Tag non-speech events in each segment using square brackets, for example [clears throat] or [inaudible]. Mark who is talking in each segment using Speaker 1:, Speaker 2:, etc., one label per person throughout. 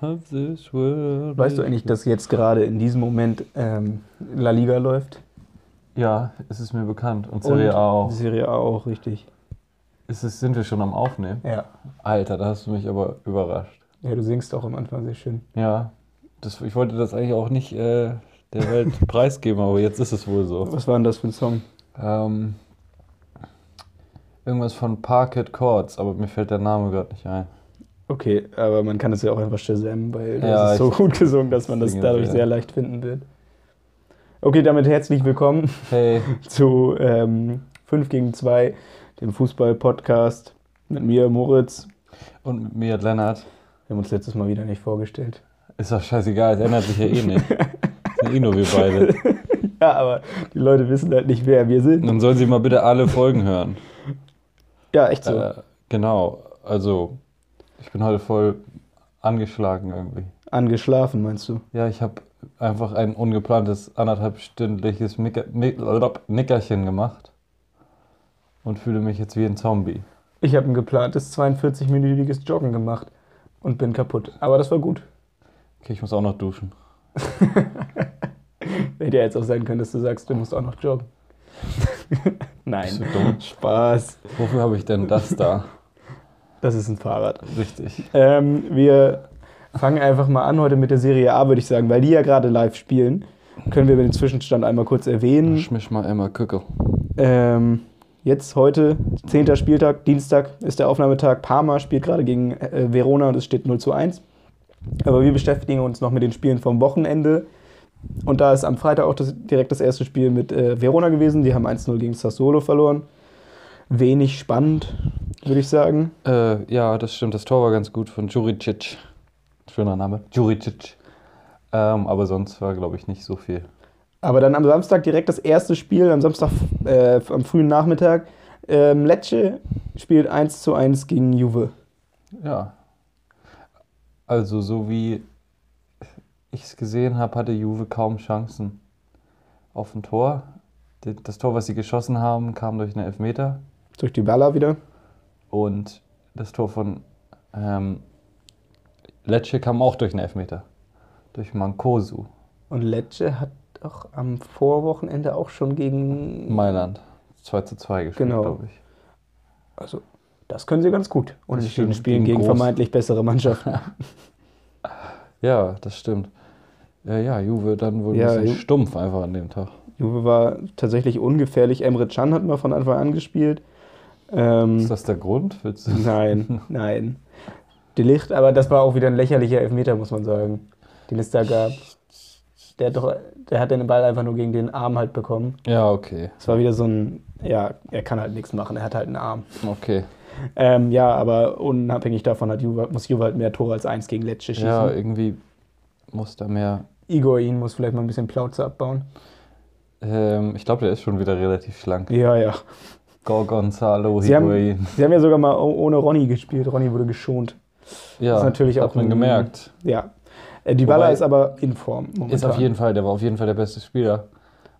Speaker 1: of this world.
Speaker 2: Weißt du eigentlich, dass jetzt gerade in diesem Moment ähm, La Liga läuft?
Speaker 1: Ja, es ist mir bekannt. Und Serie
Speaker 2: Und
Speaker 1: A auch.
Speaker 2: Serie A auch, richtig.
Speaker 1: Ist es, sind wir schon am Aufnehmen?
Speaker 2: Ja.
Speaker 1: Alter, da hast du mich aber überrascht.
Speaker 2: Ja, du singst auch am Anfang sehr schön.
Speaker 1: Ja, das, ich wollte das eigentlich auch nicht äh, der
Speaker 2: [laughs]
Speaker 1: Welt preisgeben, aber jetzt ist es wohl so.
Speaker 2: Was war denn das für ein Song?
Speaker 1: Ähm, irgendwas von Parkett Courts, aber mir fällt der Name gerade nicht ein.
Speaker 2: Okay, aber man kann es ja auch einfach Shazam, weil das
Speaker 1: Ja,
Speaker 2: ist so
Speaker 1: ich-
Speaker 2: gut gesungen, dass man das
Speaker 1: singe
Speaker 2: dadurch
Speaker 1: sehr.
Speaker 2: sehr leicht finden wird. Okay, damit herzlich willkommen [laughs]
Speaker 1: Hey,
Speaker 2: zu ähm, 5 gegen 2, dem Fußball-Podcast mit mir, Moritz.
Speaker 1: und mit mir, Lennart.
Speaker 2: Wir haben uns letztes Mal wieder nicht vorgestellt.
Speaker 1: Ist doch scheißegal, es ändert sich ja eh
Speaker 2: [laughs]
Speaker 1: nicht. Sind eh nur wir beide.
Speaker 2: Ja, aber die Leute wissen halt nicht, wer wir sind.
Speaker 1: Dann sollen sie mal bitte alle Folgen hören.
Speaker 2: Ja, echt so.
Speaker 1: Äh, genau, also ich bin heute voll angeschlagen irgendwie.
Speaker 2: Angeschlafen, meinst du?
Speaker 1: Ja, ich habe einfach ein ungeplantes anderthalbstündliches Micker Mi- Lop- Nickerchen gemacht und fühle mich jetzt wie ein Zombie.
Speaker 2: Ich habe ein geplantes 42-minütiges Joggen gemacht und bin kaputt. Aber das war gut.
Speaker 1: Okay, ich muss auch noch duschen.
Speaker 2: Hätte ja jetzt auch sein können, dass du sagst, du musst auch noch joggen. [laughs]
Speaker 1: Bist
Speaker 2: Nein.
Speaker 1: du dumm?
Speaker 2: Spaß. [laughs]
Speaker 1: Wofür habe ich denn das da?
Speaker 2: Das ist ein Fahrrad.
Speaker 1: Richtig.
Speaker 2: Ähm, wir fangen einfach mal an heute mit der Serie A, würde ich sagen, weil die ja gerade live spielen. Können wir den Zwischenstand einmal kurz erwähnen.
Speaker 1: Schmisch mal einmal Kückel.
Speaker 2: Ähm, jetzt heute, 10. Spieltag, Dienstag ist der Aufnahmetag. Parma spielt gerade gegen äh, Verona und es steht 0 zu 1. Aber wir beschäftigen uns noch mit den Spielen vom Wochenende. Und da ist am Freitag auch das, direkt das erste Spiel mit äh, Verona gewesen. Die haben 1-0 gegen Sassuolo verloren. Wenig spannend, würde ich sagen.
Speaker 1: Äh, ja, das stimmt. Das Tor war ganz gut von Juricic. Schöner Name. Juricic. Ähm, aber sonst war, glaube ich, nicht so viel.
Speaker 2: Aber dann am Samstag direkt das erste Spiel, am Samstag äh, am frühen Nachmittag. Ähm, Lecce spielt 1 zu 1 gegen Juve.
Speaker 1: Ja. Also, so wie ich es gesehen habe, hatte Juve kaum Chancen auf ein Tor. D- Das Tor, was sie geschossen haben, kam durch einen Elfmeter.
Speaker 2: Durch die Balla wieder.
Speaker 1: Und das Tor von ähm, Lecce kam auch durch einen Elfmeter. Durch Mancosu,
Speaker 2: Und Lecce hat doch am Vorwochenende auch schon gegen.
Speaker 1: Mailand. 2 zu 2 gespielt,
Speaker 2: Genau.
Speaker 1: glaube ich.
Speaker 2: Also, das können sie ganz gut. Und
Speaker 1: Das
Speaker 2: spielen
Speaker 1: stimmt, gegen
Speaker 2: gegen, gegen
Speaker 1: groß-
Speaker 2: vermeintlich bessere
Speaker 1: [laughs]
Speaker 2: Mannschaften.
Speaker 1: Ja, das stimmt. Ja, ja Juve dann wohl ein
Speaker 2: Ja,
Speaker 1: bisschen
Speaker 2: Ju-
Speaker 1: stumpf einfach an dem Tag.
Speaker 2: Juve war tatsächlich ungefährlich. Emre Can hat mal von Anfang an gespielt.
Speaker 1: Ist
Speaker 2: Ähm,
Speaker 1: das der Grund? Willst
Speaker 2: Mhm.
Speaker 1: du- [laughs]
Speaker 2: nein, nein. Die Licht, aber das war auch wieder ein lächerlicher Elfmeter, muss man sagen, den es da gab. Der hat, doch, der hat den Ball einfach nur gegen den Arm halt bekommen.
Speaker 1: Ja, okay.
Speaker 2: Es war wieder so ein, ja, er kann halt nichts machen, er hat halt einen Arm.
Speaker 1: Okay.
Speaker 2: Ähm, ja, aber unabhängig davon hat Juve, muss Juve halt mehr Tore als eins gegen Lecce schießen.
Speaker 1: Ja, irgendwie muss da mehr.
Speaker 2: Igor ihn muss vielleicht mal ein bisschen Plauze abbauen.
Speaker 1: Ähm, ich glaube, der ist schon wieder relativ schlank.
Speaker 2: Ja, ja.
Speaker 1: Go Gonzalo
Speaker 2: Sie haben-
Speaker 1: Higuain.
Speaker 2: Sie haben ja sogar mal o- ohne Ronny gespielt. Ronny wurde geschont.
Speaker 1: Ja,
Speaker 2: ist natürlich
Speaker 1: hat
Speaker 2: auch
Speaker 1: man
Speaker 2: ein-
Speaker 1: gemerkt.
Speaker 2: Ja. Äh, Dybala
Speaker 1: Wobei-
Speaker 2: ist aber in Form momentan.
Speaker 1: Ist auf jeden Fall, der war auf jeden Fall der beste Spieler.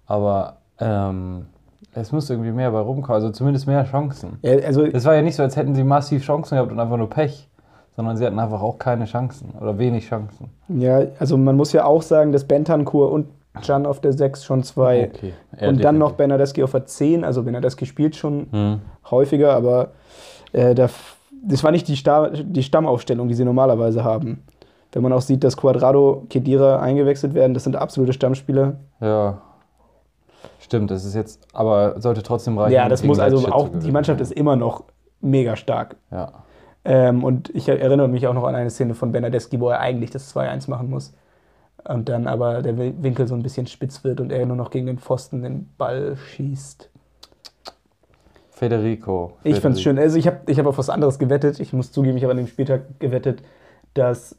Speaker 1: Aber ähm, es muss irgendwie mehr bei rumkommen, also zumindest mehr Chancen.
Speaker 2: Ja, also,
Speaker 1: Es war ja nicht so, als hätten sie massiv Chancen gehabt und einfach nur Pech, sondern sie hatten einfach auch keine Chancen oder wenig Chancen.
Speaker 2: ja, also man muss ja auch sagen, dass Bentancur und Can auf der 6 schon zwei.
Speaker 1: Okay.
Speaker 2: und dann noch Bernadeschi auf der 10. Also Bernadeschi spielt schon
Speaker 1: Mhm.
Speaker 2: häufiger, aber äh, da, f- das war nicht die, Sta die Stammaufstellung, die sie normalerweise haben. Wenn man auch sieht, dass Quadrado, Kedira eingewechselt werden, das sind absolute Stammspieler.
Speaker 1: Ja. Stimmt, das ist jetzt, aber sollte trotzdem reichen.
Speaker 2: Ja, das
Speaker 1: gegen
Speaker 2: muss also
Speaker 1: Leipzig zu
Speaker 2: auch, die
Speaker 1: gewinnen.
Speaker 2: Mannschaft ist immer noch mega stark.
Speaker 1: Ja.
Speaker 2: Ähm, und ich erinnere mich auch noch an eine Szene von Bernadeschi, wo er eigentlich das 2-1 machen muss. Und dann aber der Wi- Winkel so ein bisschen spitz wird und er nur noch gegen den Pfosten den Ball schießt.
Speaker 1: Federico.
Speaker 2: Ich fand's
Speaker 1: Federico.
Speaker 2: schön. Also ich habe ich hab auf was anderes gewettet. Ich muss zugeben, ich habe an dem Spieltag gewettet, dass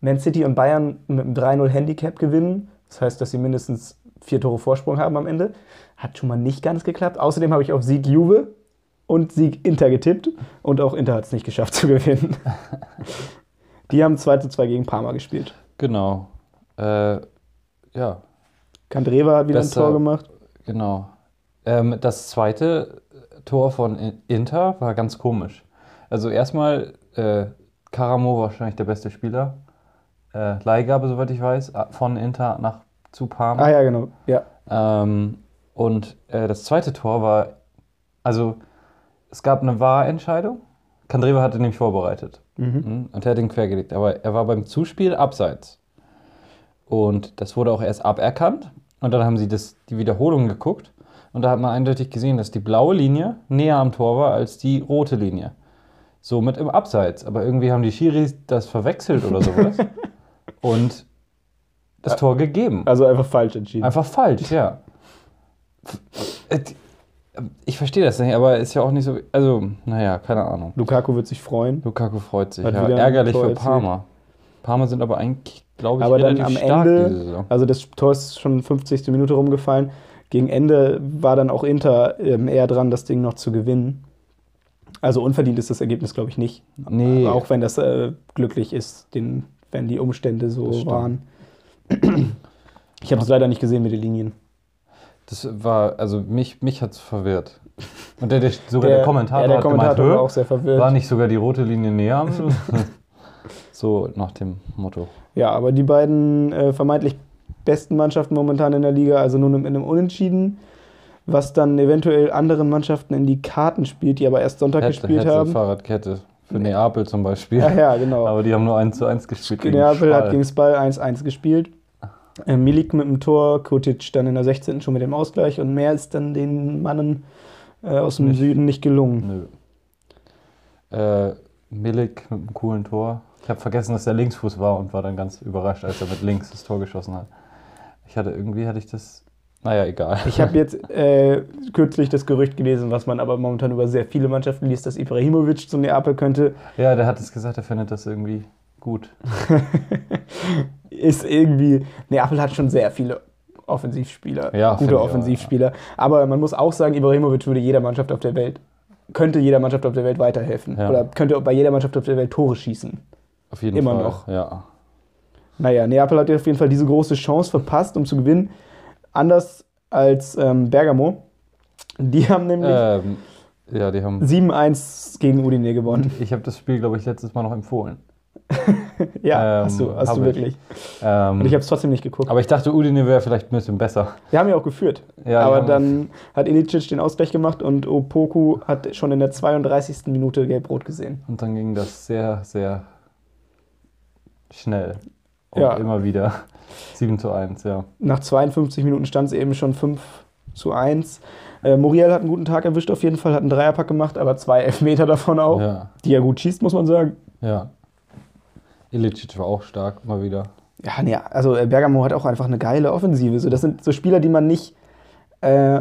Speaker 2: Man City und Bayern mit einem 3-0 Handicap gewinnen. Das heißt, dass sie mindestens vier Tore Vorsprung haben am Ende. Hat schon mal nicht ganz geklappt. Außerdem habe ich auf Sieg Juve und Sieg Inter getippt. Und auch Inter hat es nicht geschafft [laughs] zu gewinnen. Die haben 2-2 gegen Parma gespielt.
Speaker 1: Genau. Äh, ja,
Speaker 2: Kandreva hat wieder
Speaker 1: Besser-
Speaker 2: ein Tor gemacht.
Speaker 1: genau. Ähm, das zweite Tor von I- Inter war ganz komisch. Also erstmal äh, Karamo wahrscheinlich der beste Spieler. äh, Leihgabe, soweit ich weiß, äh, von Inter nach zu Parma.
Speaker 2: Ah ja, genau. Ja.
Speaker 1: Ähm, und äh, das zweite Tor war, also es gab eine Wahrentscheidung. Kandreva hatte nämlich vorbereitet Mhm. und er hat ihn quergelegt. Aber er war beim Zuspiel abseits. Und das wurde auch erst aberkannt. Und dann haben sie das, die Wiederholung geguckt. Und da hat man eindeutig gesehen, dass die blaue Linie näher am Tor war als die rote Linie. Somit im Abseits. Aber irgendwie haben die Schiris das verwechselt oder sowas. und das Tor gegeben.
Speaker 2: Also einfach falsch entschieden.
Speaker 1: Einfach falsch, ja. Ich verstehe das nicht, aber ist ja auch nicht so. Also, naja, keine Ahnung.
Speaker 2: Lukaku wird sich freuen.
Speaker 1: Lukaku freut sich.
Speaker 2: Hat
Speaker 1: Ja.
Speaker 2: wieder ein
Speaker 1: Ärgerlich
Speaker 2: Tor
Speaker 1: für
Speaker 2: erzielt.
Speaker 1: Parma. Parma sind aber eigentlich, glaube ich,
Speaker 2: Aber dann
Speaker 1: relativ
Speaker 2: am
Speaker 1: stark diese
Speaker 2: Ende,
Speaker 1: Saison.
Speaker 2: also das Tor ist schon 50. Minute rumgefallen. Gegen Ende war dann auch Inter ähm, eher dran, das Ding noch zu gewinnen. Also unverdient ist das Ergebnis, glaube ich, nicht.
Speaker 1: Nee.
Speaker 2: Aber auch wenn das äh, glücklich ist, den, wenn die Umstände so
Speaker 1: Das stimmt.
Speaker 2: waren. Ich habe es leider nicht gesehen mit den Linien.
Speaker 1: Das war, also mich, mich hat es verwirrt. Und der, der sogar
Speaker 2: Der-
Speaker 1: der, Kommentator
Speaker 2: ja, der
Speaker 1: hat
Speaker 2: Kommentator
Speaker 1: gemeint,
Speaker 2: war
Speaker 1: "Hö,
Speaker 2: auch sehr verwirrt."
Speaker 1: War nicht sogar die rote Linie näher? am-" [laughs] so nach dem Motto.
Speaker 2: Ja, aber die beiden äh, vermeintlich besten Mannschaften momentan in der Liga, also nun mit einem Unentschieden, was dann eventuell anderen Mannschaften in die Karten spielt, die aber erst Sonntag gespielt haben.
Speaker 1: Fahrradkette. Für Neapel zum Beispiel.
Speaker 2: Ja, ja, genau.
Speaker 1: Aber die haben nur 1 zu 1 gespielt. gegen
Speaker 2: Neapel hat
Speaker 1: Spal.
Speaker 2: gegen Spal 1-1 gespielt. Äh, Milik mit dem Tor, Kotic dann in der 16. schon mit dem Ausgleich und mehr ist dann den Mannen äh, aus dem
Speaker 1: Nicht.
Speaker 2: Süden nicht gelungen.
Speaker 1: Nö. Äh, Milik mit einem coolen Tor. Ich habe vergessen, dass der Linksfuß war und war dann ganz überrascht, als er mit links das Tor geschossen hat. Ich hatte irgendwie, hatte ich das. Naja, egal.
Speaker 2: Ich habe jetzt äh, kürzlich das Gerücht gelesen, was man aber momentan über sehr viele Mannschaften liest, dass Ibrahimovic zu Neapel könnte.
Speaker 1: [laughs] Ja, der hat es gesagt, er findet das irgendwie gut.
Speaker 2: ist irgendwie. Neapel hat schon sehr viele Offensivspieler,
Speaker 1: Ja, finde
Speaker 2: gute
Speaker 1: ich auch,
Speaker 2: Offensivspieler. Aber man muss auch sagen, Ibrahimovic würde jeder Mannschaft auf der Welt, könnte jeder Mannschaft auf der Welt weiterhelfen.
Speaker 1: Ja.
Speaker 2: Oder könnte bei jeder Mannschaft auf der Welt Tore schießen.
Speaker 1: Auf jeden
Speaker 2: Immer
Speaker 1: Fall.
Speaker 2: noch.
Speaker 1: Ja.
Speaker 2: Naja, Neapel hat auf jeden Fall diese große Chance verpasst, um zu gewinnen. Anders als ähm, Bergamo. Die haben nämlich
Speaker 1: Ähm, ja, die haben.
Speaker 2: 7-1 gegen Udine gewonnen.
Speaker 1: Ich habe das Spiel, glaube ich, letztes Mal noch empfohlen.
Speaker 2: Ja,
Speaker 1: Ähm,
Speaker 2: hast du, hast
Speaker 1: hab
Speaker 2: du
Speaker 1: ich.
Speaker 2: wirklich.
Speaker 1: Ähm,
Speaker 2: Und ich habe es trotzdem nicht geguckt.
Speaker 1: aber ich dachte, Udine wäre vielleicht ein bisschen besser.
Speaker 2: Wir haben ja auch geführt.
Speaker 1: Ja, genau.
Speaker 2: aber
Speaker 1: die haben-
Speaker 2: dann hat Ilicic den Ausgleich gemacht und Opoku hat schon in der 32. Minute gelb-rot gesehen.
Speaker 1: Und dann ging das sehr, sehr schnell. Und
Speaker 2: Ja.
Speaker 1: immer wieder. 7 zu 1, ja.
Speaker 2: Nach 52 Minuten stand es eben schon 5 zu 1. Äh, Muriel hat einen guten Tag erwischt auf jeden Fall, hat einen Dreierpack gemacht, aber zwei Elfmeter davon auch,
Speaker 1: Ja.
Speaker 2: die er gut schießt, muss man sagen.
Speaker 1: Ja. Ilicic war auch stark, mal wieder.
Speaker 2: Ja, nee, also äh, Bergamo hat auch einfach eine geile Offensive. So, das sind so Spieler, die man nicht äh,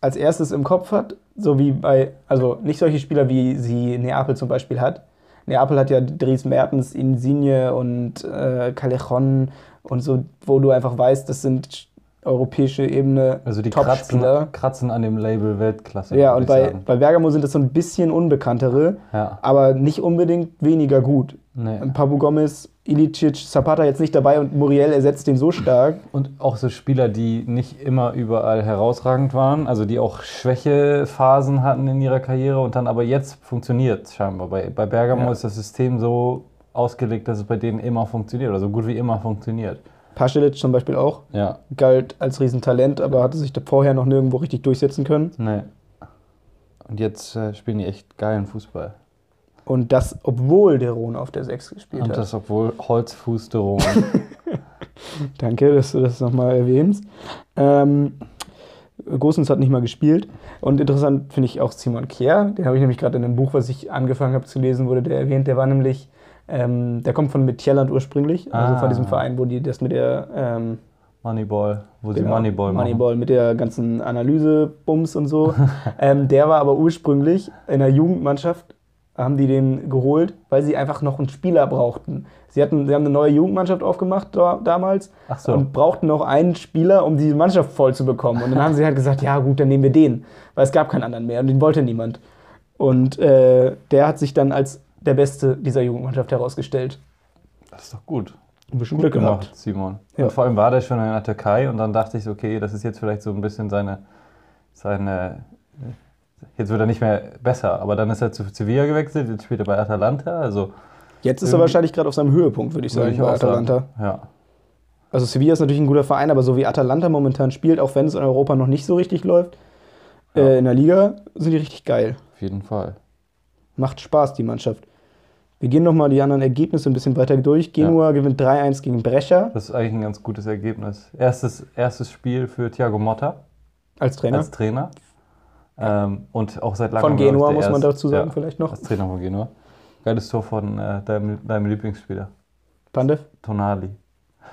Speaker 2: als erstes im Kopf hat, so wie bei, also nicht solche Spieler, wie sie Neapel zum Beispiel hat. Neapel hat ja Dries Mertens, Insigne und äh, Callejon und so, wo du einfach weißt, das sind europäische Ebene
Speaker 1: Also die kratzen,
Speaker 2: Top-Spieler.
Speaker 1: kratzen an dem Label Weltklasse.
Speaker 2: Ja,
Speaker 1: würd
Speaker 2: und
Speaker 1: ich
Speaker 2: bei,
Speaker 1: sagen.
Speaker 2: bei Bergamo sind das so ein bisschen unbekanntere,
Speaker 1: Ja,
Speaker 2: aber nicht unbedingt weniger gut.
Speaker 1: nee.
Speaker 2: Pabu Ähm, Gomez, Ilicic, Zapata jetzt nicht dabei und Muriel ersetzt den so stark.
Speaker 1: Und auch so Spieler, die nicht immer überall herausragend waren, also die auch Schwächephasen hatten in ihrer Karriere und dann aber jetzt funktioniert scheinbar. Bei, bei Bergamo
Speaker 2: Ja.
Speaker 1: ist das System so ausgelegt, dass es bei denen immer funktioniert oder so gut wie immer funktioniert.
Speaker 2: Paschelic zum Beispiel auch,
Speaker 1: Ja,
Speaker 2: galt als Riesentalent, aber hatte sich da vorher noch nirgendwo richtig durchsetzen können.
Speaker 1: nee. Und jetzt äh, spielen die echt geilen Fußball.
Speaker 2: Und das, obwohl der Rohn auf der 6 gespielt
Speaker 1: Und
Speaker 2: hat.
Speaker 1: das, obwohl Holzfuß de Rom.
Speaker 2: Danke, dass du das nochmal erwähnst. Ähm, Gosens hat nicht mal gespielt. Und interessant finde ich auch Simon Kier. Den habe ich nämlich gerade in einem Buch, was ich angefangen habe zu lesen, wurde der erwähnt. Der war nämlich, ähm, der kommt von Mittelland ursprünglich, also von
Speaker 1: Ah.
Speaker 2: diesem Verein, wo die das mit der ähm,
Speaker 1: Moneyball, wo sie
Speaker 2: Genau,
Speaker 1: Moneyball machen.
Speaker 2: Moneyball mit der ganzen Analyse-Bums
Speaker 1: [laughs]
Speaker 2: und so. ähm, der war aber ursprünglich in der Jugendmannschaft, haben die den geholt, weil sie einfach noch einen Spieler brauchten. Sie, hatten, sie haben eine neue Jugendmannschaft aufgemacht da, damals
Speaker 1: Ach so.
Speaker 2: und brauchten noch einen Spieler, um die Mannschaft voll zu bekommen. Und dann haben sie halt gesagt, ja gut, dann nehmen wir den, weil es gab keinen anderen mehr und den wollte niemand. Und äh, der hat sich dann als der Beste dieser Jugendmannschaft herausgestellt.
Speaker 1: Das ist doch gut.
Speaker 2: Ein bisschen Glück gehabt.
Speaker 1: Simon.
Speaker 2: Ja.
Speaker 1: Und vor allem war der schon in der Türkei und dann dachte ich, so, okay, das ist jetzt vielleicht so ein bisschen seine, seine. Jetzt wird er nicht mehr besser, aber dann ist er zu Sevilla gewechselt, jetzt spielt er bei Atalanta, also
Speaker 2: Jetzt ist er wahrscheinlich gerade auf seinem Höhepunkt, würde ich sagen,
Speaker 1: Würde ich
Speaker 2: bei
Speaker 1: auch
Speaker 2: Atalanta.
Speaker 1: sagen. Ja.
Speaker 2: Also Sevilla ist natürlich ein guter Verein, aber so wie Atalanta momentan spielt, auch wenn es in Europa noch nicht so richtig läuft, äh, in der Liga sind die richtig geil.
Speaker 1: Auf jeden Fall.
Speaker 2: Macht Spaß, die Mannschaft. Wir gehen nochmal die anderen Ergebnisse ein bisschen weiter durch. Genua gewinnt 3-1 gegen Brescia
Speaker 1: Das ist eigentlich ein ganz gutes Ergebnis. Erstes, erstes Spiel für Thiago Motta
Speaker 2: als Trainer.
Speaker 1: als Trainer. Ähm, und auch seit langem.
Speaker 2: Von
Speaker 1: glaub ich,
Speaker 2: Genua
Speaker 1: der
Speaker 2: muss man
Speaker 1: erste-
Speaker 2: dazu sagen,
Speaker 1: ja,
Speaker 2: vielleicht noch.
Speaker 1: Als Trainer von Genua. Geiles Tor von äh, deinem, deinem Lieblingsspieler,
Speaker 2: Pandev.
Speaker 1: Tonali.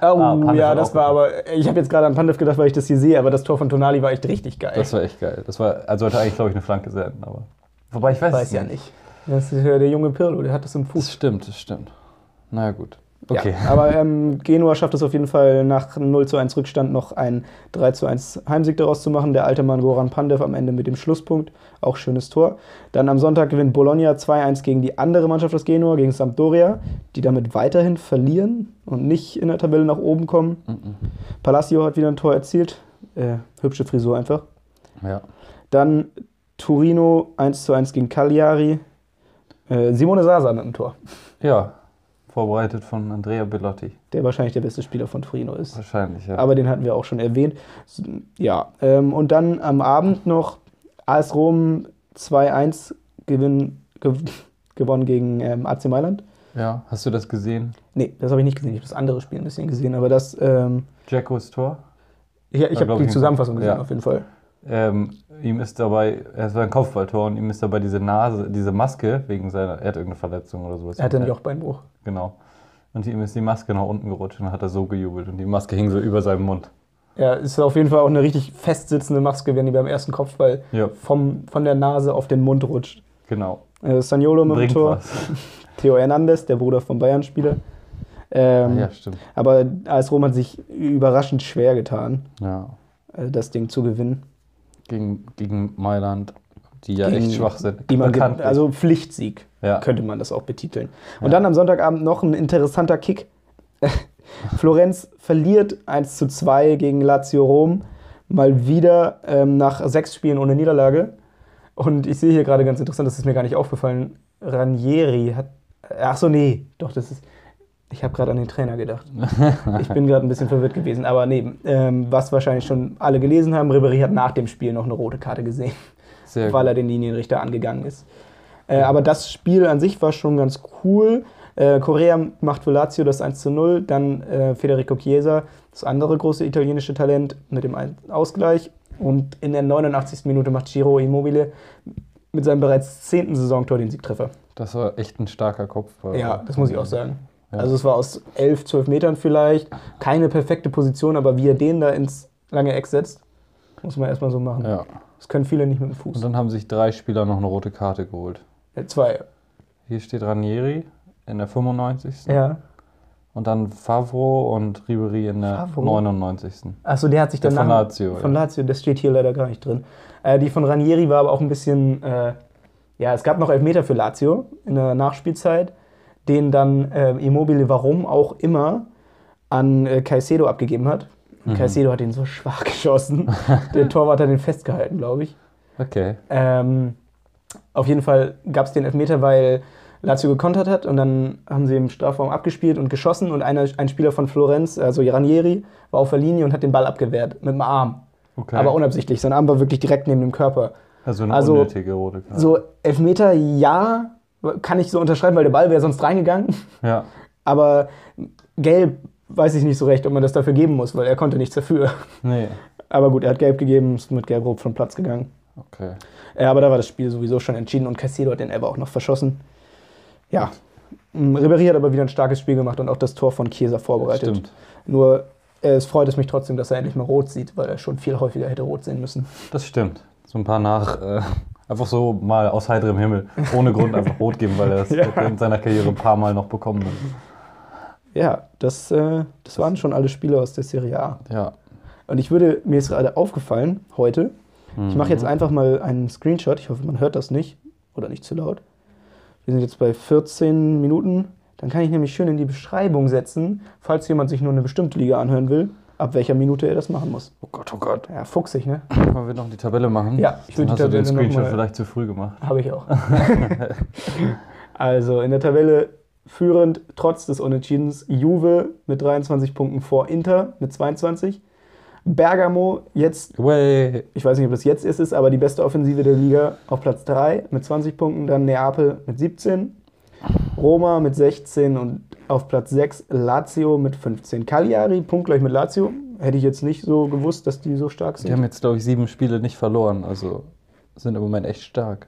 Speaker 2: Oh,
Speaker 1: Ah, Pandev
Speaker 2: ja,
Speaker 1: hat
Speaker 2: das
Speaker 1: auch
Speaker 2: war aber. Ich habe jetzt gerade an Pandev gedacht, weil ich das hier sehe, aber das Tor von Tonali war echt richtig geil.
Speaker 1: Das war echt geil. Das war, also sollte eigentlich, glaube ich, eine Flanke senden, aber. Wobei ich weiß, es
Speaker 2: weiß ja nicht. Das ist ja der junge Pirlo, der hat das im Fuß.
Speaker 1: Das stimmt, das stimmt. Na ja, gut. Okay.
Speaker 2: Ja, aber ähm, Genua schafft es auf jeden Fall nach 0 zu 1 Rückstand noch einen 3 zu 1 Heimsieg daraus zu machen. Der alte Mann Goran Pandev am Ende mit dem Schlusspunkt. Auch schönes Tor. Dann am Sonntag gewinnt Bologna 2-1 gegen die andere Mannschaft aus Genua, gegen Sampdoria, die damit weiterhin verlieren und nicht in der Tabelle nach oben kommen. mm. Palacio hat wieder ein Tor erzielt. Äh, hübsche Frisur einfach.
Speaker 1: Ja.
Speaker 2: Dann Turino 1 zu 1 gegen Cagliari. Äh, Simone Sasa mit einem Tor,
Speaker 1: ja. Vorbereitet von Andrea Bellotti.
Speaker 2: der wahrscheinlich der beste Spieler von Turino ist.
Speaker 1: Wahrscheinlich, ja.
Speaker 2: aber den hatten wir auch schon erwähnt. S- Ja, ähm, und dann am Abend noch AS Rom 2-1 gewinn, ge [laughs] gewonnen gegen ähm, AC Mailand.
Speaker 1: ja. Hast du das gesehen?
Speaker 2: Nee, das habe ich nicht gesehen. Ich habe das andere Spiel ein bisschen gesehen, aber das, ähm,
Speaker 1: Jackos Tor?
Speaker 2: ich, ich
Speaker 1: Ja,
Speaker 2: habe
Speaker 1: glaub
Speaker 2: die
Speaker 1: ich,
Speaker 2: Zusammenfassung gesehen
Speaker 1: ja.
Speaker 2: auf jeden Fall.
Speaker 1: Ähm, ihm ist dabei, es war ein Kopfballtor und ihm ist dabei diese Nase, diese Maske wegen seiner, er hat irgendeine Verletzung oder sowas.
Speaker 2: Er hatte einen Jochbeinbruch.
Speaker 1: Genau. Und ihm ist die Maske nach unten gerutscht und hat er so gejubelt und die Maske hing so über seinem Mund.
Speaker 2: Ja, ist auf jeden Fall auch eine richtig festsitzende Maske, wenn die beim ersten Kopfball
Speaker 1: Ja,
Speaker 2: vom, von der Nase auf den Mund rutscht.
Speaker 1: genau.
Speaker 2: Äh, Saniolo mit dem
Speaker 1: Bringt
Speaker 2: Tor,
Speaker 1: was.
Speaker 2: [laughs] Theo Hernandez, der Bruder vom Bayern-Spieler. Ähm,
Speaker 1: Ja, stimmt.
Speaker 2: Aber AS Rom hat sich überraschend schwer getan.
Speaker 1: Ja.
Speaker 2: äh, das Ding zu gewinnen.
Speaker 1: Gegen, gegen Mailand, die ja
Speaker 2: Gegen-
Speaker 1: echt schwach sind.
Speaker 2: Die man ge-
Speaker 1: Bekanntlich.
Speaker 2: also Pflichtsieg
Speaker 1: ja.
Speaker 2: könnte man das auch betiteln. Und dann am Sonntagabend noch ein interessanter Kick. [laughs] Florenz verliert 1 zu 2 gegen Lazio Rom. Mal wieder ähm, nach sechs Spielen ohne Niederlage. Und ich sehe hier gerade ganz interessant, das ist mir gar nicht aufgefallen. Ranieri hat. Ach so, nee, doch, das ist. Ich habe gerade an den Trainer gedacht. Ich bin gerade ein bisschen verwirrt gewesen, aber nee, ähm, was wahrscheinlich schon alle gelesen haben, Ribéry hat nach dem Spiel noch eine rote Karte gesehen
Speaker 1: Sehr
Speaker 2: weil
Speaker 1: gut.
Speaker 2: er den Linienrichter angegangen ist. Äh, aber das Spiel an sich war schon ganz cool. Äh, Korea macht für Lazio das 1 zu 0, dann äh, Federico Chiesa, das andere große italienische Talent, mit dem Ein- Ausgleich. Und in der 89. Minute macht Giro Immobile mit seinem bereits zehnten Saisontor den Siegtreffer.
Speaker 1: Das war echt ein starker äh, Kopfball.
Speaker 2: Ja, das muss ich auch sagen.
Speaker 1: Ja.
Speaker 2: Also es war aus 11, 12 Metern vielleicht. Keine perfekte Position, aber wie er den da ins lange Eck setzt, muss man erstmal so machen.
Speaker 1: Ja.
Speaker 2: Das können viele nicht mit dem
Speaker 1: Und
Speaker 2: Fuß.
Speaker 1: dann haben sich drei Spieler noch eine rote Karte geholt.
Speaker 2: Äh, Zwei.
Speaker 1: Hier steht Ranieri in der 95.
Speaker 2: Ja.
Speaker 1: Und dann Favro und Ribery in der
Speaker 2: Favre?
Speaker 1: 99.
Speaker 2: Achso, der hat sich
Speaker 1: Der
Speaker 2: dann
Speaker 1: von
Speaker 2: nach-
Speaker 1: Lazio,
Speaker 2: Von
Speaker 1: ja.
Speaker 2: Lazio, das steht hier leider gar nicht drin. Äh, die von Ranieri war aber auch ein bisschen. Äh, ja, es gab noch Elfmeter für Lazio in der Nachspielzeit, den dann äh, Immobile, warum auch immer, an äh, Caicedo abgegeben hat.
Speaker 1: Mhm.
Speaker 2: Und Caicedo hat ihn so schwach [laughs] geschossen. der Torwart hat ihn festgehalten, glaube ich.
Speaker 1: Okay.
Speaker 2: Ähm, auf jeden Fall gab es den Elfmeter, weil Lazio gekontert hat und dann haben sie im Strafraum abgespielt und geschossen und einer, ein Spieler von Florenz, also Ranieri, war auf der Linie und hat den Ball abgewehrt mit dem Arm.
Speaker 1: okay.
Speaker 2: Aber unabsichtlich. Sein Arm war wirklich direkt neben dem Körper.
Speaker 1: also eine
Speaker 2: also-
Speaker 1: unnötige rote Karte.
Speaker 2: So, Elfmeter, ja, kann ich so unterschreiben, weil der Ball wäre sonst reingegangen. [laughs]
Speaker 1: Ja.
Speaker 2: Aber gelb weiß ich nicht so recht, ob man das dafür geben muss, weil er konnte nichts dafür.
Speaker 1: Nee.
Speaker 2: Aber gut, er hat gelb gegeben, ist mit gelb-rot vom Platz gegangen.
Speaker 1: Okay.
Speaker 2: Ja, aber da war das Spiel sowieso schon entschieden und Caicedo hat den Elber auch noch verschossen. Ja. Mm, Ribéry hat aber wieder ein starkes Spiel gemacht und auch das Tor von Chiesa vorbereitet.
Speaker 1: Stimmt.
Speaker 2: Nur äh, es freut es mich trotzdem, dass er endlich mal rot sieht, weil er schon viel häufiger hätte rot sehen müssen.
Speaker 1: Das stimmt. So ein paar nach. Äh, einfach so mal aus heiterem Himmel. Ohne Grund einfach rot geben, weil er [laughs] es
Speaker 2: Ja.
Speaker 1: in seiner Karriere ein paar Mal noch bekommen hat.
Speaker 2: Ja, das, äh, das waren schon alle Spiele aus der Serie A.
Speaker 1: Ja.
Speaker 2: Und ich würde, mir ist gerade aufgefallen heute, ich mache jetzt einfach mal einen Screenshot, ich hoffe, man hört das nicht oder nicht zu laut. Wir sind jetzt bei 14 Minuten, dann kann ich nämlich schön in die Beschreibung setzen, falls jemand sich nur eine bestimmte Liga anhören will, ab welcher Minute er das machen muss.
Speaker 1: Oh Gott, oh Gott.
Speaker 2: Ja, fuchsig, ne? [laughs]
Speaker 1: Wollen wir noch die Tabelle machen?
Speaker 2: Ja, ich
Speaker 1: Dann
Speaker 2: würd
Speaker 1: hast
Speaker 2: die
Speaker 1: du den
Speaker 2: Tabelle noch
Speaker 1: Screenshot
Speaker 2: mal-
Speaker 1: vielleicht zu früh gemacht.
Speaker 2: Habe ich auch. also in der Tabelle führend trotz des Unentschiedens. Juve mit 23 Punkten vor Inter mit 22. Bergamo jetzt,
Speaker 1: Way.
Speaker 2: ich weiß nicht, ob das jetzt ist, ist aber die beste Offensive der Liga auf Platz 3 mit 20 Punkten. Dann Neapel mit 17. Roma mit 16 und auf Platz 6 Lazio mit 15. Cagliari, punktgleich mit Lazio. Hätte ich jetzt nicht so gewusst, dass die so stark
Speaker 1: Die
Speaker 2: sind.
Speaker 1: haben jetzt, glaube ich, sieben Spiele nicht verloren. Also sind im Moment echt stark.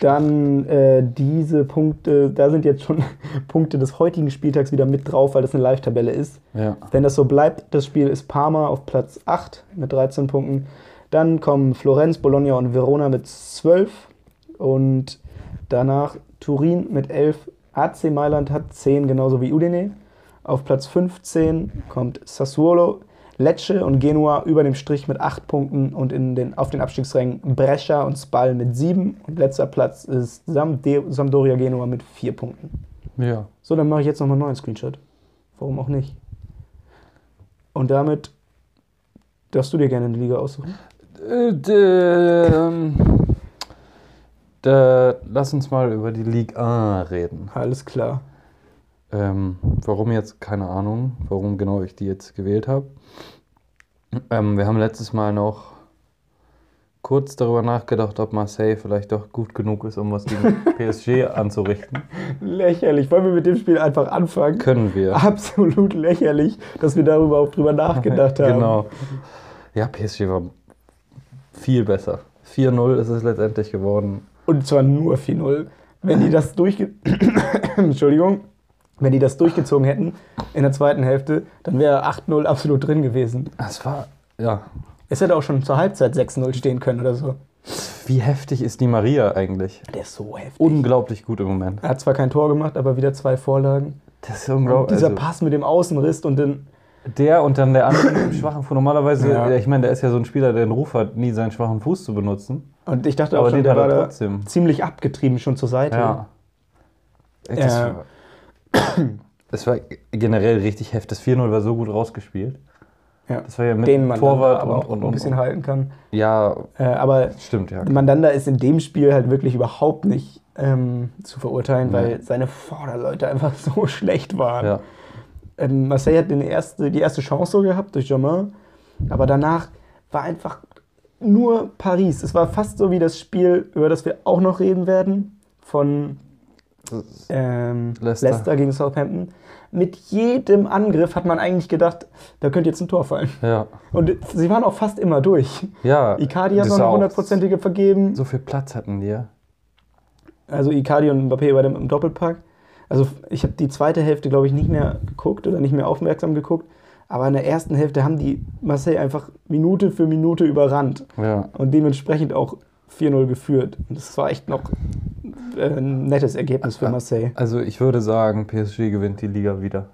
Speaker 2: Dann äh, diese Punkte, da sind jetzt schon [laughs] Punkte des heutigen Spieltags wieder mit drauf, weil das eine Live-Tabelle ist.
Speaker 1: Ja.
Speaker 2: Wenn das so bleibt, das Spiel ist Parma auf Platz 8 mit 13 Punkten. Dann kommen Florenz, Bologna und Verona mit 12. Und danach Turin mit 11. AC Mailand hat 10, genauso wie Udine. Auf Platz 15 kommt Sassuolo, Lecce und Genua über dem Strich mit 8 Punkten und in den, auf den Abstiegsrängen Brescia und Spal mit 7. Und letzter Platz ist Sampde- Sampdoria Genua mit 4 Punkten.
Speaker 1: Ja.
Speaker 2: So, dann mache ich jetzt nochmal einen neuen Screenshot. Warum auch nicht? Und damit darfst du dir gerne eine Liga aussuchen.
Speaker 1: Äh, d- ähm, da, lass uns mal über die Ligue 1 reden.
Speaker 2: Alles klar.
Speaker 1: Ähm, warum jetzt? Keine Ahnung, warum genau ich die jetzt gewählt habe. Ähm, wir haben letztes Mal noch kurz darüber nachgedacht, ob Marseille vielleicht doch gut genug ist, um was
Speaker 2: [laughs]
Speaker 1: gegen PSG anzurichten.
Speaker 2: [laughs] Lächerlich. Wollen wir mit dem Spiel einfach anfangen?
Speaker 1: Können wir.
Speaker 2: Absolut lächerlich, dass wir darüber auch drüber [laughs] nachgedacht haben.
Speaker 1: Genau. Ja, PSG war viel besser. 4-0 ist es letztendlich geworden.
Speaker 2: Und zwar nur 4-0. Wenn die das durchge [coughs] Entschuldigung. Wenn die das durchgezogen hätten in der zweiten Hälfte, dann wäre 8-0 absolut drin gewesen.
Speaker 1: Es war, ja.
Speaker 2: Es hätte auch schon zur Halbzeit 6-0 stehen können oder so.
Speaker 1: Wie heftig ist die Maria eigentlich?
Speaker 2: Der ist so heftig.
Speaker 1: Unglaublich gut im Moment.
Speaker 2: Er hat zwar kein Tor gemacht, aber wieder zwei Vorlagen.
Speaker 1: Das ist unglaublich.
Speaker 2: Dieser
Speaker 1: also-
Speaker 2: Pass mit dem Außenriss und den.
Speaker 1: Der und dann der andere mit
Speaker 2: [clears throat]
Speaker 1: dem schwachen Fuß. Normalerweise,
Speaker 2: Ja.
Speaker 1: ich meine, der ist ja so ein Spieler, der den Ruf hat, nie seinen schwachen Fuß zu benutzen.
Speaker 2: Und ich dachte auch
Speaker 1: Aber
Speaker 2: schon,
Speaker 1: den
Speaker 2: der
Speaker 1: hat er
Speaker 2: war da
Speaker 1: trotzdem.
Speaker 2: ziemlich abgetrieben schon zur Seite.
Speaker 1: Ja. Ey, Das,
Speaker 2: Ja.
Speaker 1: war, [clears throat] das war generell richtig heftig. Das 4-0 war so gut rausgespielt.
Speaker 2: Ja.
Speaker 1: Das war ja mit
Speaker 2: den man
Speaker 1: Torwart
Speaker 2: dann aber
Speaker 1: und,
Speaker 2: auch
Speaker 1: und,
Speaker 2: ein
Speaker 1: und,
Speaker 2: bisschen halten kann.
Speaker 1: Ja,
Speaker 2: Äh, aber
Speaker 1: stimmt,
Speaker 2: [clears throat]
Speaker 1: ja.
Speaker 2: Mandanda ist in dem Spiel halt wirklich überhaupt nicht ähm, zu verurteilen,
Speaker 1: Nee.
Speaker 2: weil seine Vorderleute einfach [laughs] so schlecht waren.
Speaker 1: ja.
Speaker 2: Ähm, Marseille hat den erste, die erste Chance so gehabt durch Jamin, aber danach war einfach nur Paris. Es war fast so wie das Spiel, über das wir auch noch reden werden, von
Speaker 1: Das-
Speaker 2: ähm, Leicester.
Speaker 1: Leicester.
Speaker 2: gegen Southampton. Mit jedem Angriff hat man eigentlich gedacht, da könnte jetzt ein Tor fallen.
Speaker 1: Ja.
Speaker 2: Und sie waren auch fast immer durch.
Speaker 1: ja.
Speaker 2: Icardi hat
Speaker 1: Das
Speaker 2: noch eine
Speaker 1: war auch-
Speaker 2: hundertprozentige vergeben.
Speaker 1: So viel Platz hatten die, ja.
Speaker 2: Also Icardi und Mbappé bei dem im Doppelpack. Also ich habe die zweite Hälfte, glaube ich, nicht mehr geguckt oder nicht mehr aufmerksam geguckt. Aber in der ersten Hälfte haben die Marseille einfach Minute für Minute überrannt
Speaker 1: Ja.
Speaker 2: und dementsprechend auch 4-0 geführt. Und das war echt noch äh, ein nettes Ergebnis für Marseille.
Speaker 1: Also ich würde sagen, PSG gewinnt die Liga
Speaker 2: [laughs]
Speaker 1: wieder.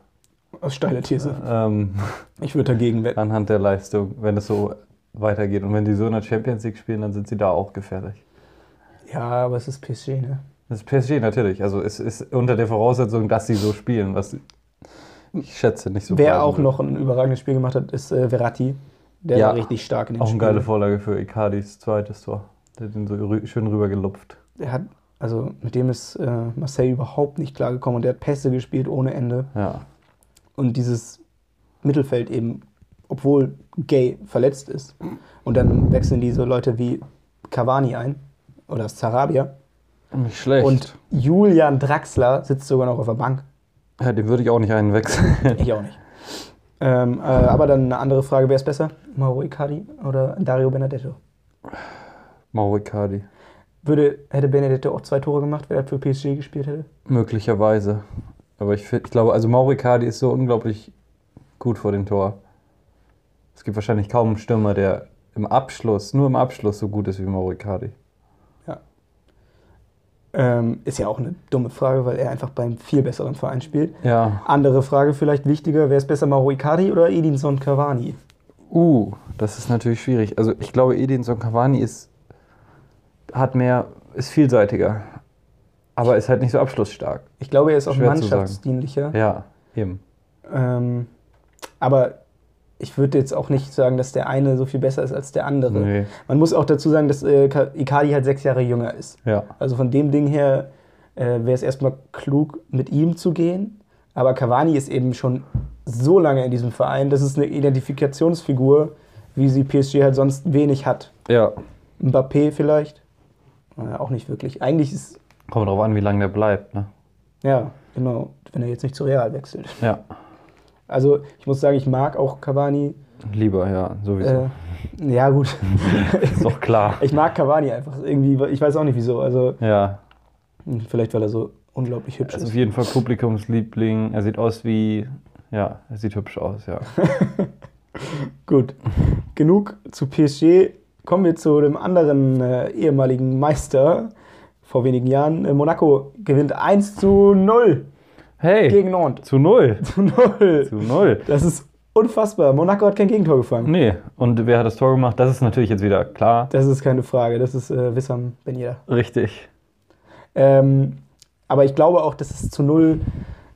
Speaker 2: Aus steiler These.
Speaker 1: Ähm,
Speaker 2: Ich würde dagegen wetten.
Speaker 1: anhand der Leistung, wenn es so weitergeht. Und wenn die so in der Champions League spielen, dann sind sie da auch gefährlich.
Speaker 2: Ja, aber es ist PSG, ne?
Speaker 1: Das ist PSG natürlich. Also es ist unter der Voraussetzung, dass sie so spielen, was ich schätze nicht so.
Speaker 2: Wer
Speaker 1: bleiben
Speaker 2: auch
Speaker 1: wird.
Speaker 2: noch ein überragendes Spiel gemacht hat, ist äh, Verratti. Der
Speaker 1: Ja.
Speaker 2: war richtig stark in dem
Speaker 1: Auch eine
Speaker 2: Spiel.
Speaker 1: geile Vorlage für Icardis zweites Tor. Der hat ihn so rü schön rübergelupft.
Speaker 2: Der hat, also mit dem ist äh, Marseille überhaupt nicht klargekommen und der hat Pässe gespielt ohne Ende.
Speaker 1: Ja.
Speaker 2: Und dieses Mittelfeld eben, obwohl Gay verletzt ist. Und dann wechseln die so Leute wie Cavani ein oder Sarabia.
Speaker 1: Nicht schlecht.
Speaker 2: Und Julian Draxler sitzt sogar noch auf der Bank.
Speaker 1: ja, den würde ich auch nicht einwechseln. [laughs]
Speaker 2: Ich auch nicht. Ähm, äh, aber dann eine andere Frage, wer ist besser? Mauro Icardi oder Dario Benedetto?
Speaker 1: Mauro Icardi.
Speaker 2: Würde, hätte Benedetto auch zwei Tore gemacht, wenn er für PSG gespielt hätte?
Speaker 1: Möglicherweise. Aber ich, find- ich glaube, also Mauro Icardi ist so unglaublich gut vor dem Tor. Es gibt wahrscheinlich kaum einen Stürmer, der im Abschluss, nur im Abschluss so gut ist wie Mauro Icardi.
Speaker 2: Ähm, ist ja auch eine dumme Frage, weil er einfach beim viel besseren Verein spielt.
Speaker 1: Ja.
Speaker 2: Andere Frage vielleicht wichtiger, wer ist besser, Mauro Icardi oder Edinson Cavani?
Speaker 1: Uh, das ist natürlich schwierig. Also ich glaube, Edinson Cavani ist, hat mehr, ist vielseitiger. Aber ist halt nicht so abschlussstark.
Speaker 2: Ich glaube, er ist auch
Speaker 1: Schwer zu
Speaker 2: mannschaftsdienlicher.
Speaker 1: Ja, eben.
Speaker 2: Ähm, aber ich würde jetzt auch nicht sagen, dass der eine so viel besser ist als der andere.
Speaker 1: Nee.
Speaker 2: Man muss auch dazu sagen, dass äh, Ka- Icardi halt sechs Jahre jünger ist.
Speaker 1: Ja.
Speaker 2: Also von dem Ding her äh, wäre es erstmal klug, mit ihm zu gehen. Aber Cavani ist eben schon so lange in diesem Verein, das ist eine Identifikationsfigur, wie sie PSG halt sonst wenig hat.
Speaker 1: Ja.
Speaker 2: Mbappé vielleicht? Naja, auch nicht wirklich. Eigentlich ist,
Speaker 1: Kommt drauf an, wie lange der bleibt, ne?
Speaker 2: ja, genau, wenn er jetzt nicht zu Real wechselt.
Speaker 1: Ja.
Speaker 2: Also ich muss sagen, ich mag auch Cavani.
Speaker 1: Lieber, ja, sowieso.
Speaker 2: Äh, ja, gut.
Speaker 1: Ist doch [laughs] klar.
Speaker 2: ich mag Cavani einfach irgendwie, ich weiß auch nicht wieso. Also hm,
Speaker 1: Ja.
Speaker 2: vielleicht, weil er so unglaublich hübsch
Speaker 1: Ist
Speaker 2: ist.
Speaker 1: auf jeden Fall Publikumsliebling. Er sieht aus wie. Ja, er sieht hübsch aus, ja.
Speaker 2: Gut, genug zu PSG. Kommen wir zu dem anderen äh, ehemaligen Meister vor wenigen Jahren. Äh, Monaco gewinnt 1 zu 0
Speaker 1: Hey!
Speaker 2: gegen Nantes. [laughs]
Speaker 1: Zu null!
Speaker 2: Zu 0.
Speaker 1: Zu null!
Speaker 2: Das ist unfassbar. Monaco hat kein Gegentor gefangen.
Speaker 1: Nee, und wer hat das Tor gemacht? Das ist natürlich jetzt wieder klar.
Speaker 2: Das ist keine Frage. Das ist äh, Wissam Ben Yedder.
Speaker 1: Richtig.
Speaker 2: Ähm, aber ich glaube auch, dass es zu null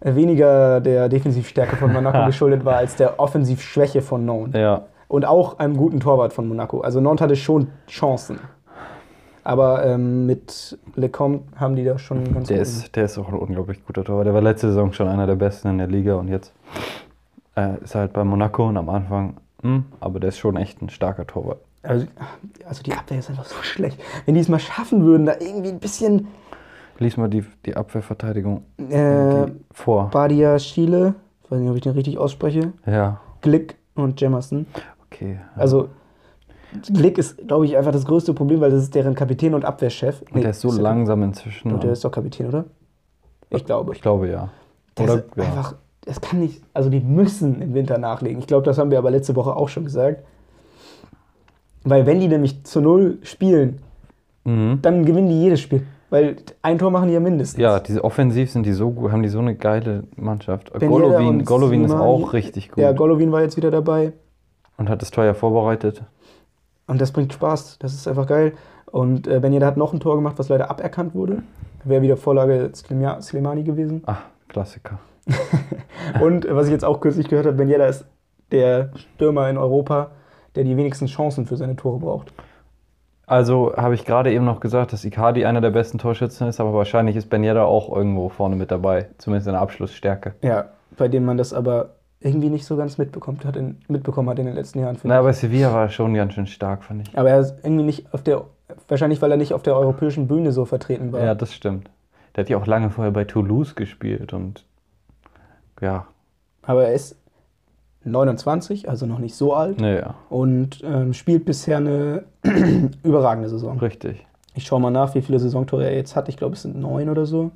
Speaker 2: äh, weniger der Defensivstärke von Monaco geschuldet war, als der Offensivschwäche von Nantes.
Speaker 1: Ja.
Speaker 2: Und auch einem guten Torwart von Monaco. Also Nantes hatte schon Chancen. Aber ähm, mit Lecomte haben die da schon ganz
Speaker 1: Der
Speaker 2: guten-
Speaker 1: ist, der ist auch ein unglaublich guter Torwart. Der war letzte Saison schon einer der besten in der Liga und jetzt äh, ist er halt bei Monaco und am Anfang, hm, aber der ist schon echt ein starker Torwart.
Speaker 2: also, also die Abwehr ist einfach so schlecht. Wenn die es mal schaffen würden, da irgendwie ein bisschen
Speaker 1: Lies mal die, die Abwehrverteidigung
Speaker 2: äh,
Speaker 1: die vor.
Speaker 2: Badia Schiele, ich weiß nicht, ob ich den richtig ausspreche,
Speaker 1: Ja,
Speaker 2: Glick und Jemerson.
Speaker 1: okay.
Speaker 2: Also Glick ist, glaube ich, einfach das größte Problem, weil das ist deren Kapitän und Abwehrchef.
Speaker 1: und der ist so
Speaker 2: lang.
Speaker 1: langsam inzwischen.
Speaker 2: Der ist doch Kapitän, oder? Ich glaube.
Speaker 1: ich glaube ja.
Speaker 2: Das
Speaker 1: Oder,
Speaker 2: ist
Speaker 1: ja.
Speaker 2: einfach, das kann nicht, also die müssen im Winter nachlegen. Ich glaube, das haben wir aber letzte Woche auch schon gesagt. Weil wenn die nämlich zu null spielen,
Speaker 1: Mhm.
Speaker 2: dann gewinnen die jedes Spiel. Weil ein Tor machen die ja mindestens.
Speaker 1: Ja, diese offensiv sind die so gut, haben die so eine geile Mannschaft.
Speaker 2: Benjeda
Speaker 1: Golovin,
Speaker 2: und
Speaker 1: Golovin ist
Speaker 2: Slimani-
Speaker 1: auch richtig gut
Speaker 2: Ja, Golovin war jetzt wieder dabei.
Speaker 1: und hat das Tor ja vorbereitet.
Speaker 2: Und das bringt Spaß. Das ist einfach geil. Und äh, Benjeda hat noch ein Tor gemacht, was leider aberkannt wurde. Wäre wieder Vorlage Slimia- Slimani gewesen.
Speaker 1: [laughs] Ach, Ah, Klassiker.
Speaker 2: Und äh, was ich jetzt auch kürzlich gehört habe, Benjeda ist der Stürmer in Europa, der die wenigsten Chancen für seine Tore braucht.
Speaker 1: Also habe ich gerade eben noch gesagt, dass Icardi einer der besten Torschützen ist, aber wahrscheinlich ist Ben Yedder auch irgendwo vorne mit dabei, zumindest in der Abschlussstärke.
Speaker 2: Ja. Bei dem man das aber irgendwie nicht so ganz mitbekommt, hat in, mitbekommen hat in den letzten Jahren. finde
Speaker 1: Na, bei Sevilla war er schon ganz schön stark, fand
Speaker 2: ich. Aber er ist irgendwie nicht auf der, wahrscheinlich weil er nicht auf der europäischen Bühne so vertreten
Speaker 1: ich.
Speaker 2: war.
Speaker 1: Ja, das stimmt. Der hat ja auch lange vorher bei Toulouse gespielt und ja,
Speaker 2: Aber er ist 29, also noch nicht so alt
Speaker 1: naja,
Speaker 2: und ähm, spielt bisher eine [clears throat] überragende Saison.
Speaker 1: richtig.
Speaker 2: Ich schaue mal nach, wie viele Saisontore er jetzt hat. Ich glaube, es sind neun oder so.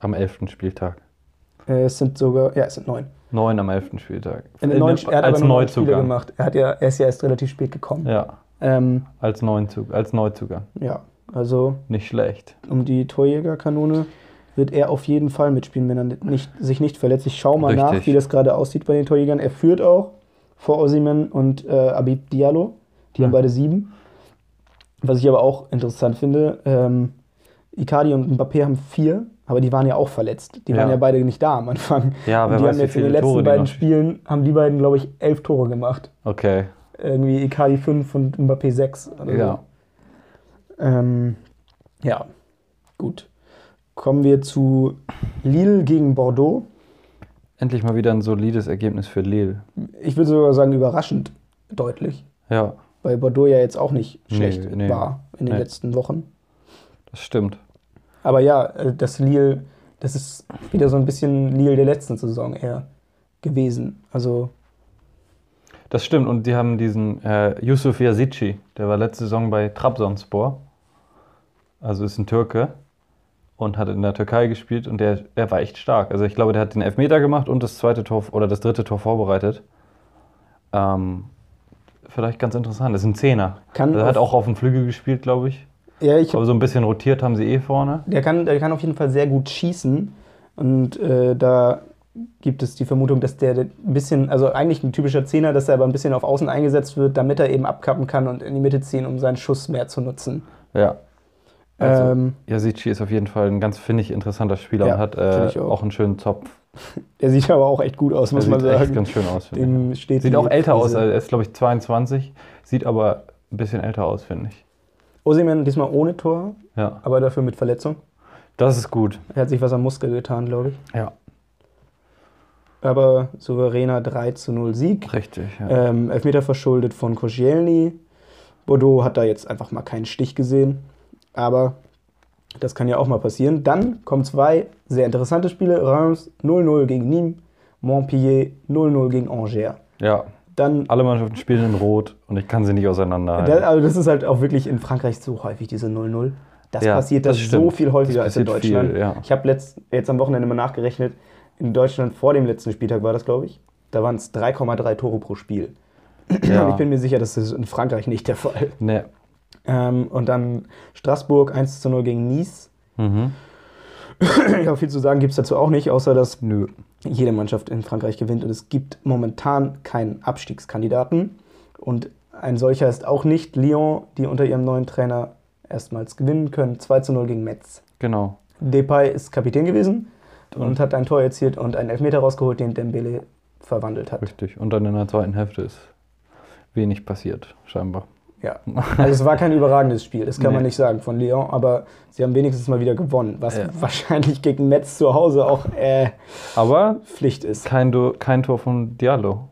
Speaker 1: Am 11. Spieltag.
Speaker 2: Äh, es sind sogar, ja, es sind neun.
Speaker 1: Neun am 11. Spieltag.
Speaker 2: In
Speaker 1: In-
Speaker 2: den neuen, er hat
Speaker 1: Äh, ne, als
Speaker 2: aber nur neun Spiele
Speaker 1: Neuzugang.
Speaker 2: gemacht. Er, hat ja, er ist ja erst relativ spät gekommen. Ja.
Speaker 1: Ja,
Speaker 2: Ähm,
Speaker 1: als, Neuzug, als Neuzugang.
Speaker 2: ja, also
Speaker 1: Nicht schlecht.
Speaker 2: um die Torjägerkanone wird er auf jeden Fall mitspielen, wenn er nicht, sich nicht verletzt. Ich schaue mal
Speaker 1: Richtig.
Speaker 2: nach, wie das gerade aussieht bei den Torjägern. Er führt auch vor Osimhen und äh, Abib Diallo. Die
Speaker 1: Ja.
Speaker 2: haben beide sieben. Was ich aber auch interessant finde, ähm, Icardi und Mbappé haben vier, aber die waren ja auch verletzt. Die waren
Speaker 1: Ja.
Speaker 2: ja beide nicht da am Anfang.
Speaker 1: Ja,
Speaker 2: Und
Speaker 1: wer
Speaker 2: die
Speaker 1: weiß,
Speaker 2: haben
Speaker 1: wie
Speaker 2: jetzt in
Speaker 1: viele
Speaker 2: den letzten
Speaker 1: Tore die
Speaker 2: beiden
Speaker 1: noch-
Speaker 2: Spielen, haben die beiden, glaube ich, elf Tore gemacht.
Speaker 1: Okay,
Speaker 2: Irgendwie Icardi 5 und Mbappé 6.
Speaker 1: ja.
Speaker 2: Ähm, ja, gut. Kommen wir zu Lille gegen Bordeaux.
Speaker 1: Endlich mal wieder ein solides Ergebnis für Lille.
Speaker 2: Ich würde sogar sagen, überraschend deutlich,
Speaker 1: Ja,
Speaker 2: weil Bordeaux ja jetzt auch nicht
Speaker 1: Nee,
Speaker 2: schlecht
Speaker 1: nee.
Speaker 2: war in den
Speaker 1: Nee.
Speaker 2: letzten Wochen.
Speaker 1: das stimmt.
Speaker 2: Aber ja, äh, das Lille, das ist wieder so ein bisschen Lille der letzten Saison eher gewesen. Also,
Speaker 1: Das stimmt, und die haben diesen äh, Yusuf Yazici, der war letzte Saison bei Trabzonspor, also ist ein Türke und hat in der Türkei gespielt und der, der war echt stark. Also ich glaube, der hat den Elfmeter gemacht und das zweite Tor oder das dritte Tor vorbereitet. Ähm, vielleicht ganz interessant, das ist ein Zehner.
Speaker 2: Kann
Speaker 1: der Also hat
Speaker 2: auf-
Speaker 1: auch auf dem Flügel gespielt, glaube ich.
Speaker 2: ja, ich
Speaker 1: Aber so ein bisschen rotiert haben sie eh vorne.
Speaker 2: Der kann, der kann auf jeden Fall sehr gut schießen. Und äh, da gibt es die Vermutung, dass der ein bisschen, also eigentlich ein typischer Zehner, dass er aber ein bisschen auf Außen eingesetzt wird, damit er eben abkappen kann und in die Mitte ziehen, um seinen Schuss mehr zu nutzen.
Speaker 1: Ja. Also,
Speaker 2: Ähm,
Speaker 1: Yazici ist auf jeden Fall ein ganz, finde ich, interessanter Spieler
Speaker 2: Ja,
Speaker 1: und hat
Speaker 2: finde
Speaker 1: äh,
Speaker 2: ich auch.
Speaker 1: auch. einen schönen Zopf.
Speaker 2: er sieht aber auch echt gut aus, muss
Speaker 1: Der
Speaker 2: man
Speaker 1: sieht echt
Speaker 2: sagen.
Speaker 1: ganz schön aus. finde ich.
Speaker 2: Dem steht
Speaker 1: Sieht
Speaker 2: die
Speaker 1: auch älter aus,
Speaker 2: Krise.
Speaker 1: also er ist glaube ich 22, sieht aber ein bisschen älter aus, finde ich.
Speaker 2: Osimhen diesmal ohne Tor,
Speaker 1: Ja,
Speaker 2: aber dafür mit Verletzung.
Speaker 1: das ist gut.
Speaker 2: Er hat sich was am Muskel getan, glaube ich.
Speaker 1: Ja,
Speaker 2: Aber souveräner 3 zu 0 Sieg.
Speaker 1: richtig. Ja.
Speaker 2: Ähm, Elfmeter verschuldet von Koscielny. Bordeaux hat da jetzt einfach mal keinen Stich gesehen. Aber das kann ja auch mal passieren. Dann kommen zwei sehr interessante Spiele. Reims 0-0 gegen Nîmes. Montpellier 0-0 gegen Angers.
Speaker 1: ja,
Speaker 2: Dann,
Speaker 1: alle Mannschaften spielen in Rot und ich kann sie nicht auseinanderhalten.
Speaker 2: da- also das ist halt auch wirklich in Frankreich so häufig, diese 0-0. Das
Speaker 1: Ja,
Speaker 2: passiert
Speaker 1: das
Speaker 2: das so
Speaker 1: stimmt.
Speaker 2: viel häufiger
Speaker 1: Das
Speaker 2: als in
Speaker 1: passiert
Speaker 2: Deutschland.
Speaker 1: viel, ja.
Speaker 2: Ich habe jetzt am Wochenende mal nachgerechnet, in Deutschland vor dem letzten Spieltag war das, glaube ich. Da waren es 3,3 Tore pro Spiel. [clears throat]
Speaker 1: ja.
Speaker 2: Ich bin mir sicher, das ist in Frankreich nicht der Fall.
Speaker 1: nee.
Speaker 2: Ähm, und dann Straßburg 1 zu 0 gegen Nice. [clears throat]
Speaker 1: mhm.
Speaker 2: Ich glaube, viel zu sagen gibt es dazu auch nicht, außer dass
Speaker 1: Nö.
Speaker 2: jede Mannschaft in Frankreich gewinnt und es gibt momentan keinen Abstiegskandidaten. Und ein solcher ist auch nicht Lyon, die unter ihrem neuen Trainer erstmals gewinnen können. 2 zu 0 gegen Metz.
Speaker 1: Genau.
Speaker 2: Depay ist Kapitän gewesen und hat ein Tor erzielt und einen Elfmeter rausgeholt, den Dembele verwandelt hat.
Speaker 1: Richtig. Und dann in der zweiten Hälfte ist wenig passiert,
Speaker 2: [laughs]
Speaker 1: scheinbar.
Speaker 2: Ja. Also es war kein überragendes Spiel, das kann man
Speaker 1: Nee.
Speaker 2: nicht sagen von Lyon, aber sie haben wenigstens mal wieder gewonnen, was
Speaker 1: Ja.
Speaker 2: wahrscheinlich gegen Metz zu Hause auch äh,
Speaker 1: Aber
Speaker 2: Pflicht ist.
Speaker 1: kein, Do kein Tor von Diallo.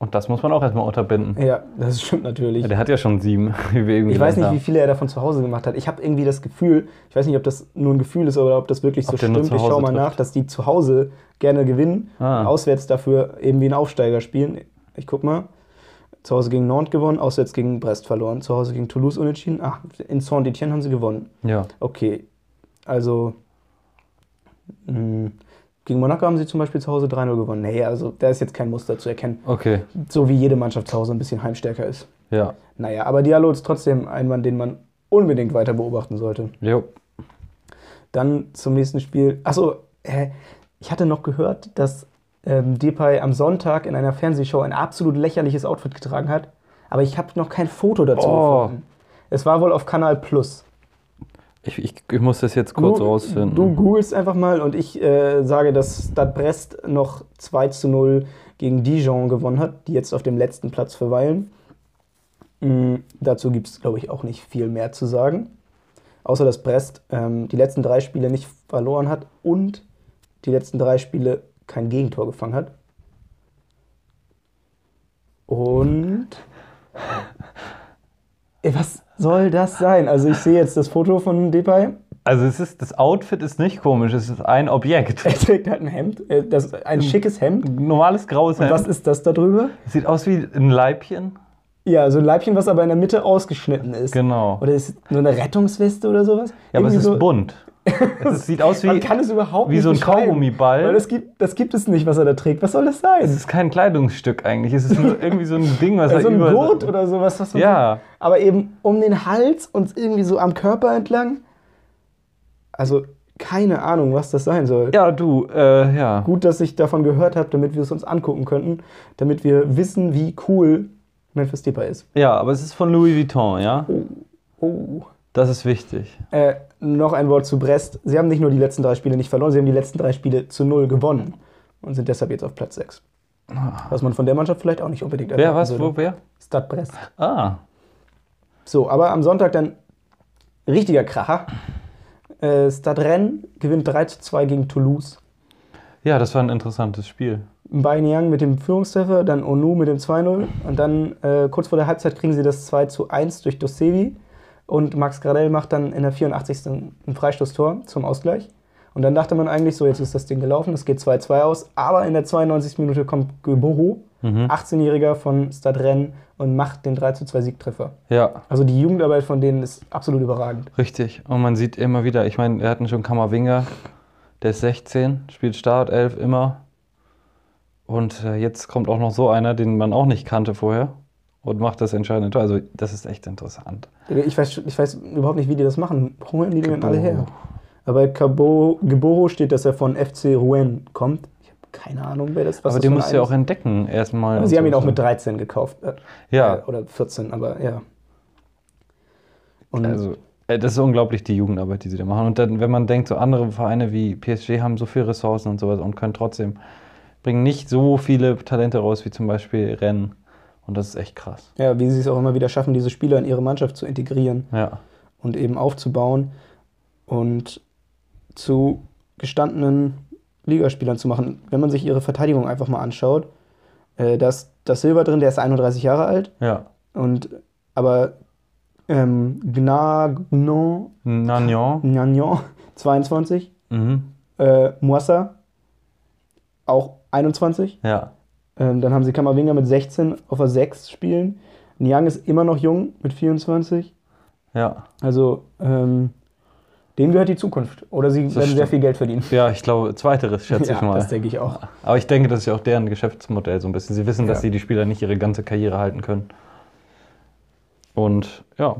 Speaker 1: Und das muss man auch erstmal unterbinden.
Speaker 2: Ja, das stimmt natürlich.
Speaker 1: Ja, Der hat ja schon sieben, [laughs] wie wir eben
Speaker 2: Ich weiß
Speaker 1: gelernt
Speaker 2: nicht,
Speaker 1: haben.
Speaker 2: wie viele er davon zu Hause gemacht hat. Ich habe irgendwie das Gefühl, ich weiß nicht, ob das nur ein Gefühl ist oder ob das wirklich so
Speaker 1: Ob der nur
Speaker 2: stimmt.
Speaker 1: zu
Speaker 2: Ich
Speaker 1: Hause
Speaker 2: schaue mal
Speaker 1: trifft.
Speaker 2: nach, dass die zu Hause gerne gewinnen,
Speaker 1: Ah.
Speaker 2: auswärts dafür eben wie ein Aufsteiger spielen. Ich guck mal. Zu Hause gegen Nantes gewonnen, auswärts gegen Brest verloren, zu Hause gegen Toulouse unentschieden. Ach, in Saint-Étienne haben sie gewonnen.
Speaker 1: Ja,
Speaker 2: Okay, also mh, gegen Monaco haben sie zum Beispiel zu Hause 3-0 gewonnen. Nee, also da ist jetzt kein Muster zu erkennen.
Speaker 1: okay.
Speaker 2: So wie jede Mannschaft zu Hause ein bisschen heimstärker ist.
Speaker 1: Ja,
Speaker 2: Naja, aber Diallo ist trotzdem ein Mann, den man unbedingt weiter beobachten sollte.
Speaker 1: jo.
Speaker 2: Dann zum nächsten Spiel. Achso, äh, ich hatte noch gehört, dass ähm, Depay am Sonntag in einer Fernsehshow ein absolut lächerliches Outfit getragen hat. Aber ich habe noch kein Foto dazu
Speaker 1: Oh.
Speaker 2: gefunden. Es war wohl auf Kanal Plus.
Speaker 1: Ich, ich, ich muss das jetzt kurz
Speaker 2: du,
Speaker 1: rausfinden.
Speaker 2: Du googelst einfach mal und ich äh, sage, dass Stade Brest noch 2 zu 0 gegen Dijon gewonnen hat, die jetzt auf dem letzten Platz verweilen. Mm, dazu gibt es, glaube ich, auch nicht viel mehr zu sagen. Außer, dass Brest ähm, die letzten drei Spiele nicht verloren hat und die letzten drei Spiele kein Gegentor gefangen hat.
Speaker 1: [laughs]
Speaker 2: Und. Ey, Was soll das sein? Also, ich sehe jetzt das Foto von Depay.
Speaker 1: Also es ist, das Outfit ist nicht komisch, es ist ein Objekt. [laughs]
Speaker 2: Er trägt halt ein Hemd, äh, das, ein schickes Hemd.
Speaker 1: Ein Normales graues Hemd.
Speaker 2: Was ist das da drüber?
Speaker 1: Sieht aus wie ein Leibchen.
Speaker 2: Ja, so ein Leibchen, was aber in der Mitte ausgeschnitten ist.
Speaker 1: Genau.
Speaker 2: Oder ist es nur eine Rettungsweste oder sowas?
Speaker 1: ja, aber es
Speaker 2: Irgendwie
Speaker 1: ist
Speaker 2: so, [laughs]
Speaker 1: bunt. es ist, sieht aus
Speaker 2: Man
Speaker 1: wie,
Speaker 2: kann es überhaupt
Speaker 1: wie
Speaker 2: nicht
Speaker 1: so ein
Speaker 2: beschreiben,
Speaker 1: Kaugummiball.
Speaker 2: Weil das gibt, das gibt es nicht, was er da trägt. Was soll das sein?
Speaker 1: es ist kein Kleidungsstück eigentlich. Es ist nur
Speaker 2: [laughs]
Speaker 1: irgendwie so ein Ding, was
Speaker 2: so
Speaker 1: er
Speaker 2: ein
Speaker 1: über...
Speaker 2: Gurt oder sowas. Was man
Speaker 1: Ja.
Speaker 2: Aber eben um den Hals und irgendwie so am Körper entlang. Also keine Ahnung, was das sein soll.
Speaker 1: Ja, du, äh, ja.
Speaker 2: Gut, dass ich davon gehört habe, damit wir es uns angucken könnten. Damit wir wissen, wie cool Memphis Depay ist.
Speaker 1: Ja, aber es ist von Louis Vuitton, ja?
Speaker 2: Oh.
Speaker 1: Das ist wichtig.
Speaker 2: Äh, noch ein Wort zu Brest. Sie haben nicht nur die letzten drei Spiele nicht verloren, sie haben die letzten drei Spiele zu null gewonnen und sind deshalb jetzt auf Platz 6. Was man von der Mannschaft vielleicht auch nicht unbedingt
Speaker 1: Ah. Wer,
Speaker 2: erwarten
Speaker 1: was,
Speaker 2: würde.
Speaker 1: wo, wer?
Speaker 2: Stade Brest.
Speaker 1: Ah,
Speaker 2: So, aber am Sonntag dann richtiger Kracher. Äh, Stade Rennes gewinnt 3 zu 2 gegen Toulouse.
Speaker 1: ja, das war ein interessantes Spiel.
Speaker 2: Bayern mit dem Führungstreffer, dann Onu mit dem 2-0 und dann äh, kurz vor der Halbzeit kriegen sie das 2 zu 1 durch Dosevi und Max Gradell macht dann in der 84. ein Freistoßtor zum Ausgleich. Und dann dachte man eigentlich so, jetzt ist das Ding gelaufen, es geht 2-2 aus, aber in der 92. Minute kommt Göboho, 18-Jähriger von Stade Rennes und macht den 3 zu 2 Siegtreffer.
Speaker 1: Ja,
Speaker 2: Also die Jugendarbeit von denen ist absolut überragend.
Speaker 1: richtig. Und man sieht immer wieder, ich meine, wir hatten schon Kammerwinger, der ist 16, spielt Startelf immer. Und äh, jetzt kommt auch noch so einer, den man auch nicht kannte vorher und macht das entscheidende Tor. Also, das ist echt interessant.
Speaker 2: Ich weiß, ich weiß überhaupt nicht, wie die das machen. Wo holen die denn alle her?
Speaker 1: Geboro.
Speaker 2: Aber Cabo, Geboro steht, dass er von FC Rouen kommt. Ich habe keine Ahnung, wer das was
Speaker 1: Aber
Speaker 2: das
Speaker 1: den
Speaker 2: für ein
Speaker 1: musst du ja auch
Speaker 2: Verein
Speaker 1: entdecken, erstmal.
Speaker 2: ist.
Speaker 1: und
Speaker 2: Sie haben
Speaker 1: so.
Speaker 2: ihn auch mit 13 gekauft. äh,
Speaker 1: Ja,
Speaker 2: Oder 14, aber ja. Und
Speaker 1: also, äh, das ist unglaublich, die Jugendarbeit, die sie da machen. Und dann, wenn man denkt, so andere Vereine wie PSG haben so viele Ressourcen und sowas und können trotzdem, bringen nicht so viele Talente raus wie zum Beispiel Rennen Und das ist echt krass.
Speaker 2: Ja, wie sie es auch immer wieder schaffen, diese Spieler in ihre Mannschaft zu integrieren
Speaker 1: Ja.
Speaker 2: und eben aufzubauen und zu gestandenen Ligaspielern zu machen. Wenn man sich ihre Verteidigung einfach mal anschaut, äh, da ist da ist Silber drin, der ist 31 Jahre alt
Speaker 1: Ja.
Speaker 2: und aber ähm, Gnagnon,
Speaker 1: Nagnon.
Speaker 2: [laughs] Gnagnon 22,
Speaker 1: Mhm.
Speaker 2: äh, Moissa auch 21.
Speaker 1: Ja.
Speaker 2: Ähm, dann haben sie Kammerwinger mit 16 auf der 6 spielen. Niang ist immer noch jung mit 24.
Speaker 1: Ja.
Speaker 2: Also ähm, denen gehört die Zukunft. Oder sie werden sehr
Speaker 1: stimmt.
Speaker 2: viel Geld verdienen.
Speaker 1: Ja, ich glaube, zweiteres [laughs] schätze
Speaker 2: ja,
Speaker 1: ich mal.
Speaker 2: das denke ich auch.
Speaker 1: Aber ich denke, das ist ja auch deren Geschäftsmodell so ein bisschen. Sie wissen, dass
Speaker 2: Ja.
Speaker 1: sie die Spieler nicht ihre ganze Karriere halten können. Und ja,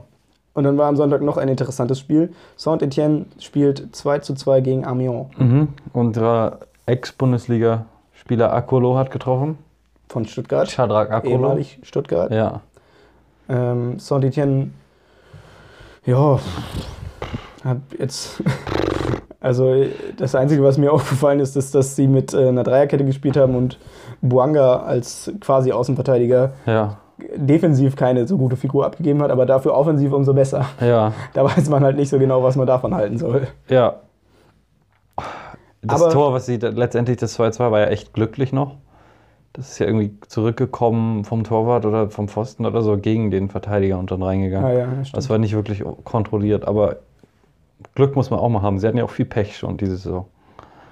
Speaker 2: Und dann war am Sonntag noch ein interessantes Spiel. Saint-Etienne spielt 2 zu 2 gegen Amiens
Speaker 1: mhm. unser Ex-Bundesliga-Spieler Akolo hat getroffen.
Speaker 2: von Stuttgart.
Speaker 1: Shadrach Akolo.
Speaker 2: Ehemalig Stuttgart.
Speaker 1: Ja,
Speaker 2: Ähm, Saint-Etienne, ja, hat jetzt. [laughs] Also, das Einzige, was mir [laughs] aufgefallen ist, ist, dass sie mit äh, einer Dreierkette gespielt haben und Buanga als quasi Außenverteidiger
Speaker 1: ja,
Speaker 2: defensiv keine so gute Figur abgegeben hat, aber dafür offensiv umso besser. [laughs]
Speaker 1: ja,
Speaker 2: Da weiß man halt nicht so genau, was man davon halten soll.
Speaker 1: ja. Das
Speaker 2: Aber-
Speaker 1: Tor, was sie da, letztendlich, das 2-2, war ja echt glücklich noch. Das ist ja irgendwie zurückgekommen vom Torwart oder vom Pfosten oder so gegen den Verteidiger und dann reingegangen.
Speaker 2: Ah, ja, stimmt.
Speaker 1: Das war nicht wirklich kontrolliert, aber Glück muss man auch mal haben. Sie hatten ja auch viel Pech schon diese Saison.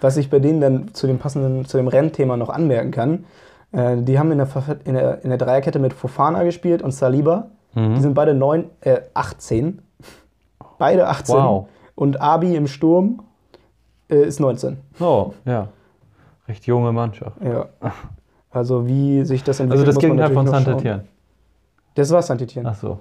Speaker 2: Was ich bei denen dann zu dem passenden, zu dem Rennthema noch anmerken kann, äh, die haben in der, Ver- in, der, in der Dreierkette mit Fofana gespielt und Saliba.
Speaker 1: Mhm.
Speaker 2: Die sind beide neun, äh, 18. Beide 18.
Speaker 1: Wow.
Speaker 2: Und Abi im Sturm äh, ist 19.
Speaker 1: Oh, ja. Recht junge Mannschaft.
Speaker 2: Ja. Also wie sich das
Speaker 1: Also
Speaker 2: entwickelt,
Speaker 1: das
Speaker 2: muss man
Speaker 1: Gegenteil von
Speaker 2: natürlich noch schauen.
Speaker 1: Saint-Étienne.
Speaker 2: Das war Saint-Étienne.
Speaker 1: Ach so.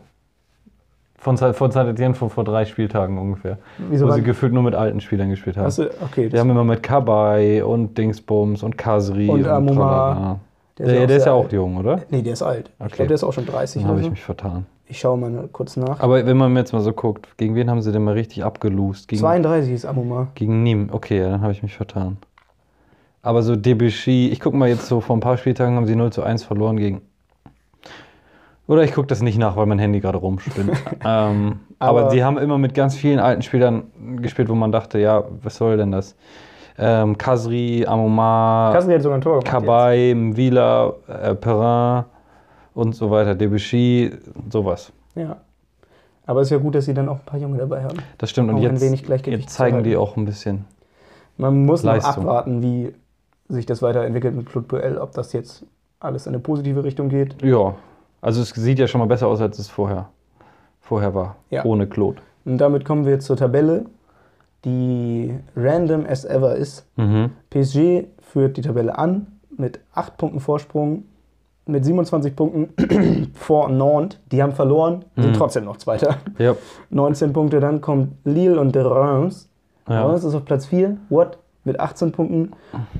Speaker 1: Von, Sa- von Saint-Étienne von vor drei Spieltagen ungefähr.
Speaker 2: Wieso
Speaker 1: wo
Speaker 2: war-
Speaker 1: sie gefühlt nur mit alten Spielern gespielt haben.
Speaker 2: Ach so, okay.
Speaker 1: Die
Speaker 2: Das,
Speaker 1: haben immer mit Kabay und Dingsbums und Kasri
Speaker 2: Und Amuma.
Speaker 1: tralala.
Speaker 2: der
Speaker 1: Der, der ist ja
Speaker 2: sehr
Speaker 1: auch
Speaker 2: alt.
Speaker 1: jung, oder?
Speaker 2: Nee, der ist alt. Ich
Speaker 1: Okay.
Speaker 2: glaube, der ist auch schon 30
Speaker 1: Dann
Speaker 2: oder
Speaker 1: habe ich
Speaker 2: so.
Speaker 1: mich vertan.
Speaker 2: Ich schaue mal kurz nach.
Speaker 1: Aber wenn man jetzt mal so guckt, gegen wen haben sie denn mal richtig abgelost? Gegen
Speaker 2: 32 ist Amuma.
Speaker 1: Gegen Nîmes. Okay, ja, dann habe ich mich vertan. Aber so Debussy, ich gucke mal jetzt so, vor ein paar Spieltagen haben sie 0 zu 1 verloren gegen. Oder ich gucke das nicht nach, weil mein Handy gerade rumspinnt. ähm, aber,
Speaker 2: Aber-
Speaker 1: sie haben immer mit ganz vielen alten Spielern gespielt, wo man dachte, ja, was soll denn das? Ähm, Kasri, Amomar,
Speaker 2: Kassel hat sogar ein Tor gemacht.
Speaker 1: Kabay, Mvila, äh, Perrin und so weiter. Debussy, sowas.
Speaker 2: jetzt. Ja. Aber es ist ja gut, dass sie dann auch ein paar Junge dabei haben.
Speaker 1: Das stimmt. Und
Speaker 2: Auch ein
Speaker 1: jetzt,
Speaker 2: wenig Gleichgewicht
Speaker 1: jetzt zeigen
Speaker 2: zu
Speaker 1: die auch ein bisschen.
Speaker 2: Man muss
Speaker 1: Leistung.
Speaker 2: noch abwarten, wie sich das weiterentwickelt mit Claude Puel, ob das jetzt alles in eine positive Richtung geht.
Speaker 1: Ja, also es sieht ja schon mal besser aus, als es vorher, vorher war.
Speaker 2: Ja.
Speaker 1: Ohne Claude.
Speaker 2: Und damit kommen wir zur Tabelle, die random as ever ist.
Speaker 1: Mhm.
Speaker 2: PSG führt die Tabelle an mit 8 Punkten Vorsprung, mit 27 Punkten [clears throat] vor Nantes. Die haben verloren, sind
Speaker 1: Mhm.
Speaker 2: trotzdem noch Zweiter.
Speaker 1: Ja.
Speaker 2: 19 Punkte, dann kommt Lille und de Reims.
Speaker 1: Ja.
Speaker 2: Reims ist auf Platz 4, Watt mit 18 Punkten.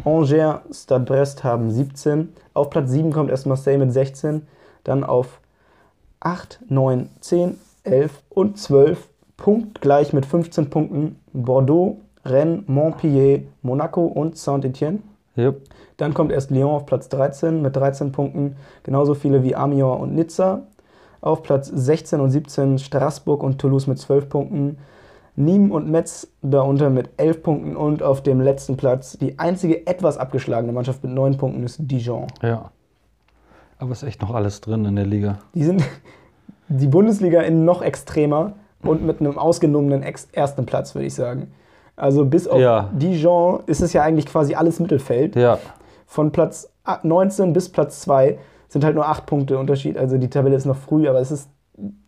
Speaker 2: Angers, Stade Brest haben 17. Auf Platz 7 kommt erst Marseille mit 16. Dann auf 8, 9, 10, 11 und 12. Punktgleich mit 15 Punkten Bordeaux, Rennes, Montpellier, Monaco und Saint-Etienne.
Speaker 1: Ja.
Speaker 2: Dann kommt erst Lyon auf Platz 13 mit 13 Punkten, genauso viele wie Amiens und Nizza. Auf Platz 16 und 17 Straßburg und Toulouse mit 12 Punkten. Nîmes und Metz darunter mit 11 Punkten und auf dem letzten Platz die einzige etwas abgeschlagene Mannschaft mit 9 Punkten ist Dijon.
Speaker 1: ja. Aber ist echt noch alles drin in der Liga.
Speaker 2: Die sind [laughs] die Bundesliga in noch extremer und mit einem ausgenommenen Ex ersten Platz, würde ich sagen. Also bis auf
Speaker 1: Ja.
Speaker 2: Dijon ist es ja eigentlich quasi alles Mittelfeld.
Speaker 1: Ja.
Speaker 2: von Platz a- 19 bis Platz 2 sind halt nur 8 Punkte Unterschied. Also die Tabelle ist noch früh, aber es ist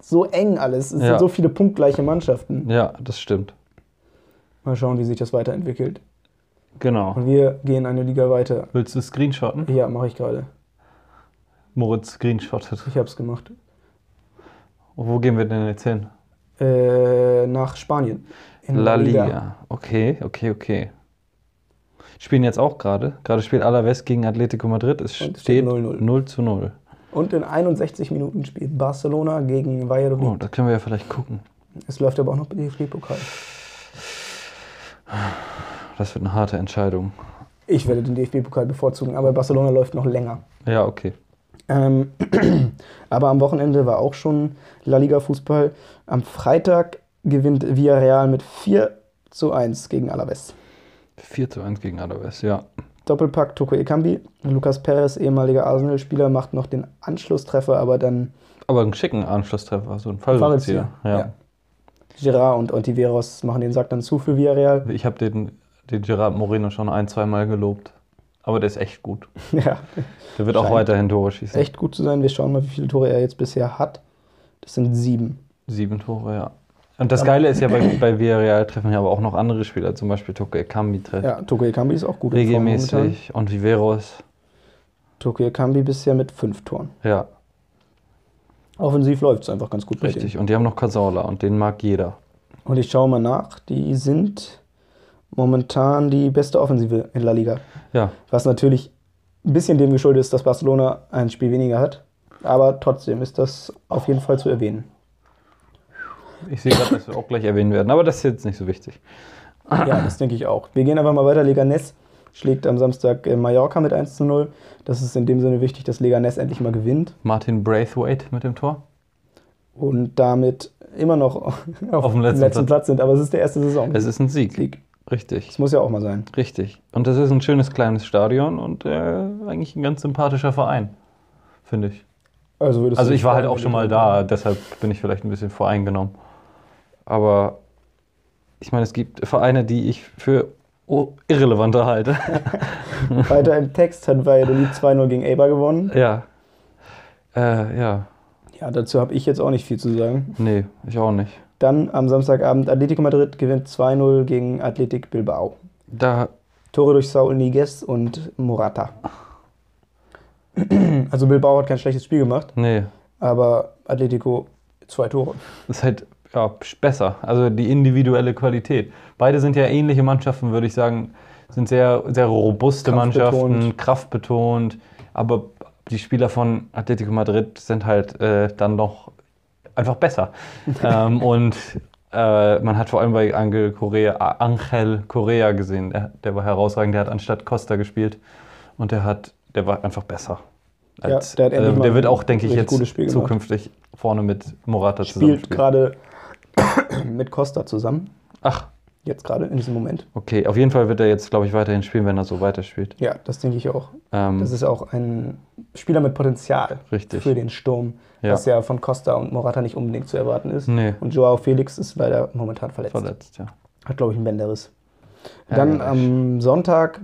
Speaker 2: so eng alles. Es
Speaker 1: Ja.
Speaker 2: sind so viele punktgleiche Mannschaften.
Speaker 1: Ja, das stimmt.
Speaker 2: Mal schauen, wie sich das weiterentwickelt.
Speaker 1: Genau.
Speaker 2: Und wir gehen eine Liga weiter.
Speaker 1: Willst du screenshotten?
Speaker 2: Ja, mache ich gerade.
Speaker 1: Moritz screenshottet.
Speaker 2: Ich habe es gemacht.
Speaker 1: Und wo gehen wir denn jetzt hin?
Speaker 2: Äh, nach Spanien. In
Speaker 1: La Liga. Okay, okay, okay. Spielen jetzt auch gerade. Gerade spielt Alavés gegen Atletico Madrid. Es
Speaker 2: Und es
Speaker 1: steht
Speaker 2: steht 0-0.
Speaker 1: 0 zu 0.
Speaker 2: Und in 61 Minuten spielt Barcelona gegen Valladolid.
Speaker 1: Oh, das können wir ja vielleicht gucken.
Speaker 2: Es läuft aber auch noch DFB-Pokal.
Speaker 1: Das wird eine harte Entscheidung.
Speaker 2: Ich werde den DFB-Pokal bevorzugen, aber Barcelona läuft noch länger.
Speaker 1: Ja, okay.
Speaker 2: Ähm, [clears throat] aber am Wochenende war auch schon La Liga Fußball. Am Freitag gewinnt Villarreal mit 4 zu 1 gegen Alaves.
Speaker 1: 4 zu 1 gegen Alaves, ja.
Speaker 2: Doppelpack Toko Ekambi. Lucas Perez, ehemaliger Arsenal-Spieler, macht noch den Anschlusstreffer, aber dann
Speaker 1: Aber einen schicken Anschlusstreffer, so ein
Speaker 2: Fallrückzieher.
Speaker 1: Fallrückzieher.
Speaker 2: Ja. Girard und Ontiveros machen den Sack dann zu für Villarreal. [laughs]
Speaker 1: Ich habe den, den Gerard Moreno schon ein, zweimal gelobt. Aber der ist echt gut.
Speaker 2: ja,
Speaker 1: Der wird auch
Speaker 2: Scheint.
Speaker 1: weiterhin Tore schießen.
Speaker 2: echt gut zu sein. Wir schauen mal, wie viele Tore er jetzt bisher hat. Das sind sieben.
Speaker 1: Sieben Tore, ja. Und das Geile ist ja, bei, bei Villarreal treffen ja aber auch noch andere Spieler, zum Beispiel Toko Ekambi trifft
Speaker 2: Ja, Toko Ekambi ist auch gut. in Form momentan.
Speaker 1: regelmäßig und Viveros.
Speaker 2: Toko Ekambi bisher mit fünf Toren.
Speaker 1: Ja,
Speaker 2: Offensiv läuft es einfach ganz gut bei denen.
Speaker 1: richtig. Und die haben noch Casola und den mag jeder.
Speaker 2: Und ich schaue mal nach, die sind momentan die beste Offensive in La Liga.
Speaker 1: Ja,
Speaker 2: Was natürlich ein bisschen dem geschuldet ist, dass Barcelona ein Spiel weniger hat. Aber trotzdem ist das auf jeden Fall zu erwähnen.
Speaker 1: ich sehe gerade, dass wir auch gleich erwähnen werden, aber das ist jetzt nicht so wichtig.
Speaker 2: Ja, das denke ich auch. Wir gehen einfach mal weiter. Leganés schlägt am Samstag äh, Mallorca mit 1 zu 0. Das ist in dem Sinne wichtig, dass Leganés endlich mal gewinnt
Speaker 1: Martin Braithwaite mit dem Tor.
Speaker 2: und damit immer noch [laughs] auf,
Speaker 1: Auf dem
Speaker 2: dem letzten
Speaker 1: letzten
Speaker 2: Platz. sind. Aber es ist der erste Saison.
Speaker 1: Es ist ein Sieg.
Speaker 2: League.
Speaker 1: Richtig,
Speaker 2: Das muss ja auch mal sein.
Speaker 1: richtig. Und das ist ein schönes kleines Stadion und äh, eigentlich ein ganz sympathischer Verein, finde ich.
Speaker 2: Also, würdest
Speaker 1: Also
Speaker 2: du-
Speaker 1: ich war halt auch schon mal da, deshalb bin ich vielleicht ein bisschen voreingenommen. Aber ich meine, es gibt Vereine, die ich für o- irrelevanter halte.
Speaker 2: Weiter im Text hat Valladolid 2-0 gegen Eibar gewonnen.
Speaker 1: ja. Äh, ja.
Speaker 2: Ja, dazu habe ich jetzt auch nicht viel zu sagen.
Speaker 1: Nee, ich auch nicht.
Speaker 2: Dann am Samstagabend Atletico Madrid gewinnt 2-0 gegen Athletic Bilbao.
Speaker 1: Da,
Speaker 2: Tore durch Saul Niguez und Morata. [clears throat] Also Bilbao hat kein schlechtes Spiel gemacht,
Speaker 1: nee.
Speaker 2: aber Atletico zwei Tore.
Speaker 1: Das ist halt ja, besser. Also die individuelle Qualität. Beide sind ja ähnliche Mannschaften, würde ich sagen. Sind sehr, sehr robuste
Speaker 2: Kraftbetont.
Speaker 1: Mannschaften, kraftbetont. Aber die Spieler von Atletico Madrid sind halt äh, dann noch einfach
Speaker 2: [laughs]
Speaker 1: besser. ähm, und äh, man hat vor allem bei Angel Correa, Angel Correa gesehen. Der, der war herausragend. Der hat anstatt Costa gespielt. Und der, hat, der war einfach besser.
Speaker 2: Ja,
Speaker 1: Als,
Speaker 2: der hat endlich
Speaker 1: ähm,
Speaker 2: mal
Speaker 1: der wird
Speaker 2: ein
Speaker 1: auch, denke ich,
Speaker 2: richtig
Speaker 1: jetzt
Speaker 2: gutes Spiel gemacht.
Speaker 1: zukünftig vorne mit Morata zusammen
Speaker 2: Spielt gerade [clears throat] mit Costa zusammen.
Speaker 1: Ach,
Speaker 2: Jetzt gerade, in diesem Moment.
Speaker 1: okay. Auf jeden Fall wird er jetzt, glaube ich, weiterhin spielen, wenn er so weiterspielt.
Speaker 2: Ja, das denke ich auch.
Speaker 1: Ähm,
Speaker 2: Das ist auch ein Spieler mit Potenzial
Speaker 1: Richtig.
Speaker 2: für den Sturm,
Speaker 1: Ja.
Speaker 2: was ja von Costa und Morata nicht unbedingt zu erwarten ist.
Speaker 1: Nee.
Speaker 2: Und Joao Felix ist leider momentan verletzt.
Speaker 1: verletzt, ja.
Speaker 2: Hat, glaube ich, einen Bänderriss. Dann ähm,
Speaker 1: Ärgerlich.
Speaker 2: am Sonntag,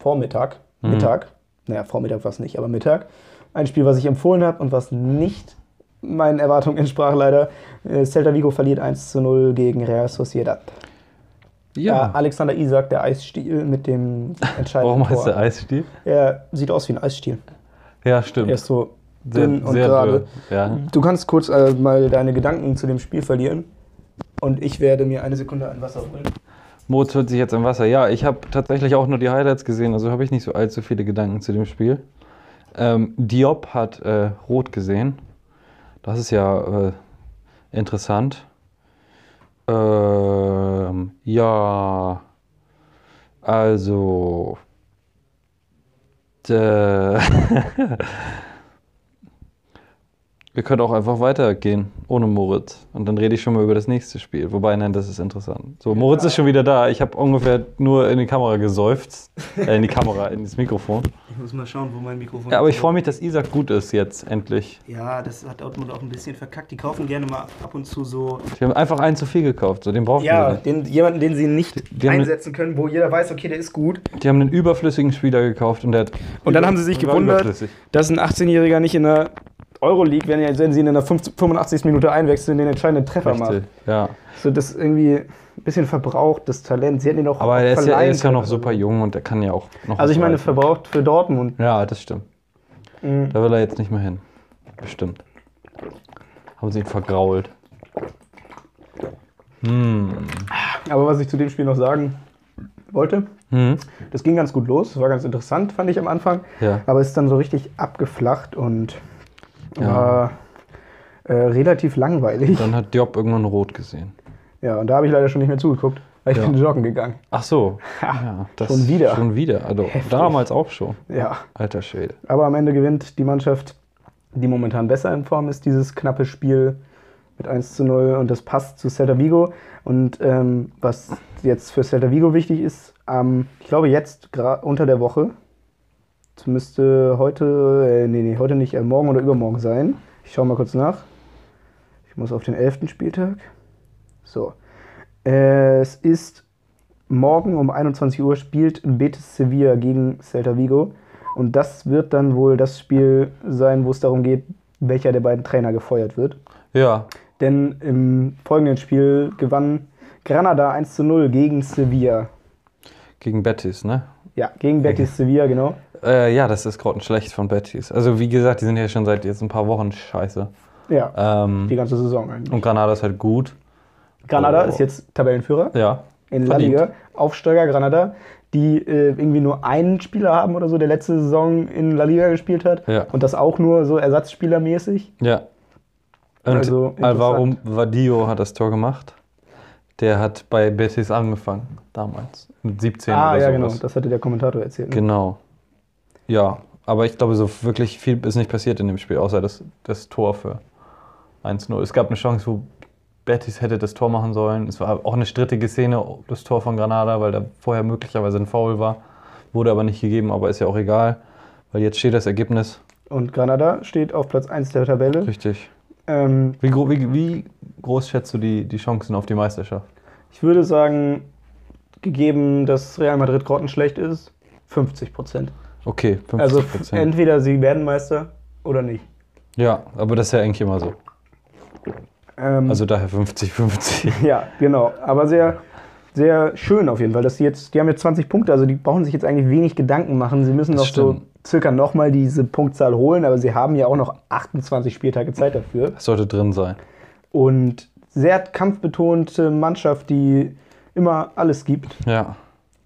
Speaker 2: Vormittag,
Speaker 1: Mhm.
Speaker 2: Mittag, naja, Vormittag war es nicht, aber Mittag, ein Spiel, was ich empfohlen habe und was nicht meinen Erwartungen entsprach, leider. Äh, Celta Vigo verliert 1 zu 0 gegen Real Sociedad. Ja.
Speaker 1: Ja.
Speaker 2: Alexander Isak, der Eisstiel mit dem entscheidenden
Speaker 1: Warum heißt der
Speaker 2: Tor.
Speaker 1: Eisstiel?
Speaker 2: Er sieht aus wie ein Eisstiel.
Speaker 1: Ja, stimmt.
Speaker 2: Er ist so dünn und
Speaker 1: dürr.
Speaker 2: gerade.
Speaker 1: Ja.
Speaker 2: Du kannst kurz äh, mal deine Gedanken zu dem Spiel verlieren. Und ich werde mir eine Sekunde ein Wasser holen.
Speaker 1: Moz hört sich jetzt im Wasser. Ja, ich habe tatsächlich auch nur die Highlights gesehen, also habe ich nicht so allzu viele Gedanken zu dem Spiel. Ähm, Diop hat äh, rot gesehen. Das ist ja äh, interessant. Ähm, ja, also. Dä- [laughs] Wir können auch einfach weitergehen ohne Moritz. Und dann rede ich schon mal über das nächste Spiel. Wobei, nein, das ist interessant. So, Moritz ist schon wieder da. Ich habe ungefähr nur in die Kamera gesäuft.
Speaker 2: [laughs]
Speaker 1: Äh, in die Kamera, in das Mikrofon.
Speaker 3: Ich muss mal schauen, wo mein Mikrofon
Speaker 1: Ja, aber ich
Speaker 3: ist.
Speaker 1: freue mich, dass Isaac gut ist jetzt endlich.
Speaker 3: Ja, das hat Dortmund auch ein bisschen verkackt. Die kaufen gerne mal ab und zu so.
Speaker 1: Wir haben einfach einen zu viel gekauft. So, den brauchen
Speaker 3: Ja,
Speaker 1: wir nicht.
Speaker 3: den, jemanden, den sie nicht
Speaker 1: Die haben-
Speaker 3: einsetzen können, wo jeder weiß, okay, der ist gut.
Speaker 1: Die haben einen überflüssigen Spieler gekauft und der hat
Speaker 2: Und dann haben sie sich
Speaker 1: war
Speaker 2: gewundert.
Speaker 1: überflüssig.
Speaker 2: dass ein 18-Jähriger nicht in der Euroleague, wenn, er- wenn sie ihn in der 50 85. Minute einwechseln, den entscheidenden Treffer
Speaker 1: Richtig,
Speaker 2: macht.
Speaker 1: ja.
Speaker 2: So, das ist irgendwie ein bisschen verbraucht, das Talent. Sie hätten ihn auch
Speaker 1: Aber er ist ja, er
Speaker 2: verleihen
Speaker 1: ist ja noch
Speaker 2: können.
Speaker 1: super jung und er kann ja auch noch.
Speaker 2: Also
Speaker 1: was
Speaker 2: ich meine,
Speaker 1: reißen.
Speaker 2: verbraucht für Dortmund.
Speaker 1: Ja, das stimmt.
Speaker 2: Mhm.
Speaker 1: Da will er jetzt nicht mehr hin. Bestimmt. Haben sie ihn vergrault. Hm.
Speaker 2: Aber was ich zu dem Spiel noch sagen wollte,
Speaker 1: Mhm.
Speaker 2: das ging ganz gut los. Das war ganz interessant, fand ich am Anfang.
Speaker 1: Ja.
Speaker 2: Aber ist dann so richtig abgeflacht und
Speaker 1: Ja.
Speaker 2: war äh, relativ langweilig.
Speaker 1: Dann hat Diop irgendwann rot gesehen.
Speaker 2: Ja, und da habe ich leider schon nicht mehr zugeguckt. weil ich
Speaker 1: Ja.
Speaker 2: bin joggen gegangen.
Speaker 1: Ach so.
Speaker 2: [laughs] Ha,
Speaker 1: Ja,
Speaker 2: schon wieder.
Speaker 1: Schon wieder. Also
Speaker 2: Heftig.
Speaker 1: damals auch schon.
Speaker 2: Ja.
Speaker 1: Alter Schwede.
Speaker 2: Aber am Ende gewinnt die Mannschaft, die momentan besser in Form ist, dieses knappe Spiel mit 1 zu 0 und das passt zu Celta Vigo. Und ähm, was jetzt für Celta Vigo wichtig ist, ähm, ich glaube jetzt gra- unter der Woche, es müsste heute, äh, nee, nee, heute nicht, äh, morgen oder übermorgen sein. Ich schaue mal kurz nach. Ich muss auf den 11. Spieltag. So. Äh, es ist morgen um 21 Uhr spielt Betis Sevilla gegen Celta Vigo. Und das wird dann wohl das Spiel sein, wo es darum geht, welcher der beiden Trainer gefeuert wird.
Speaker 1: Ja,
Speaker 2: Denn im folgenden Spiel gewann Granada 1 zu 0 gegen Sevilla.
Speaker 1: gegen Betis, ne?
Speaker 2: Ja, gegen Betis Sevilla, genau.
Speaker 1: Äh, ja, das ist grottenschlecht von Betis. Also wie gesagt, die sind ja schon seit jetzt ein paar Wochen scheiße.
Speaker 2: Ja,
Speaker 1: Ähm,
Speaker 2: die ganze Saison eigentlich.
Speaker 1: und Granada ist halt gut.
Speaker 2: Granada
Speaker 1: oh.
Speaker 2: ist jetzt Tabellenführer
Speaker 1: Ja.
Speaker 2: in La
Speaker 1: verdient.
Speaker 2: Liga. Aufsteiger Granada, die äh, irgendwie nur einen Spieler haben oder so, der letzte Saison in La Liga gespielt hat.
Speaker 1: Ja.
Speaker 2: Und das auch nur so ersatzspielermäßig.
Speaker 1: Ja. Und
Speaker 2: Also, interessant.
Speaker 1: Alvaro Vadillo hat das Tor gemacht. Der hat bei Betis angefangen, damals. Mit 17
Speaker 2: Ah,
Speaker 1: oder
Speaker 2: ja, genau.
Speaker 1: sowas.
Speaker 2: Das hatte der Kommentator erzählt. ne?
Speaker 1: Genau. Ja, aber ich glaube, so wirklich viel ist nicht passiert in dem Spiel, außer das, das Tor für 1-0. Es gab eine Chance, wo Betis hätte das Tor machen sollen. Es war auch eine strittige Szene, das Tor von Granada, weil da vorher möglicherweise ein Foul war. Wurde aber nicht gegeben, aber ist ja auch egal, weil jetzt steht das Ergebnis.
Speaker 2: Und Granada steht auf Platz 1 der Tabelle.
Speaker 1: Richtig.
Speaker 2: Ähm,
Speaker 1: Wie, gro wie, wie groß schätzt du die, die Chancen auf die Meisterschaft?
Speaker 2: ich würde sagen, gegeben, dass Real Madrid grottenschlecht ist, 50 Prozent.
Speaker 1: Okay, 50
Speaker 2: Also f-
Speaker 1: Prozent.
Speaker 2: entweder sie werden Meister oder nicht.
Speaker 1: Ja, aber das ist ja eigentlich immer so.
Speaker 2: Ähm,
Speaker 1: Also daher 50-50.
Speaker 2: ja, genau. Aber sehr, sehr schön auf jeden Fall, dass sie jetzt, die haben jetzt 20 Punkte, also die brauchen sich jetzt eigentlich wenig Gedanken machen. Sie müssen
Speaker 1: Das
Speaker 2: noch so
Speaker 1: stimmt.
Speaker 2: circa nochmal diese Punktzahl holen, aber sie haben ja auch noch 28 Spieltage Zeit dafür.
Speaker 1: Das sollte drin sein.
Speaker 2: Und sehr kampfbetonte Mannschaft, die immer alles gibt.
Speaker 1: Ja.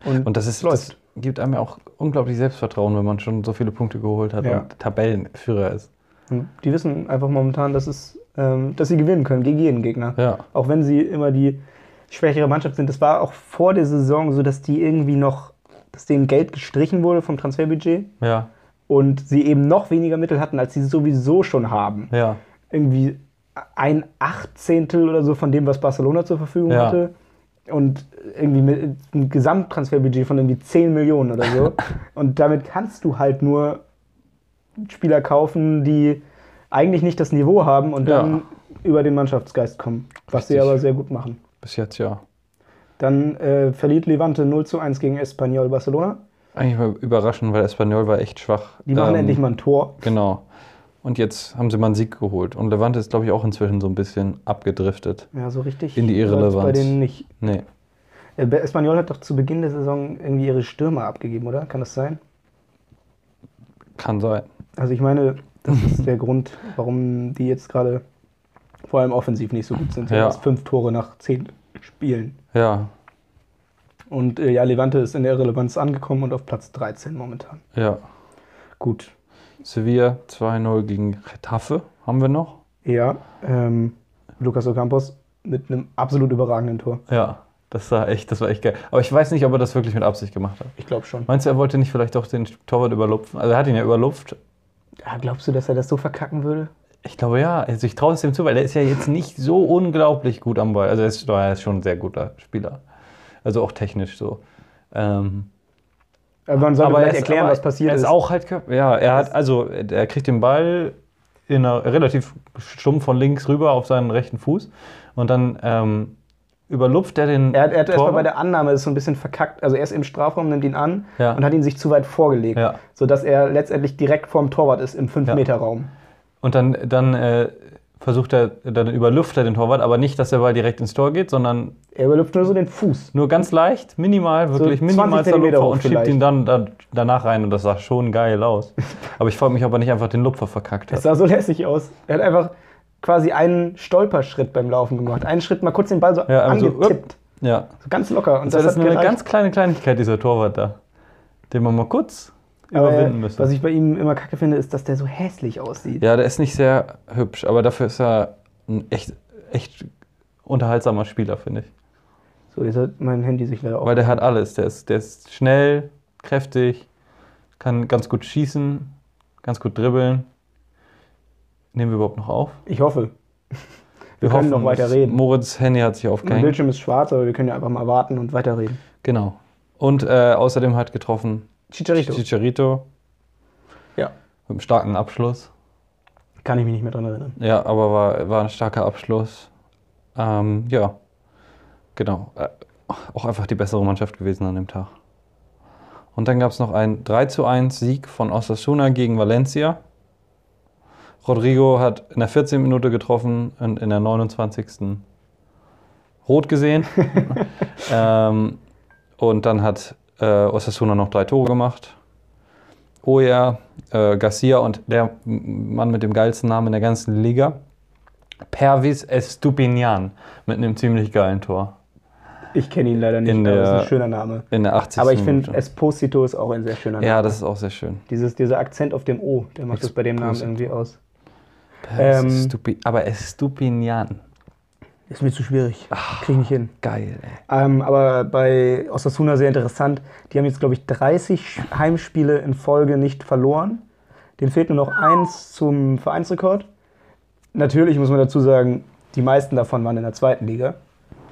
Speaker 1: Und das ist,
Speaker 2: läuft.
Speaker 1: das gibt einem ja auch unglaublich Selbstvertrauen, wenn man schon so viele Punkte geholt hat
Speaker 2: Ja.
Speaker 1: und Tabellenführer ist.
Speaker 2: hm, Die wissen einfach momentan, dass, es, ähm, dass sie gewinnen können gegen jeden Gegner.
Speaker 1: Ja.
Speaker 2: Auch wenn sie immer die schwächere Mannschaft sind. Das war auch vor der Saison so, dass die irgendwie noch, dass denen Geld gestrichen wurde vom Transferbudget
Speaker 1: Ja,
Speaker 2: und sie eben noch weniger Mittel hatten, als sie sowieso schon haben.
Speaker 1: ja.
Speaker 2: Irgendwie ein Achtzehntel oder so von dem, was Barcelona zur Verfügung
Speaker 1: Ja.
Speaker 2: hatte. Und irgendwie mit einem Gesamttransferbudget von irgendwie 10 Millionen oder
Speaker 1: [laughs]
Speaker 2: so. und damit kannst du halt nur Spieler kaufen, die eigentlich nicht das Niveau haben und
Speaker 1: Ja.
Speaker 2: dann über den Mannschaftsgeist kommen. Was sie
Speaker 1: Richtig.
Speaker 2: aber sehr gut machen.
Speaker 1: Bis jetzt ja.
Speaker 2: Dann äh, verliert Levante 0 zu 1 gegen Espanyol Barcelona.
Speaker 1: Eigentlich mal überraschend, weil Espanyol war echt schwach.
Speaker 2: Die machen
Speaker 1: Ähm,
Speaker 2: endlich mal ein Tor.
Speaker 1: Genau. Und jetzt haben sie mal einen Sieg geholt. Und Levante ist, glaube ich, auch inzwischen so ein bisschen abgedriftet.
Speaker 2: Ja, so richtig.
Speaker 1: In die
Speaker 2: läuft's Bei
Speaker 1: Irrelevanz.
Speaker 2: denen nicht.
Speaker 1: Nee.
Speaker 2: Äh, Be- Espanyol hat doch zu Beginn der Saison irgendwie ihre Stürmer abgegeben, oder? Kann das sein?
Speaker 1: Kann sein.
Speaker 2: Also ich meine, das
Speaker 1: [laughs]
Speaker 2: ist der Grund, warum die jetzt gerade vor allem offensiv nicht so gut sind. Sie
Speaker 1: Ja.
Speaker 2: haben erst fünf Tore nach zehn Spielen.
Speaker 1: Ja,
Speaker 2: Und äh, ja, Levante ist in der Irrelevanz angekommen und auf Platz 13 momentan.
Speaker 1: ja.
Speaker 2: Gut.
Speaker 1: Sevilla 2-0 gegen Getafe haben wir noch.
Speaker 2: Ja, ähm, Lucas Ocampos mit einem absolut überragenden Tor.
Speaker 1: Ja, das war echt, das war echt geil. Aber ich weiß nicht, ob er das wirklich mit Absicht gemacht hat.
Speaker 2: Ich glaube schon.
Speaker 1: Meinst du, er wollte nicht vielleicht doch den Torwart überlupfen? Also er hat ihn ja überlupft,
Speaker 2: Ja, glaubst du, dass er das so verkacken würde?
Speaker 1: Ich glaube ja. Also ich traue es dem zu, weil er ist ja jetzt nicht so unglaublich gut am Ball. Also er ist, doch, er ist schon ein sehr guter Spieler. Also auch technisch so. Ähm,
Speaker 2: Aber Äh, man sollte vielleicht
Speaker 1: ist-
Speaker 2: erklären,
Speaker 1: aber
Speaker 2: was passiert
Speaker 1: er
Speaker 2: ist.
Speaker 1: ist. auch halt Körper. Ja, er hat, also er kriegt den Ball in einer, relativ stumpf von links rüber auf seinen rechten Fuß und dann ähm, überlupft er den.
Speaker 2: Er hat, er hat erstmal
Speaker 1: Torwart.
Speaker 2: bei der Annahme das so ein bisschen verkackt. Also er ist im Strafraum, nimmt ihn an
Speaker 1: Ja.
Speaker 2: und hat ihn sich zu weit vorgelegt,
Speaker 1: Ja.
Speaker 2: sodass er letztendlich direkt vorm Torwart ist im 5-Meter-Raum.
Speaker 1: Und dann, dann äh, versucht er, dann überlupft er den Torwart, aber nicht, dass der Ball direkt ins Tor geht, sondern
Speaker 2: Er überlüpft nur so den Fuß.
Speaker 1: Nur ganz leicht, minimal, wirklich
Speaker 2: 20
Speaker 1: minimal der
Speaker 2: Zentimeter
Speaker 1: Lupfer
Speaker 2: hoch
Speaker 1: und schiebt
Speaker 2: vielleicht.
Speaker 1: ihn dann da, danach rein und das sah schon geil
Speaker 2: [laughs]
Speaker 1: aus. Aber ich freue mich, ob er nicht einfach den Lupfer verkackt
Speaker 2: Das
Speaker 1: hat.
Speaker 2: sah so lässig aus. Er hat einfach quasi einen Stolperschritt beim Laufen gemacht. Einen Schritt mal kurz den Ball so
Speaker 1: Ja, also, einfach so,
Speaker 2: angetippt.
Speaker 1: Ja.
Speaker 2: So, ganz locker. Und
Speaker 1: Das, ist
Speaker 2: das, hat
Speaker 1: nur eine
Speaker 2: gereicht.
Speaker 1: ganz kleine Kleinigkeit, dieser Torwart da, den man mal kurz
Speaker 2: Aber,
Speaker 1: überwinden müsste.
Speaker 2: Was ich bei ihm immer kacke finde, ist, dass der so hässlich aussieht.
Speaker 1: ja, der ist nicht sehr hübsch, aber dafür ist er ein echt, echt unterhaltsamer Spieler, finde ich.
Speaker 2: So, jetzt hat mein Handy sich leider auch.
Speaker 1: Weil der hat alles. Der ist, der ist schnell, kräftig, kann ganz gut schießen, ganz gut dribbeln. Nehmen wir überhaupt noch auf?
Speaker 2: Ich hoffe. Wir können noch weiter
Speaker 1: es-
Speaker 2: reden.
Speaker 1: Moritz Handy hat sich
Speaker 2: Mein
Speaker 1: aufgehängt.
Speaker 2: Bildschirm ist schwarz, aber wir können ja einfach mal warten und weiterreden.
Speaker 1: Genau. Und äh, außerdem hat getroffen
Speaker 2: Chicharito.
Speaker 1: Chicharito
Speaker 2: Ja.
Speaker 1: mit einem starken Abschluss.
Speaker 2: Kann ich mich nicht mehr dran erinnern.
Speaker 1: Ja, aber war, war ein starker Abschluss. Ähm, ja, genau. Äh, auch einfach die bessere Mannschaft gewesen an dem Tag. Und dann gab es noch einen 3 zu 1 Sieg von Osasuna gegen Valencia. Rodrigo hat in der 14. Minute getroffen und in der 29. rot gesehen. ähm, und dann hat äh, Osasuna noch drei Tore gemacht. Oja, äh, Garcia und der M- Mann mit dem geilsten Namen in der ganzen Liga, Pervis Estupinian, mit einem ziemlich geilen Tor
Speaker 2: Ich kenne ihn leider nicht,
Speaker 1: In
Speaker 2: aber
Speaker 1: der-
Speaker 2: ist ein schöner Name.
Speaker 1: in der 80.
Speaker 2: Aber ich finde,
Speaker 1: Minute.
Speaker 2: Esposito ist auch ein sehr schöner Name.
Speaker 1: Ja, das ist auch sehr schön.
Speaker 2: Dieses, dieser Akzent auf dem O, der macht es bei dem Namen
Speaker 1: Esposito.
Speaker 2: irgendwie aus.
Speaker 1: Pervis
Speaker 2: Ähm.
Speaker 1: Estupi aber Estupinian,
Speaker 2: Ist mir zu schwierig.
Speaker 1: Ah.
Speaker 2: Krieg nicht hin.
Speaker 1: geil, ey.
Speaker 2: Ähm, aber bei Osasuna sehr interessant. Die haben jetzt, glaube ich, 30 Heimspiele in Folge nicht verloren. Dem fehlt nur noch eins zum Vereinsrekord. Natürlich muss man dazu sagen, die meisten davon waren in der zweiten Liga.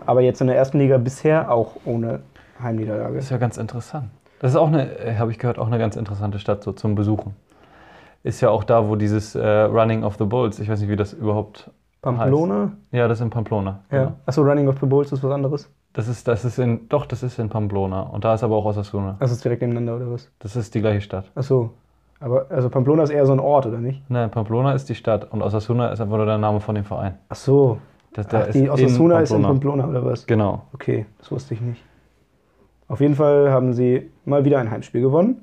Speaker 2: Aber jetzt in der ersten Liga bisher auch ohne Heimniederlage.
Speaker 1: Das ist ja ganz interessant. Das ist auch eine, äh, habe ich gehört, auch eine ganz interessante Stadt so zum Besuchen. Ist ja auch da, wo dieses äh, Running of the Bulls, ich weiß nicht, wie das überhaupt.
Speaker 2: Pamplona?
Speaker 1: Ja, das ist in Pamplona. genau.
Speaker 2: Ja. Achso, Running of the Bulls ist was anderes.
Speaker 1: Das ist, das ist in, doch, das ist in Pamplona. Und da ist aber auch Osasuna.
Speaker 2: Das ist direkt nebeneinander oder was?
Speaker 1: Das ist die gleiche Stadt.
Speaker 2: Achso. Aber also Pamplona ist eher so ein Ort, oder nicht?
Speaker 1: Nein, Ne, Pamplona ist die Stadt und Osasuna ist einfach nur der Name von dem Verein.
Speaker 2: Ach so.
Speaker 1: Das, der
Speaker 2: Ach, die Osasuna ist in Pamplona oder was?
Speaker 1: Genau.
Speaker 2: Okay, das wusste ich nicht. Auf jeden Fall haben sie mal wieder ein Heimspiel gewonnen.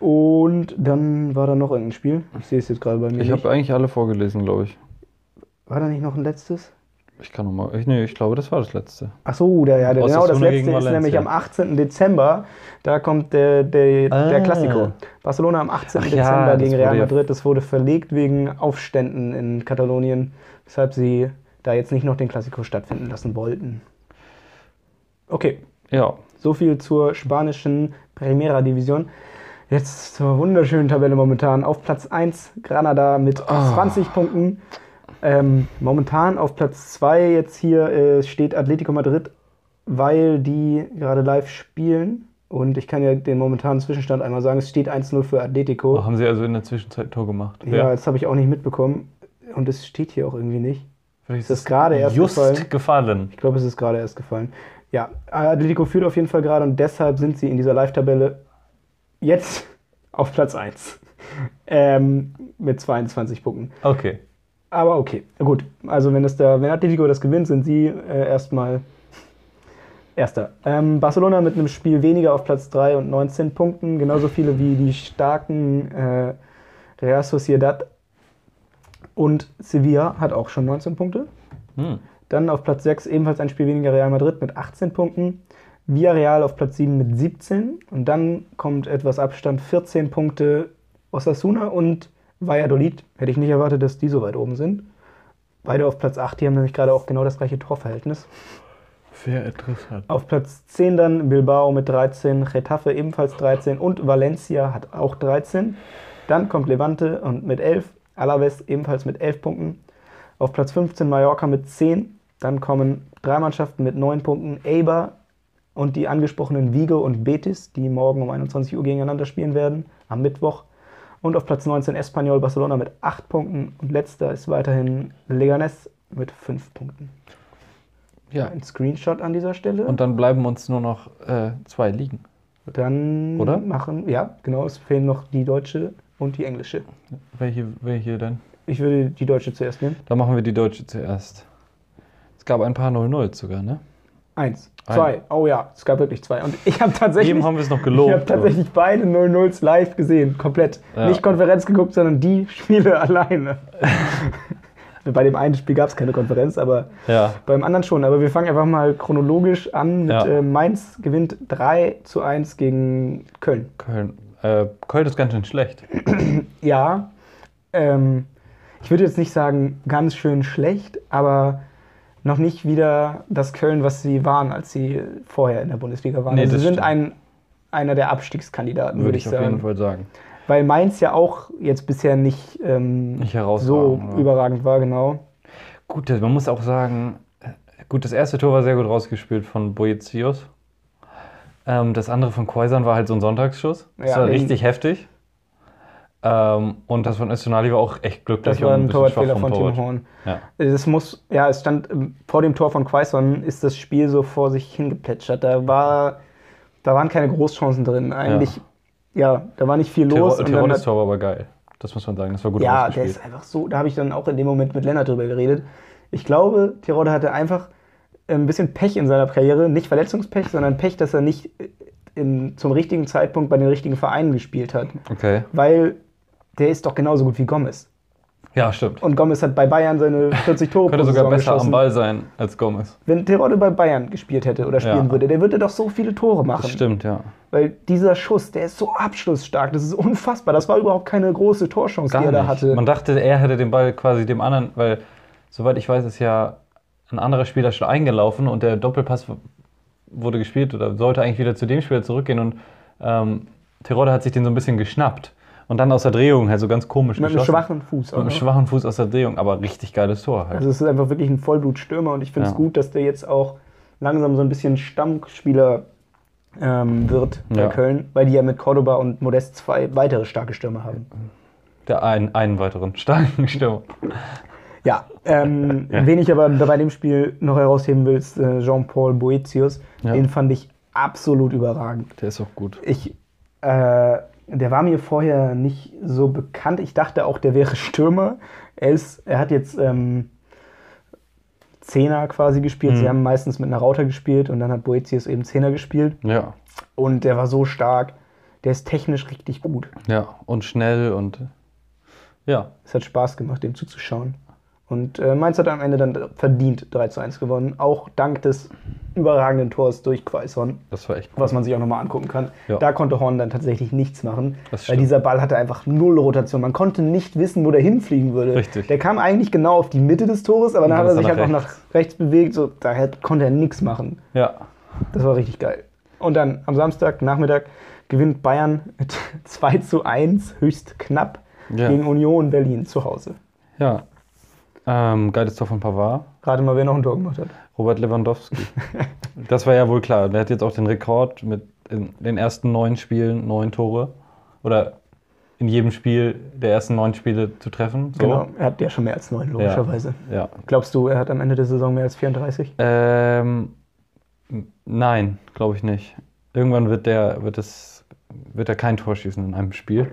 Speaker 2: Und dann war da noch irgendein Spiel. Ich sehe es jetzt gerade bei mir.
Speaker 1: Ich
Speaker 2: nicht.
Speaker 1: habe eigentlich alle vorgelesen, glaube ich.
Speaker 2: War da nicht noch ein letztes?
Speaker 1: Ich kann nochmal. Ich, nee, ich glaube, das war das letzte.
Speaker 2: Ach so, der, ja, der, genau, das
Speaker 1: Osasuna gegen
Speaker 2: letzte ist
Speaker 1: Valencia.
Speaker 2: nämlich am 18. Dezember. Da kommt der, der, der
Speaker 1: Ah.
Speaker 2: Klassiko. Barcelona am 18.
Speaker 1: Ach ja,
Speaker 2: Dezember
Speaker 1: das
Speaker 2: gegen
Speaker 1: wurde
Speaker 2: Real
Speaker 1: ja-
Speaker 2: Madrid. Das wurde verlegt wegen Aufständen in Katalonien, weshalb sie da jetzt nicht noch den Klassiko stattfinden lassen wollten. Okay,
Speaker 1: Ja.
Speaker 2: So viel zur spanischen Primera Division. Jetzt zur wunderschönen Tabelle momentan. Auf Platz 1 Granada mit 20 Punkten. Ähm, momentan auf Platz 2 jetzt hier äh, steht Atletico Madrid, weil die gerade live spielen. Und ich kann ja den momentanen Zwischenstand einmal sagen. Es steht 1-0 für Atletico.
Speaker 1: Haben sie also in der Zwischenzeit ein Tor gemacht?
Speaker 2: Oh. Ja, das habe ich auch nicht mitbekommen. Und es steht hier auch irgendwie nicht.
Speaker 1: Vielleicht
Speaker 2: ist das gerade erst
Speaker 1: Just
Speaker 2: gefallen?
Speaker 1: gefallen.
Speaker 2: Ich glaube, es ist gerade erst gefallen. Ja, Atletico führt auf jeden Fall gerade und deshalb sind sie in dieser Live-Tabelle jetzt [laughs] auf Platz 1. Ähm, mit 22 Punkten.
Speaker 1: Okay.
Speaker 2: Aber okay, gut. Also wenn, das da, wenn Atletico das gewinnt, sind sie äh, erstmal [laughs] Erster. Ähm, Barcelona mit einem Spiel weniger auf Platz 3 und 19 Punkten. Genauso viele wie die starken äh, Real Sociedad. Und Sevilla hat auch schon 19 Punkte.
Speaker 1: Hm.
Speaker 2: Dann auf Platz 6 ebenfalls ein Spiel weniger Real Madrid mit 18 Punkten. Villarreal auf Platz 7 mit 17. Und dann kommt etwas Abstand 14 Punkte Osasuna und Valladolid. Hätte ich nicht erwartet, dass die so weit oben sind. Beide auf Platz 8, die haben nämlich gerade auch genau das gleiche Torverhältnis.
Speaker 1: Sehr interessant.
Speaker 2: Auf Platz 10 dann Bilbao mit 13, Getafe ebenfalls 13 und Valencia hat auch 13. Dann kommt Levante und mit 11, Alaves ebenfalls mit 11 Punkten. Auf Platz 15 Mallorca mit 10. Dann kommen drei Mannschaften mit 9 Punkten, Eibar und die angesprochenen Vigo und Betis, die morgen um 21 Uhr gegeneinander spielen werden, am Mittwoch. Und auf Platz 19 Espanyol Barcelona mit 8 Punkten und letzter ist weiterhin Leganes mit 5 Punkten.
Speaker 1: Ja.
Speaker 2: Ein Screenshot an dieser Stelle.
Speaker 1: Und dann bleiben uns nur noch äh, zwei liegen.
Speaker 2: Dann
Speaker 1: Oder?
Speaker 2: machen, ja, genau, es fehlen noch die deutsche und die englische.
Speaker 1: Welche, welche denn?
Speaker 2: Ich würde die deutsche zuerst nehmen.
Speaker 1: Dann machen wir die deutsche zuerst. Es gab ein paar 0-0 sogar, ne?
Speaker 2: Eins,
Speaker 1: Ein-
Speaker 2: zwei, oh ja, es gab wirklich zwei. Und ich habe tatsächlich,
Speaker 1: Eben
Speaker 2: ich
Speaker 1: haben wir es noch gelobt.
Speaker 2: habe tatsächlich beide 0-0s live gesehen, komplett.
Speaker 1: Ja.
Speaker 2: Nicht Konferenz geguckt, sondern die [laughs] Spiele alleine. [laughs] Bei dem einen Spiel gab es keine Konferenz, aber
Speaker 1: Ja.
Speaker 2: beim anderen schon. Aber wir fangen einfach mal chronologisch an. Mit,
Speaker 1: Ja.
Speaker 2: äh, Mainz gewinnt 3 zu 1 gegen Köln.
Speaker 1: Köln. Äh, Köln ist ganz schön schlecht.
Speaker 2: Ja, ähm, ich würde jetzt nicht sagen ganz schön schlecht, aber noch nicht wieder das Köln, was sie waren, als sie vorher in der Bundesliga waren.
Speaker 1: Nee,
Speaker 2: also
Speaker 1: das
Speaker 2: sie sind
Speaker 1: stimmt.
Speaker 2: ein, einer der Abstiegskandidaten, würde ich
Speaker 1: auf jeden
Speaker 2: sagen.
Speaker 1: Fall sagen.
Speaker 2: Weil Mainz ja auch jetzt bisher nicht, ähm,
Speaker 1: Nicht
Speaker 2: so
Speaker 1: herausragend, oder?
Speaker 2: überragend war, genau.
Speaker 1: Gut, das- man muss auch sagen, äh, gut, das erste Tor war sehr gut rausgespielt von Boetius. Ähm, das andere von Quaisern war halt so ein Sonntagsschuss. Das
Speaker 2: Ja,
Speaker 1: war
Speaker 2: den-
Speaker 1: richtig heftig. Ähm, und das von Estonali war auch echt glücklich.
Speaker 2: Das
Speaker 1: und
Speaker 2: war ein
Speaker 1: bisschen
Speaker 2: Torwartfehler
Speaker 1: schwach
Speaker 2: von
Speaker 1: vom
Speaker 2: Tim
Speaker 1: Torwart.
Speaker 2: Horn.
Speaker 1: Ja.
Speaker 2: Es muss, ja, es stand ähm, vor dem Tor von Quaison ist das Spiel so vor sich hingeplätschert. Da war, da waren keine Großchancen drin. Eigentlich, ja, da war nicht viel los.
Speaker 1: Tirol,
Speaker 2: und dann
Speaker 1: Tirolis
Speaker 2: hat-
Speaker 1: Tor war aber geil. Das muss man sagen. Das war gut
Speaker 2: ja, der
Speaker 1: rausgespielt.
Speaker 2: ist einfach so. Da habe ich dann auch in dem Moment mit Lennart drüber geredet. Ich glaube, Tirode hatte einfach äh, ein bisschen Pech in seiner Karriere. Nicht Verletzungspech, sondern Pech, dass er nicht äh, in, zum richtigen Zeitpunkt bei den richtigen Vereinen gespielt hat.
Speaker 1: Okay.
Speaker 2: Weil der ist doch genauso gut wie Gomez.
Speaker 1: Ja, stimmt.
Speaker 2: Und Gomez hat bei
Speaker 1: [laughs]
Speaker 2: Bayern seine 40 Tore pro
Speaker 1: Könnte sogar
Speaker 2: Saison
Speaker 1: besser
Speaker 2: geschossen.
Speaker 1: am Ball sein als Gomez.
Speaker 2: Wenn Terodde bei Bayern gespielt hätte oder spielen
Speaker 1: Ja.
Speaker 2: würde, der würde doch so viele Tore machen.
Speaker 1: Das stimmt, ja.
Speaker 2: Weil dieser Schuss, der ist so abschlussstark, das ist unfassbar. Das war überhaupt keine große Torchance, die er da
Speaker 1: nicht.
Speaker 2: hatte.
Speaker 1: Man dachte, er hätte den Ball quasi dem anderen, weil, soweit ich weiß, ist ja ein anderer Spieler schon eingelaufen und der Doppelpass w- wurde gespielt oder sollte eigentlich wieder zu dem Spieler zurückgehen und ähm, Terodde hat sich den so ein bisschen geschnappt und dann aus der Drehung halt so ganz komisch
Speaker 2: mit einem
Speaker 1: geschossen.
Speaker 2: schwachen Fuß.
Speaker 1: mit einem
Speaker 2: auch noch.
Speaker 1: schwachen Fuß aus der Drehung, aber richtig geiles Tor halt.
Speaker 2: Also es ist einfach wirklich ein Vollblutstürmer und ich finde es
Speaker 1: Ja.
Speaker 2: gut, dass der jetzt auch langsam so ein bisschen Stammspieler ähm, wird bei
Speaker 1: Ja.
Speaker 2: Köln, weil die ja mit Cordoba und Modest zwei weitere starke Stürmer haben.
Speaker 1: der einen, einen weiteren starken Stürmer.
Speaker 2: Ja,
Speaker 1: [laughs]
Speaker 2: ähm, wen ich aber bei dem Spiel noch herausheben will, ist äh, Jean-Paul Boetius.
Speaker 1: Ja.
Speaker 2: Den fand ich absolut überragend.
Speaker 1: Der ist auch gut.
Speaker 2: Ich, äh, der war mir vorher nicht so bekannt. Ich dachte auch, der wäre Stürmer. Er, ist, er hat jetzt ähm, Zehner quasi gespielt. Sie haben meistens mit einer Rauter gespielt und dann hat Boetius eben Zehner gespielt.
Speaker 1: Ja,
Speaker 2: Und der war so stark. Der ist technisch richtig gut.
Speaker 1: ja. Und schnell und ja.
Speaker 2: Es hat Spaß gemacht, dem zuzuschauen. Und äh, Mainz hat am Ende dann verdient 3 zu 1 gewonnen. Auch dank des überragenden Tors durch Quaison,
Speaker 1: Das war echt gut.
Speaker 2: was man sich auch nochmal angucken kann.
Speaker 1: Ja.
Speaker 2: Da konnte Horn dann tatsächlich nichts machen,
Speaker 1: Das
Speaker 2: weil
Speaker 1: stimmt.
Speaker 2: dieser Ball hatte einfach null Rotation. Man konnte nicht wissen, wo der hinfliegen würde.
Speaker 1: Richtig.
Speaker 2: Der kam eigentlich genau auf die Mitte des Tores, aber
Speaker 1: dann
Speaker 2: dann hat er
Speaker 1: ist er
Speaker 2: sich halt
Speaker 1: nach
Speaker 2: auch nach rechts bewegt. So, daher konnte er nichts machen.
Speaker 1: Ja.
Speaker 2: Das war richtig geil. Und dann am Samstag, Nachmittag, gewinnt Bayern mit [laughs] 2 zu 1, höchst knapp,
Speaker 1: Ja.
Speaker 2: gegen Union Berlin zu Hause.
Speaker 1: Ja. Ähm, geiles Tor von Pavard.
Speaker 2: Rate mal, wer noch ein Tor gemacht hat.
Speaker 1: Robert
Speaker 2: [laughs]
Speaker 1: Lewandowski. das war ja wohl klar. Der hat jetzt auch den Rekord mit in den ersten neun Spielen neun Tore. Oder in jedem Spiel der ersten neun Spiele zu treffen. So.
Speaker 2: Genau. Er hat ja schon mehr als neun, logischerweise.
Speaker 1: Ja.
Speaker 2: Glaubst du, er hat am Ende der Saison mehr als 34?
Speaker 1: Ähm, n- nein, glaube ich nicht. Irgendwann wird der, wird es, wird er kein Tor schießen in einem Spiel.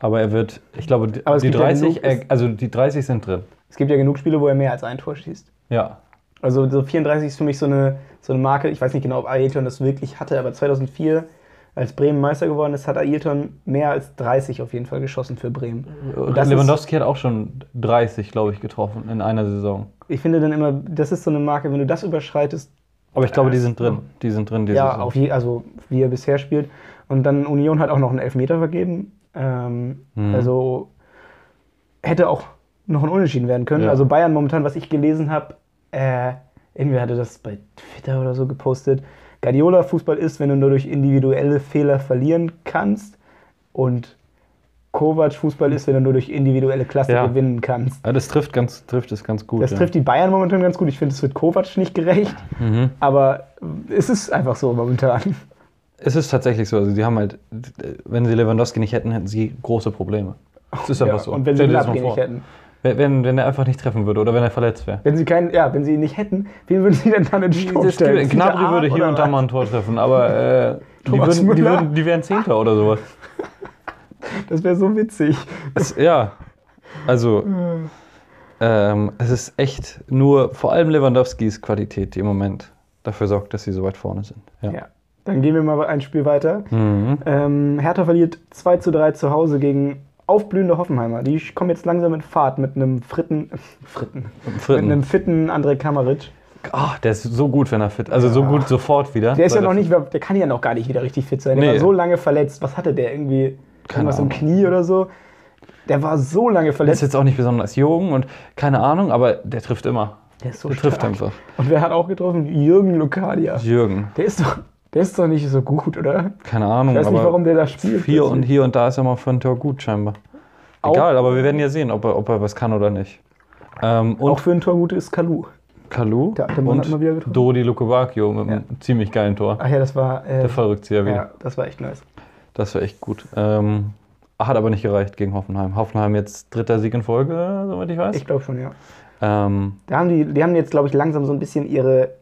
Speaker 1: Aber er wird, ich glaube, die,
Speaker 2: Aber es
Speaker 1: die
Speaker 2: gibt ja
Speaker 1: 30,
Speaker 2: genug-
Speaker 1: er- also die 30 sind drin.
Speaker 2: Es gibt ja genug Spiele, wo er mehr als ein Tor schießt.
Speaker 1: Ja.
Speaker 2: Also so 34 ist für mich so eine, so eine Marke. Ich weiß nicht genau, ob Ailton das wirklich hatte, aber 2004, als Bremen Meister geworden ist, hat Ailton mehr als 30 auf jeden Fall geschossen für Bremen. Und das ist-
Speaker 1: Äh, Lewandowski hat auch schon 30, glaube ich, getroffen in einer Saison.
Speaker 2: Ich finde dann immer, das ist so eine Marke, wenn du das überschreitest,
Speaker 1: Aber ich glaube, die sind drin. Die sind drin, die
Speaker 2: ja,
Speaker 1: Saison.
Speaker 2: auf je, also wie er bisher spielt. Und dann Union hat auch noch einen Elfmeter vergeben. Ähm,
Speaker 1: Mhm.
Speaker 2: Also hätte auch noch ein Unentschieden werden können.
Speaker 1: Ja.
Speaker 2: Also Bayern momentan, was ich gelesen habe, äh, irgendwer hatte das bei Twitter oder so gepostet. Guardiola Fußball ist, wenn du nur durch individuelle Fehler verlieren kannst. Und Kovac Fußball ist, wenn du nur durch individuelle Klasse
Speaker 1: Ja.
Speaker 2: gewinnen kannst.
Speaker 1: Ja, das trifft ganz, trifft es ganz gut.
Speaker 2: Das
Speaker 1: ja.
Speaker 2: trifft die Bayern momentan ganz gut. Ich finde, es wird Kovac nicht gerecht.
Speaker 1: Mhm.
Speaker 2: Aber es ist einfach so momentan.
Speaker 1: Es ist tatsächlich so. Also die haben halt, wenn sie Lewandowski nicht hätten, hätten sie große Probleme. Es ist einfach
Speaker 2: Ja,
Speaker 1: so.
Speaker 2: Und wenn sie
Speaker 1: Stell dir das
Speaker 2: Gnabry
Speaker 1: mal
Speaker 2: nicht
Speaker 1: vor.
Speaker 2: hätten.
Speaker 1: Wenn- Wenn, wenn er einfach nicht treffen würde oder wenn er verletzt wäre.
Speaker 2: Wenn sie keinen, ja, wenn sie ihn nicht hätten, wen würden sie denn dann in den Sturm
Speaker 1: Das
Speaker 2: stellen?
Speaker 1: Gnabry
Speaker 2: Fiete
Speaker 1: würde hier
Speaker 2: Ahr
Speaker 1: und da
Speaker 2: oder
Speaker 1: mal ein Tor treffen, aber äh, die,
Speaker 2: Thomas
Speaker 1: würden, die,
Speaker 2: Müller?
Speaker 1: würden, die wären Zehnter oder sowas.
Speaker 2: was? Das wäre so witzig.
Speaker 1: Es, ja, also
Speaker 2: Hm.
Speaker 1: ähm, es ist echt nur vor allem Lewandowskis Qualität, die im Moment dafür sorgt, dass sie so weit vorne sind. Ja. Mhm.
Speaker 2: Ja. Dann gehen wir mal ein Spiel weiter. Ähm, Hertha verliert 2 zu 3 zu Hause gegen aufblühende Hoffenheimer. Die kommen jetzt langsam in Fahrt mit einem fritten, fritten,
Speaker 1: Fritten.
Speaker 2: mit einem fitten André Kamaric.
Speaker 1: Ah, der ist so gut, wenn er fit Also so gut sofort wieder.
Speaker 2: Der ist ja noch nicht, der kann ja noch gar nicht wieder richtig fit sein. Der
Speaker 1: Nee.
Speaker 2: war so lange verletzt. Was hatte der irgendwie?
Speaker 1: Keine
Speaker 2: Irgendwas im
Speaker 1: Ahnung.
Speaker 2: Knie oder so? Der war so lange
Speaker 1: Der ist
Speaker 2: verletzt.
Speaker 1: jetzt auch nicht besonders jung und keine Ahnung, aber der trifft immer.
Speaker 2: Der ist so
Speaker 1: Der trifft
Speaker 2: stark.
Speaker 1: einfach.
Speaker 2: Und wer hat auch getroffen? Jürgen Lokadia.
Speaker 1: Jürgen.
Speaker 2: Der ist doch, der ist doch nicht so gut, oder?
Speaker 1: Keine Ahnung,
Speaker 2: Ich weiß
Speaker 1: aber
Speaker 2: nicht, warum der da spielt.
Speaker 1: hier und hier und da ist er mal für ein Tor gut scheinbar.
Speaker 2: Auch-
Speaker 1: Egal, aber wir werden ja sehen, ob er, ob er was kann oder nicht. Ähm,
Speaker 2: Auch
Speaker 1: und
Speaker 2: für ein Tor gut ist Kalu.
Speaker 1: Kalu
Speaker 2: Der alte Mann hat mal wieder
Speaker 1: und
Speaker 2: getroffen.
Speaker 1: Dodi Lukobakio mit einem ziemlich geilen Tor.
Speaker 2: Ach ja, das war. Äh,
Speaker 1: Der Fallrückzieher wieder.
Speaker 2: ja, das war echt nice.
Speaker 1: Das war echt gut. Ähm, hat aber nicht gereicht gegen Hoffenheim. Hoffenheim jetzt dritter Sieg in Folge, soweit ich weiß.
Speaker 2: Ich glaube schon, ja.
Speaker 1: ähm,
Speaker 2: Da haben die, die haben jetzt, glaube ich, langsam so ein bisschen ihre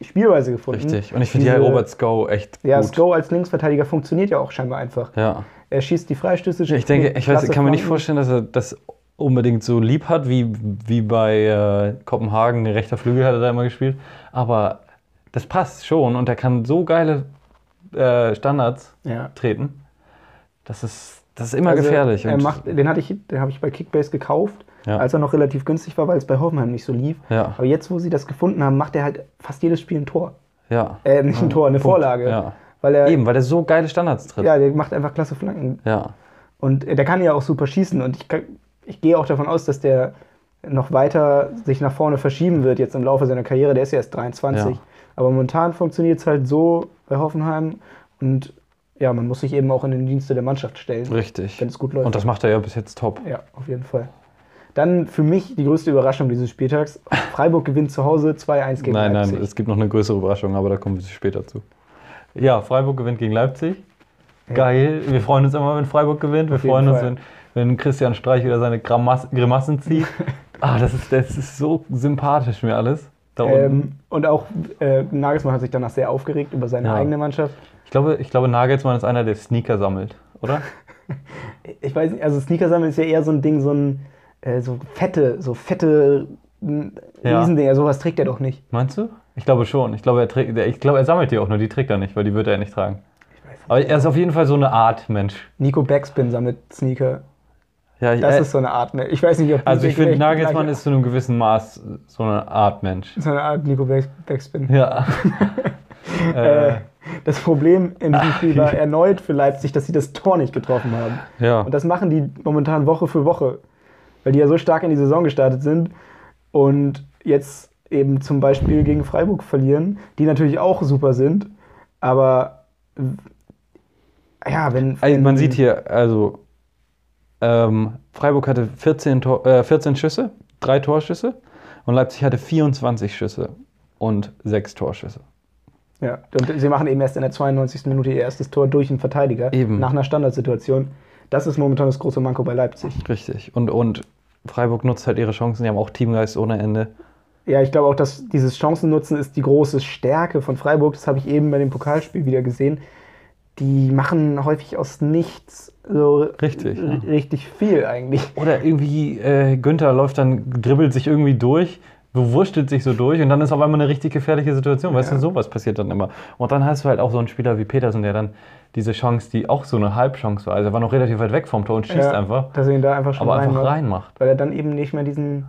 Speaker 2: Spielweise gefunden.
Speaker 1: richtig. Und ich finde
Speaker 2: Diese-
Speaker 1: ja Robert Sko echt
Speaker 2: Ja,
Speaker 1: gut.
Speaker 2: Sko als Linksverteidiger funktioniert ja auch scheinbar einfach.
Speaker 1: Ja.
Speaker 2: Er schießt die Freistöße.
Speaker 1: Ich denke, ich weiß,
Speaker 2: klasse
Speaker 1: ich kann mir nicht
Speaker 2: Flanken.
Speaker 1: vorstellen, dass er das unbedingt so lieb hat, wie, wie bei äh, Kopenhagen. Rechter Flügel hat er da immer gespielt. Aber das passt schon und er kann so geile äh, Standards
Speaker 2: Ja.
Speaker 1: treten. Das ist, das ist immer
Speaker 2: Also,
Speaker 1: gefährlich.
Speaker 2: Er
Speaker 1: und-
Speaker 2: macht, den hatte ich, den habe ich bei Kickbase gekauft,
Speaker 1: Ja.
Speaker 2: als er noch relativ günstig war, weil es bei Hoffenheim nicht so lief.
Speaker 1: Ja.
Speaker 2: Aber jetzt, wo sie das gefunden haben, macht er halt fast jedes Spiel ein Tor.
Speaker 1: ja.
Speaker 2: Äh, nicht ein Tor, eine Vorlage.
Speaker 1: Ah, Ja.
Speaker 2: Weil er,
Speaker 1: Eben, weil er so geile Standards tritt.
Speaker 2: ja, der macht einfach klasse Flanken.
Speaker 1: ja.
Speaker 2: Und äh, der kann ja auch super schießen. Und ich, kann, ich gehe auch davon aus, dass der noch weiter sich nach vorne verschieben wird jetzt im Laufe seiner Karriere. Der ist ja erst 23.
Speaker 1: Ja.
Speaker 2: Aber momentan funktioniert es halt so bei Hoffenheim. Und ja, man muss sich eben auch in den Dienste der Mannschaft stellen.
Speaker 1: Richtig.
Speaker 2: Wenn es gut läuft.
Speaker 1: Und das macht er ja bis jetzt top.
Speaker 2: Ja, auf jeden Fall. Dann für mich die größte Überraschung dieses Spieltags. Freiburg gewinnt zu Hause 2-1 gegen
Speaker 1: nein,
Speaker 2: Leipzig.
Speaker 1: nein, es gibt noch eine größere Überraschung, aber da kommen wir später zu. Ja, Freiburg gewinnt gegen Leipzig. Geil. Wir freuen uns immer, wenn Freiburg gewinnt. Wir
Speaker 2: jeden
Speaker 1: freuen uns,
Speaker 2: Fall.
Speaker 1: wenn, wenn Christian Streich wieder seine Gramas Grimassen
Speaker 2: [laughs]
Speaker 1: zieht. ah, das ist, das ist so sympathisch mir alles. Da unten.
Speaker 2: ähm, und auch äh, Nagelsmann hat sich danach sehr aufgeregt über seine
Speaker 1: Ja.
Speaker 2: eigene Mannschaft.
Speaker 1: ich, glaube, ich glaube, Nagelsmann ist einer, der Sneaker sammelt, oder?
Speaker 2: Ich weiß nicht, also Sneaker sammeln ist ja eher so ein Ding, so ein äh, so fette, so fette m,
Speaker 1: Ja.
Speaker 2: Riesendinger, sowas trägt er doch nicht.
Speaker 1: Meinst du? Ich glaube schon. Ich glaube, er, trägt, ich glaube, er sammelt die auch nur. Die trägt er nicht, weil die wird er ja nicht tragen. Aber er ist auf jeden Fall so eine Art Mensch.
Speaker 2: Nico Backspin sammelt Sneaker.
Speaker 1: Ja,
Speaker 2: Das
Speaker 1: äh,
Speaker 2: ist so eine Art, ne? ich weiß nicht, ob die
Speaker 1: Also ich finde,
Speaker 2: vielleicht
Speaker 1: Nagelsmann
Speaker 2: gleich-
Speaker 1: ist zu einem gewissen Maß so eine Art Mensch.
Speaker 2: so eine Art Nico Back- Backspin. [laughs]
Speaker 1: Ja. äh,
Speaker 2: Äh, das Problem
Speaker 1: [laughs]
Speaker 2: in diesem Spiel war erneut für Leipzig, dass sie das Tor nicht getroffen haben.
Speaker 1: ja.
Speaker 2: Und das machen die momentan Woche für Woche, weil die ja so stark in die Saison gestartet sind und jetzt eben zum Beispiel gegen Freiburg verlieren, die natürlich auch super sind, aber äh, ja, wenn.
Speaker 1: Also
Speaker 2: wenn
Speaker 1: man sieht hier, also ähm, Freiburg hatte 14, Tor, äh, 14 Schüsse, drei Torschüsse und Leipzig hatte 24 Schüsse und sechs Torschüsse.
Speaker 2: Ja, und sie machen eben erst in der 92. Minute ihr erstes Tor durch einen Verteidiger
Speaker 1: Eben.
Speaker 2: nach einer Standardsituation. Das ist momentan das große Manko bei Leipzig.
Speaker 1: Richtig. Und, und Freiburg nutzt halt ihre Chancen, die haben auch Teamgeist ohne Ende.
Speaker 2: Ja, ich glaube auch, dass dieses Chancennutzen ist die große Stärke von Freiburg. Das habe ich eben bei dem Pokalspiel wieder gesehen. Die machen häufig aus nichts so
Speaker 1: Richtig,
Speaker 2: r-
Speaker 1: ja.
Speaker 2: richtig viel eigentlich.
Speaker 1: Oder irgendwie äh, Günther läuft dann, dribbelt sich irgendwie durch, bewurschtelt sich so durch und dann ist auf einmal eine richtig gefährliche Situation. Weißt du, sowas passiert dann immer. Und dann hast du halt auch so einen Spieler wie Petersen, der dann diese Chance, die auch so eine Halbchance war, also er war noch relativ weit weg vom Tor und schießt
Speaker 2: Ja,
Speaker 1: einfach,
Speaker 2: Dass er ihn da einfach schon
Speaker 1: aber einfach
Speaker 2: reinmacht,
Speaker 1: reinmacht.
Speaker 2: Weil er dann eben nicht mehr diesen.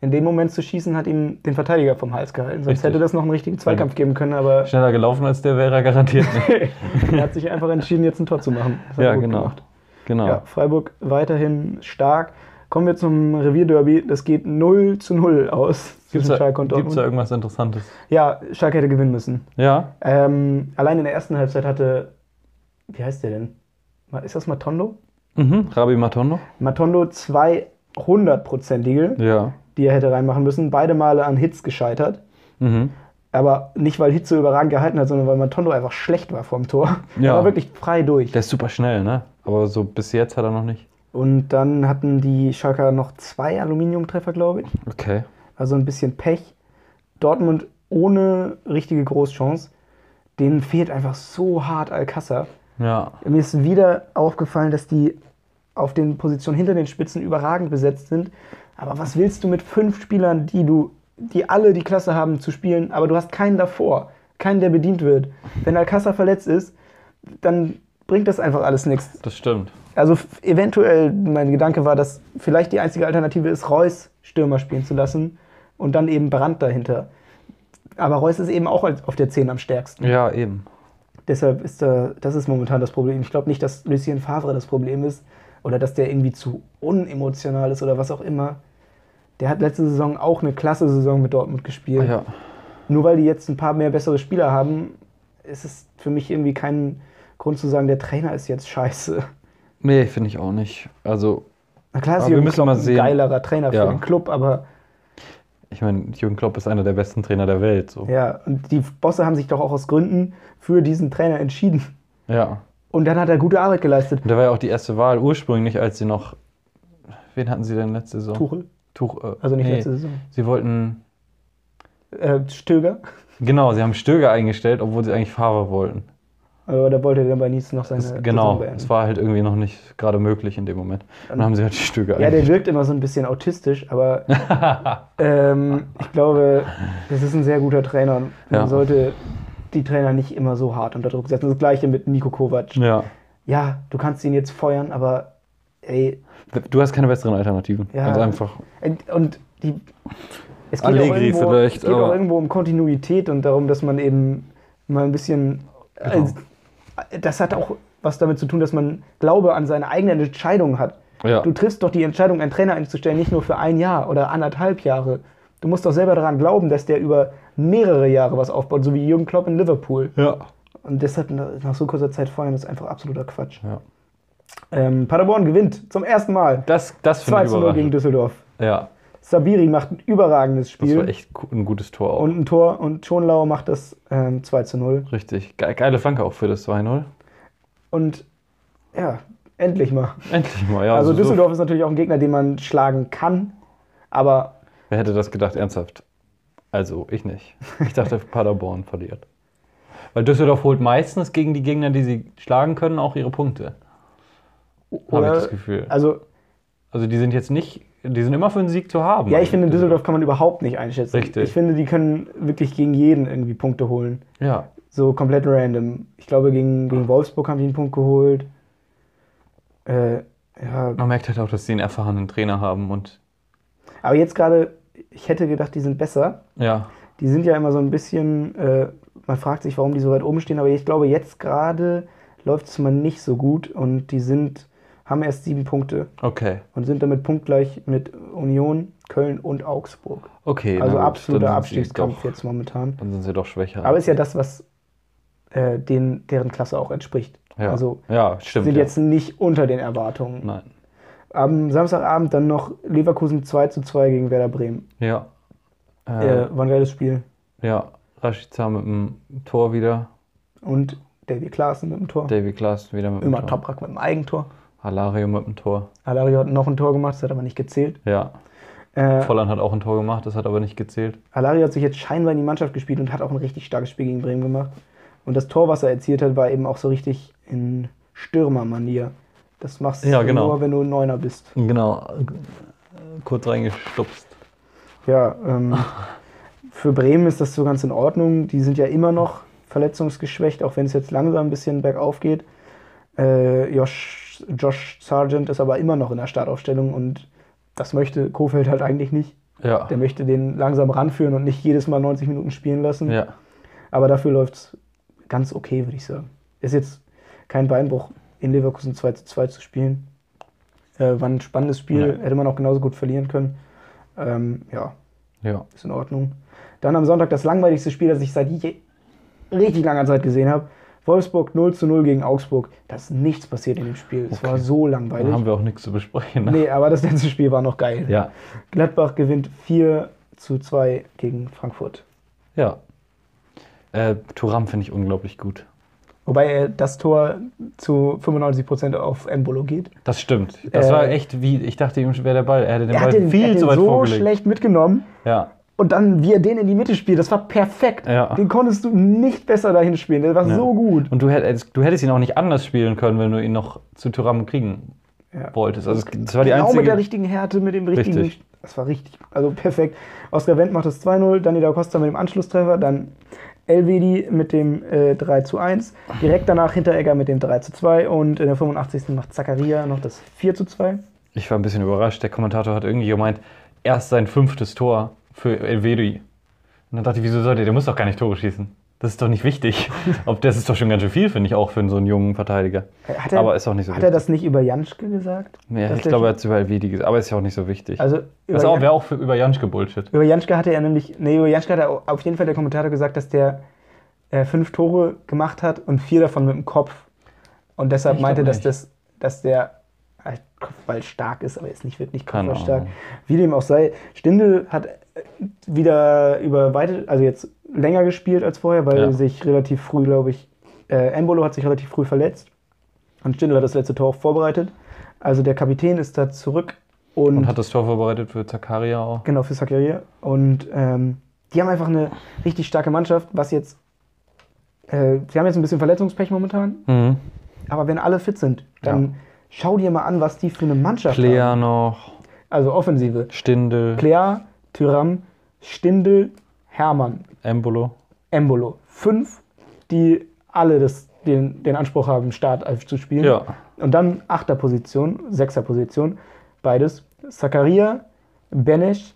Speaker 2: In dem Moment zu schießen, hat ihm den Verteidiger vom Hals gehalten. Sonst
Speaker 1: Richtig.
Speaker 2: hätte das noch einen richtigen Zweikampf geben können, aber
Speaker 1: Schneller gelaufen als der wäre er garantiert nicht.
Speaker 2: er [laughs] hat sich einfach entschieden, jetzt ein Tor zu machen. Das hat er
Speaker 1: ja,
Speaker 2: gut
Speaker 1: genau.
Speaker 2: gemacht.
Speaker 1: genau.
Speaker 2: Ja, Freiburg weiterhin stark. Kommen wir zum Revierderby. Das geht 0 zu 0 aus
Speaker 1: Gibt es
Speaker 2: zwischen
Speaker 1: da,
Speaker 2: Schalke und
Speaker 1: gibt's da
Speaker 2: Dortmund.
Speaker 1: irgendwas Interessantes?
Speaker 2: Ja, Schalke hätte gewinnen müssen.
Speaker 1: Ja,
Speaker 2: Ähm, allein in der ersten Halbzeit hatte, wie heißt der denn? Ma- Ist das Matondo?
Speaker 1: mhm. Rabi Matondo.
Speaker 2: Matondo 200-prozentige,
Speaker 1: Ja.
Speaker 2: die er hätte reinmachen müssen. Beide Male an Hits gescheitert.
Speaker 1: Mhm.
Speaker 2: Aber nicht, weil Hits so überragend gehalten hat, sondern weil Matondo einfach schlecht war vorm Tor.
Speaker 1: Ja.
Speaker 2: Er war wirklich frei durch.
Speaker 1: Der ist super schnell, ne? Aber so bis jetzt hat er noch nicht.
Speaker 2: Und dann hatten die Schalker noch zwei Aluminiumtreffer, glaube ich.
Speaker 1: Okay.
Speaker 2: Also ein bisschen Pech. Dortmund ohne richtige Großchance. Denen fehlt einfach so hart Alcázar.
Speaker 1: Ja.
Speaker 2: Mir ist wieder aufgefallen, dass die auf den Positionen hinter den Spitzen überragend besetzt sind. Aber was willst du mit fünf Spielern, die du, die alle die Klasse haben zu spielen, aber du hast keinen davor, keinen, der bedient wird. Wenn Alcázar verletzt ist, dann bringt das einfach alles nichts.
Speaker 1: Das stimmt.
Speaker 2: Also f- eventuell, mein Gedanke war, dass vielleicht die einzige Alternative ist, Reus Stürmer spielen zu lassen und dann eben Brandt dahinter. Aber Reus ist eben auch als- auf der 10 am stärksten.
Speaker 1: Ja, eben.
Speaker 2: Deshalb ist da, das ist momentan das Problem. Ich glaube nicht, dass Lucien Favre das Problem ist oder dass der irgendwie zu unemotional ist oder was auch immer. Der hat letzte Saison auch eine klasse Saison mit Dortmund gespielt.
Speaker 1: Ah, Ja.
Speaker 2: Nur weil die jetzt ein paar mehr bessere Spieler haben, ist es für mich irgendwie kein Grund zu sagen, der Trainer ist jetzt scheiße.
Speaker 1: Nee, finde ich auch nicht. Also,
Speaker 2: Na klar ist
Speaker 1: Aber wir
Speaker 2: Jürgen
Speaker 1: müssen
Speaker 2: Klopp
Speaker 1: mal
Speaker 2: ein
Speaker 1: sehen.
Speaker 2: geilerer Trainer
Speaker 1: Ja.
Speaker 2: für den Club, aber
Speaker 1: ich meine, Jürgen Klopp ist einer der besten Trainer der Welt. So.
Speaker 2: ja, und die Bosse haben sich doch auch aus Gründen für diesen Trainer entschieden.
Speaker 1: ja.
Speaker 2: Und dann hat er gute Arbeit geleistet.
Speaker 1: Und da war ja auch die erste Wahl ursprünglich, als sie noch. Wen hatten sie denn letzte Saison?
Speaker 2: Tuchel,
Speaker 1: Tuch, äh,
Speaker 2: also nicht
Speaker 1: nee.
Speaker 2: letzte Saison.
Speaker 1: Sie wollten.
Speaker 2: Äh, Stöger,
Speaker 1: Genau, sie haben Stöger eingestellt, obwohl sie eigentlich Favre wollten.
Speaker 2: aber da wollte er dann bei Nice noch seine
Speaker 1: Das,
Speaker 2: Saison
Speaker 1: genau,
Speaker 2: beenden.
Speaker 1: es war halt irgendwie noch nicht gerade möglich in dem Moment. Und dann haben sie halt Stöger
Speaker 2: Ja, der
Speaker 1: eingestellt.
Speaker 2: wirkt immer so ein bisschen autistisch,
Speaker 1: [laughs]
Speaker 2: aber ähm, ich glaube, das ist ein sehr guter Trainer. und Man
Speaker 1: Ja.
Speaker 2: sollte die Trainer nicht immer so hart unter Druck setzen. Das gleiche mit Nico Kovac. Ja,
Speaker 1: Ja.
Speaker 2: du kannst ihn jetzt feuern, aber ey,
Speaker 1: Du hast keine besseren Alternativen.
Speaker 2: Ja.
Speaker 1: Ganz einfach.
Speaker 2: und- und die. Es geht, auch
Speaker 1: Allegri
Speaker 2: irgendwo,
Speaker 1: vielleicht,
Speaker 2: es geht auch
Speaker 1: aber-
Speaker 2: irgendwo um Kontinuität und darum, dass man eben mal ein bisschen.
Speaker 1: Genau.
Speaker 2: als- das hat auch was damit zu tun, dass man Glaube an seine eigenen Entscheidungen hat.
Speaker 1: Ja.
Speaker 2: Du triffst doch die Entscheidung, einen Trainer einzustellen, nicht nur für ein Jahr oder anderthalb Jahre. Du musst doch selber daran glauben, dass der über mehrere Jahre was aufbaut, so wie Jürgen Klopp in Liverpool.
Speaker 1: ja.
Speaker 2: Und deshalb na- nach so kurzer Zeit feuern ist einfach absoluter Quatsch.
Speaker 1: Ja.
Speaker 2: Ähm, Paderborn gewinnt zum ersten Mal.
Speaker 1: Das, das finde
Speaker 2: 2
Speaker 1: ich
Speaker 2: zu 0 gegen
Speaker 1: überraschend.
Speaker 2: Düsseldorf.
Speaker 1: Ja,
Speaker 2: Sabiri macht ein überragendes
Speaker 1: das war
Speaker 2: Spiel
Speaker 1: echt gu- ein gutes Tor auch.
Speaker 2: und ein Tor. Und Schonlau macht das ähm, 2 zu 0.
Speaker 1: Richtig. Ge geile Flanke auch für das 2-0.
Speaker 2: Und ja, endlich mal.
Speaker 1: Endlich mal, ja.
Speaker 2: also
Speaker 1: so-
Speaker 2: Düsseldorf ist natürlich auch ein Gegner, den man schlagen kann. Aber
Speaker 1: So, wer hätte das gedacht, ernsthaft? Also, ich nicht. Ich dachte, [laughs] Paderborn verliert. Weil Düsseldorf holt meistens gegen die Gegner, die sie schlagen können, auch ihre Punkte. Habe ich
Speaker 2: oder-
Speaker 1: das Gefühl.
Speaker 2: also
Speaker 1: Also, die sind jetzt nicht, die sind immer für einen Sieg zu haben.
Speaker 2: Ja, ich finde, Düsseldorf kann man überhaupt nicht einschätzen.
Speaker 1: Also. Richtig.
Speaker 2: Ich finde, die können wirklich gegen jeden irgendwie Punkte holen.
Speaker 1: Ja,
Speaker 2: So komplett random. Ich glaube, gegen, gegen Wolfsburg haben die einen Punkt geholt. Äh, ja.
Speaker 1: man merkt halt auch, dass sie einen erfahrenen Trainer haben und
Speaker 2: Aber jetzt gerade, ich hätte gedacht, die sind besser.
Speaker 1: ja,
Speaker 2: Die sind ja immer so ein bisschen, äh, man fragt sich, warum die so weit oben stehen. Aber ich glaube, jetzt gerade läuft es mal nicht so gut. Und die sind, haben erst sieben Punkte
Speaker 1: okay.
Speaker 2: und sind damit punktgleich mit Union, Köln und Augsburg.
Speaker 1: Okay.
Speaker 2: Also
Speaker 1: na gut,
Speaker 2: absoluter
Speaker 1: Genau, dann sind sie
Speaker 2: Abstiegskampf
Speaker 1: Doch,
Speaker 2: jetzt momentan.
Speaker 1: dann sind sie doch schwächer.
Speaker 2: Aber ist ja das, was äh, den, deren Klasse auch entspricht.
Speaker 1: ja.
Speaker 2: Also
Speaker 1: ja, stimmt.
Speaker 2: sind
Speaker 1: ja.
Speaker 2: jetzt nicht unter den Erwartungen.
Speaker 1: Nein.
Speaker 2: Am Samstagabend dann noch Leverkusen 2 zu 2 gegen Werder Bremen.
Speaker 1: Ja. Äh,
Speaker 2: Äh, war ein geiles Spiel.
Speaker 1: Ja, Rashica mit dem Tor wieder.
Speaker 2: Und Davy Klaassen mit dem Tor.
Speaker 1: Davy Klaas wieder mit dem
Speaker 2: Immer
Speaker 1: Tor.
Speaker 2: Toprak mit dem Eigentor.
Speaker 1: Alario mit dem Tor.
Speaker 2: Alario hat noch ein Tor gemacht, das hat aber nicht gezählt.
Speaker 1: Ja.
Speaker 2: Äh,
Speaker 1: Volland hat auch ein Tor gemacht, das hat aber nicht gezählt.
Speaker 2: Alario hat sich jetzt scheinbar in die Mannschaft gespielt und hat auch ein richtig starkes Spiel gegen Bremen gemacht. Und das Tor, was er erzielt hat, war eben auch so richtig in Stürmermanier. Das machst
Speaker 1: Ja,
Speaker 2: du
Speaker 1: genau.
Speaker 2: nur, wenn du ein Neuner bist.
Speaker 1: Genau. Kurz reingestupst.
Speaker 2: Ja,
Speaker 1: [laughs]
Speaker 2: ähm, für Bremen ist das so ganz in Ordnung. Die sind ja immer noch verletzungsgeschwächt, auch wenn es jetzt langsam ein bisschen bergauf geht. Äh, Josh, Josh Sargent ist aber immer noch in der Startaufstellung und das möchte Kofeld halt eigentlich nicht.
Speaker 1: Ja.
Speaker 2: Der möchte den langsam ranführen und nicht jedes Mal 90 Minuten spielen lassen.
Speaker 1: Ja.
Speaker 2: Aber dafür läuft es ganz okay, würde ich sagen. Ist jetzt kein Beinbruch, in Leverkusen 2 zu 2 zu spielen. Äh, war ein spannendes Spiel,
Speaker 1: Ja.
Speaker 2: hätte man auch genauso gut verlieren können. Ähm, ja,
Speaker 1: Ja.
Speaker 2: ist in Ordnung. Dann am Sonntag das langweiligste Spiel, das ich seit je richtig langer Zeit gesehen habe. Wolfsburg 0 zu 0 gegen Augsburg. Da ist nichts passiert in dem Spiel. Es war so
Speaker 1: Dann haben
Speaker 2: langweilig.
Speaker 1: wir auch nichts zu besprechen. Ne?
Speaker 2: Nee, aber das letzte Spiel war noch geil.
Speaker 1: Ja.
Speaker 2: Gladbach gewinnt 4 zu 2 gegen Frankfurt.
Speaker 1: Ja. Äh, Turam finde ich unglaublich gut.
Speaker 2: Wobei er das Tor zu 95% auf Embolo geht.
Speaker 1: Das stimmt. Das
Speaker 2: Äh,
Speaker 1: war echt wie, ich dachte ihm wäre der Ball. Er hätte den
Speaker 2: Er
Speaker 1: Ball
Speaker 2: hat den, er
Speaker 1: viel
Speaker 2: hat
Speaker 1: zu
Speaker 2: den
Speaker 1: weit
Speaker 2: so
Speaker 1: vorgelegt.
Speaker 2: schlecht mitgenommen.
Speaker 1: Ja.
Speaker 2: Und dann, wie er den in die Mitte spielt, das war perfekt.
Speaker 1: Ja.
Speaker 2: Den konntest du nicht besser dahin spielen. Der war
Speaker 1: Ja.
Speaker 2: so gut.
Speaker 1: Und du hättest, du hättest ihn auch nicht anders spielen können, wenn du ihn noch zu Turam kriegen
Speaker 2: Ja.
Speaker 1: wolltest. Also es- das war die
Speaker 2: genau
Speaker 1: einzige.
Speaker 2: mit der richtigen Härte, mit dem richtigen.
Speaker 1: Richtig.
Speaker 2: Das war richtig. Also perfekt. Oskar Wendt macht das 2-0, Dani da Costa mit dem Anschlusstreffer, dann Elvedi mit dem äh, 3 zu 1, direkt danach Hinteregger mit dem 3 zu 2 und in der 85. macht Zakaria noch das 4 zu 2.
Speaker 1: Ich war ein bisschen überrascht. Der Kommentator hat irgendwie gemeint, erst sein fünftes Tor für Elvedi. Und dann dachte ich, wieso sollte der? Der muss doch gar nicht Tore schießen. Das ist doch nicht
Speaker 2: [laughs]
Speaker 1: wichtig. Ob das ist doch schon ganz schön viel, finde ich auch für so einen jungen Verteidiger.
Speaker 2: Hat er,
Speaker 1: Aber ist auch nicht so
Speaker 2: hat er das nicht über Janschke gesagt?
Speaker 1: Ja,
Speaker 2: Dass
Speaker 1: ich
Speaker 2: der-
Speaker 1: glaube, er hat es über Elvedi gesagt, aber ist ja auch nicht so wichtig.
Speaker 2: also über,
Speaker 1: das auch-
Speaker 2: Jan-
Speaker 1: wäre auch für, über Janschke Bullshit.
Speaker 2: über Janschke hatte er nämlich, nee, über Janschke hat er au- auf jeden Fall der Kommentator gesagt, dass der äh, fünf Tore gemacht hat und vier davon mit dem Kopf. Und deshalb
Speaker 1: Ich
Speaker 2: meinte,
Speaker 1: glaub
Speaker 2: dass,
Speaker 1: nicht.
Speaker 2: das, dass der halt Kopfball stark ist, aber jetzt nicht wirklich
Speaker 1: Keine
Speaker 2: Kopfball stark.
Speaker 1: Ahnung.
Speaker 2: Wie dem auch sei, Stindl hat äh, wieder über weite, also jetzt länger gespielt als vorher, weil
Speaker 1: Ja.
Speaker 2: sich relativ früh, glaube ich, äh, Embolo hat sich relativ früh verletzt und Stindl hat das letzte Tor auch vorbereitet. Also der Kapitän ist da zurück und,
Speaker 1: Und hat das Tor vorbereitet für Zakaria auch.
Speaker 2: genau für Zakaria und ähm, die haben einfach eine richtig starke Mannschaft, was jetzt äh, sie haben jetzt ein bisschen Verletzungspech momentan,
Speaker 1: Mhm.
Speaker 2: aber wenn alle fit sind, dann
Speaker 1: Ja.
Speaker 2: schau dir mal an, was die für eine Mannschaft
Speaker 1: Player
Speaker 2: haben.
Speaker 1: noch,
Speaker 2: Also Offensive.
Speaker 1: Stindel,
Speaker 2: Player, Tyram, Stindel, Hermann,
Speaker 1: Embolo.
Speaker 2: Embolo. Fünf, die alle das, den, den Anspruch haben, Startelf zu spielen.
Speaker 1: Ja.
Speaker 2: Und dann Achterposition, Sechserposition, beides. Zakaria, Benesch,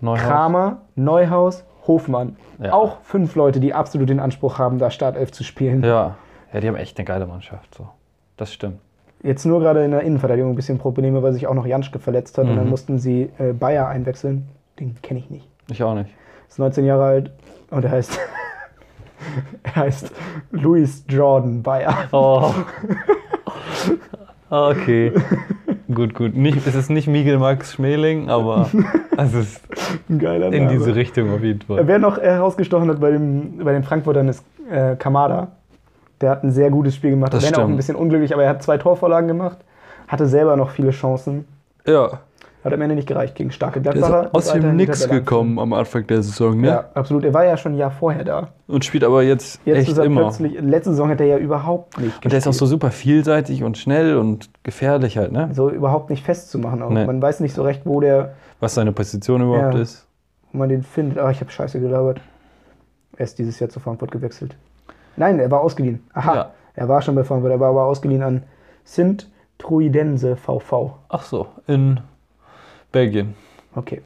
Speaker 1: Neuhaus.
Speaker 2: Kramer, Neuhaus, Hofmann.
Speaker 1: Ja.
Speaker 2: Auch fünf Leute, die absolut den Anspruch haben, da Startelf zu spielen.
Speaker 1: Ja. ja, die haben echt eine geile Mannschaft. So. Das stimmt.
Speaker 2: Jetzt nur gerade in der Innenverteidigung ein bisschen Probleme, weil sich auch noch Janschke verletzt hat und
Speaker 1: Mhm.
Speaker 2: dann mussten sie äh, Bayer einwechseln. Den kenne ich nicht.
Speaker 1: Ich auch nicht.
Speaker 2: ist 19 Jahre alt und er heißt, [laughs] er heißt Louis Jordan Bayer.
Speaker 1: Oh. Okay. gut, gut. Nicht, es ist nicht Miguel Max Schmeling, aber es ist
Speaker 2: Ein geiler
Speaker 1: in
Speaker 2: Name. Äh,
Speaker 1: diese Richtung auf jeden Fall.
Speaker 2: Wer noch herausgestochen hat bei, dem, bei den Frankfurtern ist äh, Kamada. Der hat ein sehr gutes Spiel gemacht,
Speaker 1: Das
Speaker 2: wenn auch ein
Speaker 1: stimmt.
Speaker 2: bisschen unglücklich, aber er hat zwei Torvorlagen gemacht, hatte selber noch viele Chancen,
Speaker 1: Ja, also
Speaker 2: hat am Ende nicht gereicht gegen starke Gladbacher. die weiterhin hinter der Lang-
Speaker 1: am Anfang der Saison, ne?
Speaker 2: Ja, absolut. Er war ja schon ein Jahr vorher da.
Speaker 1: Und spielt aber jetzt,
Speaker 2: Jetzt
Speaker 1: echt
Speaker 2: ist er
Speaker 1: immer.
Speaker 2: plötzlich, letzte Saison hat er ja überhaupt nicht
Speaker 1: Und der ist auch so super vielseitig und schnell und gefährlich halt, ne?
Speaker 2: so überhaupt nicht festzumachen. Auch.
Speaker 1: Nee.
Speaker 2: Man weiß nicht so recht, wo der,
Speaker 1: Was seine Position überhaupt
Speaker 2: Ja.
Speaker 1: ist.
Speaker 2: wo man den findet. Ah, ich habe scheiße gelabert. Er ist dieses Jahr zu Frankfurt gewechselt. Nein, er war ausgeliehen. Aha,
Speaker 1: Ja.
Speaker 2: er war schon bei Frankfurt, er war aber ausgeliehen an Sint Truidense VV.
Speaker 1: Ach so, in Belgien.
Speaker 2: Okay.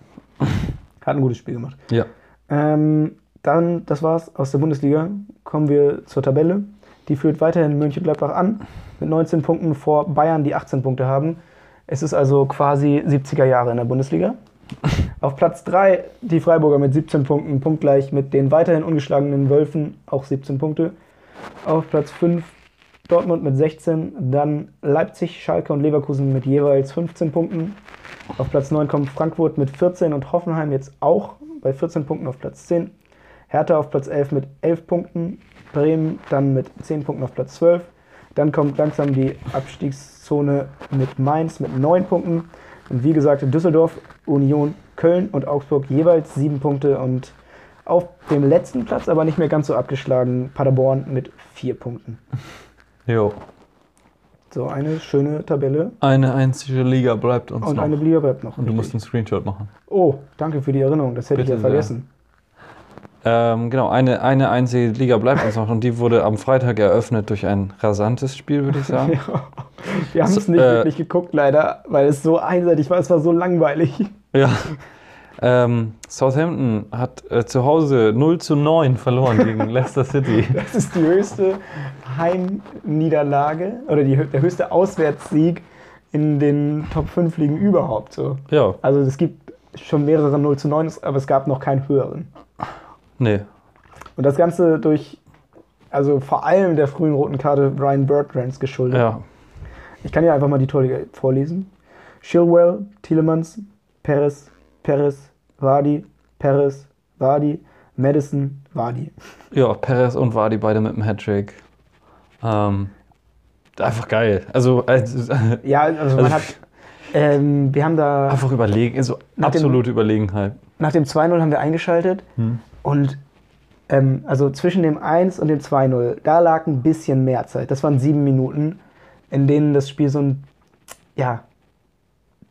Speaker 2: Hat ein gutes Spiel gemacht.
Speaker 1: Ja.
Speaker 2: Ähm, dann, das war's aus der Bundesliga. Kommen wir zur Tabelle. Die führt weiterhin Mönchengladbach an mit 19 Punkten vor Bayern, die 18 Punkte haben. Es ist also quasi 70er Jahre in der Bundesliga. Auf Platz 3 die Freiburger mit 17 Punkten, punktgleich mit den weiterhin ungeschlagenen Wölfen, auch 17 Punkte. Auf Platz 5 Dortmund mit 16, dann Leipzig, Schalke und Leverkusen mit jeweils 15 Punkten. Auf Platz 9 kommt Frankfurt mit 14 und Hoffenheim jetzt auch bei 14 Punkten auf Platz 10. Hertha auf Platz 11 mit 11 Punkten. Bremen dann mit 10 Punkten auf Platz 12. Dann kommt langsam die Abstiegszone mit Mainz mit 9 Punkten. Und wie gesagt, Düsseldorf, Union, Köln und Augsburg jeweils 7 Punkte. Und auf dem letzten Platz, aber nicht mehr ganz so abgeschlagen, Paderborn mit 4 Punkten.
Speaker 1: Jo.
Speaker 2: So eine schöne Tabelle.
Speaker 1: Eine einzige Liga bleibt uns
Speaker 2: Und
Speaker 1: noch.
Speaker 2: eine Liga bleibt noch.
Speaker 1: und du musst
Speaker 2: Richtig.
Speaker 1: einen Screenshot machen.
Speaker 2: oh, danke für die Erinnerung. Das hätte
Speaker 1: Bitte
Speaker 2: ich ja
Speaker 1: sehr.
Speaker 2: vergessen.
Speaker 1: Ähm, genau, eine, eine einzige Liga bleibt uns noch und die wurde am Freitag eröffnet durch ein rasantes Spiel, würde ich sagen.
Speaker 2: [laughs] Ja. Wir haben es
Speaker 1: So,
Speaker 2: nicht
Speaker 1: äh,
Speaker 2: wirklich geguckt, leider, weil es so einseitig war. Es war so langweilig. [laughs]
Speaker 1: Ja. Ähm, Southampton hat äh, zu Hause 0 zu 9 verloren
Speaker 2: [laughs]
Speaker 1: gegen Leicester City.
Speaker 2: Das ist die höchste Heimniederlage oder die, hö- der höchste Auswärtssieg in den Top 5 Ligen überhaupt. So.
Speaker 1: Ja,
Speaker 2: Also es gibt schon mehrere 0 zu 9, aber es gab noch keinen höheren.
Speaker 1: nee.
Speaker 2: Und das Ganze durch, also vor allem der frühen roten Karte Ryan Bertrands geschuldet.
Speaker 1: Ja.
Speaker 2: Ich kann ja einfach mal die Torliga vorlesen. Chilwell, Tielemans, Perez, Perez, Vardy, Perez, Vardy, Madison, Vardy.
Speaker 1: Ja, Perez und Vardy beide mit dem Hattrick. Ähm, einfach geil. Also, [laughs] als-
Speaker 2: Ja, also man
Speaker 1: Also-
Speaker 2: hat, ähm, wir haben da,
Speaker 1: einfach überlegen, also
Speaker 2: Nach dem-
Speaker 1: absolute Überlegenheit.
Speaker 2: nach dem 2-0 haben wir eingeschaltet und ähm, also zwischen dem 1 und dem 2-0, da lag ein bisschen mehr Zeit. Das waren sieben Minuten, in denen das Spiel so ein, ja,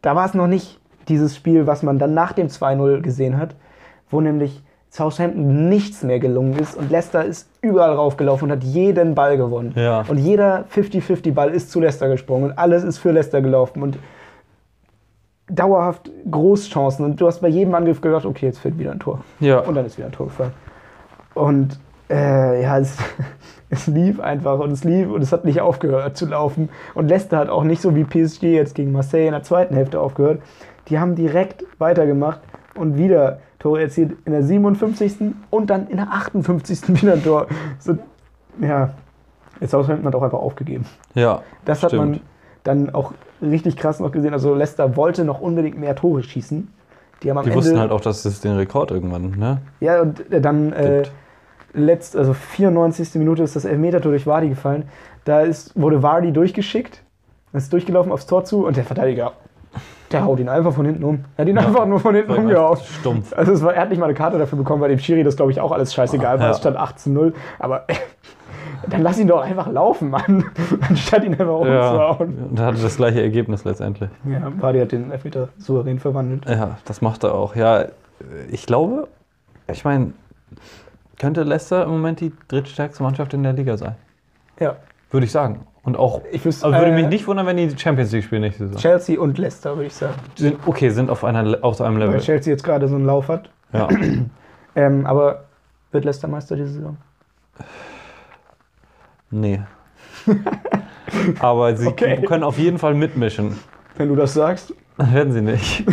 Speaker 2: da war es noch nicht dieses Spiel, was man dann nach dem 2-0 gesehen hat, wo nämlich Southampton nichts mehr gelungen ist und Leicester ist überall raufgelaufen und hat jeden Ball gewonnen.
Speaker 1: Ja.
Speaker 2: Und jeder 50-50-Ball ist zu Leicester gesprungen und alles ist für Leicester gelaufen und dauerhaft Großchancen und du hast bei jedem Angriff gedacht, okay, jetzt fällt wieder ein Tor.
Speaker 1: Ja,
Speaker 2: Und dann ist wieder ein Tor gefallen. Und Äh, ja, es, [laughs] es lief einfach und es lief und es hat nicht aufgehört zu laufen. Und Leicester hat auch nicht so wie PSG jetzt gegen Marseille in der zweiten Hälfte aufgehört. Die haben direkt weitergemacht und wieder Tore erzielt in der 57. und dann in der 58. [laughs] wieder ein Tor. So, ja, jetzt hat man doch einfach aufgegeben.
Speaker 1: Ja,
Speaker 2: Das hat man dann auch richtig krass noch gesehen. Also Leicester wollte noch unbedingt mehr Tore schießen. Die haben am
Speaker 1: Die
Speaker 2: Ende
Speaker 1: wussten halt auch, dass es den Rekord irgendwann,
Speaker 2: [laughs]
Speaker 1: ne?
Speaker 2: ja, und äh, dann äh,
Speaker 1: Gibt.
Speaker 2: letzt, also 94. Minute ist das Elfmetertor durch Vardy gefallen. Da ist, wurde Vardy durchgeschickt, ist durchgelaufen aufs Tor zu und der Verteidiger, der haut ihn einfach von hinten um. Er hat ihn einfach nur von hinten umgehauen.
Speaker 1: Stumpf.
Speaker 2: Also es war, er hat nicht mal eine Karte dafür bekommen, weil dem Schiri das, glaube ich, auch alles scheißegal war.
Speaker 1: Ja.
Speaker 2: Es stand 18-0, aber [laughs] dann lass ihn doch einfach laufen, Mann. [laughs] Anstatt ihn einfach
Speaker 1: Ja.
Speaker 2: umzuhauen.
Speaker 1: Und hatte das gleiche Ergebnis letztendlich.
Speaker 2: Ja, Vardy hat den Elfmeter souverän verwandelt.
Speaker 1: Ja, das macht er auch. Ja, ich glaube, ich meine, könnte Leicester im Moment die drittstärkste Mannschaft in der Liga sein.
Speaker 2: Ja,
Speaker 1: Würde ich sagen. Und auch.
Speaker 2: ich wüsste,
Speaker 1: Also würde
Speaker 2: äh,
Speaker 1: mich nicht wundern, wenn die Champions League spielen nächste Saison.
Speaker 2: Chelsea und Leicester, würde ich sagen.
Speaker 1: Sind, okay, sind auf, einer, Le- auf einem
Speaker 2: Weil
Speaker 1: Level.
Speaker 2: Chelsea jetzt gerade so einen Lauf hat.
Speaker 1: Ja.
Speaker 2: Ähm, aber wird Leicester Meister diese Saison? [laughs]
Speaker 1: Nee. Aber sie
Speaker 2: Okay.
Speaker 1: können auf jeden Fall mitmischen.
Speaker 2: Wenn du das sagst.
Speaker 1: Werden sie nicht.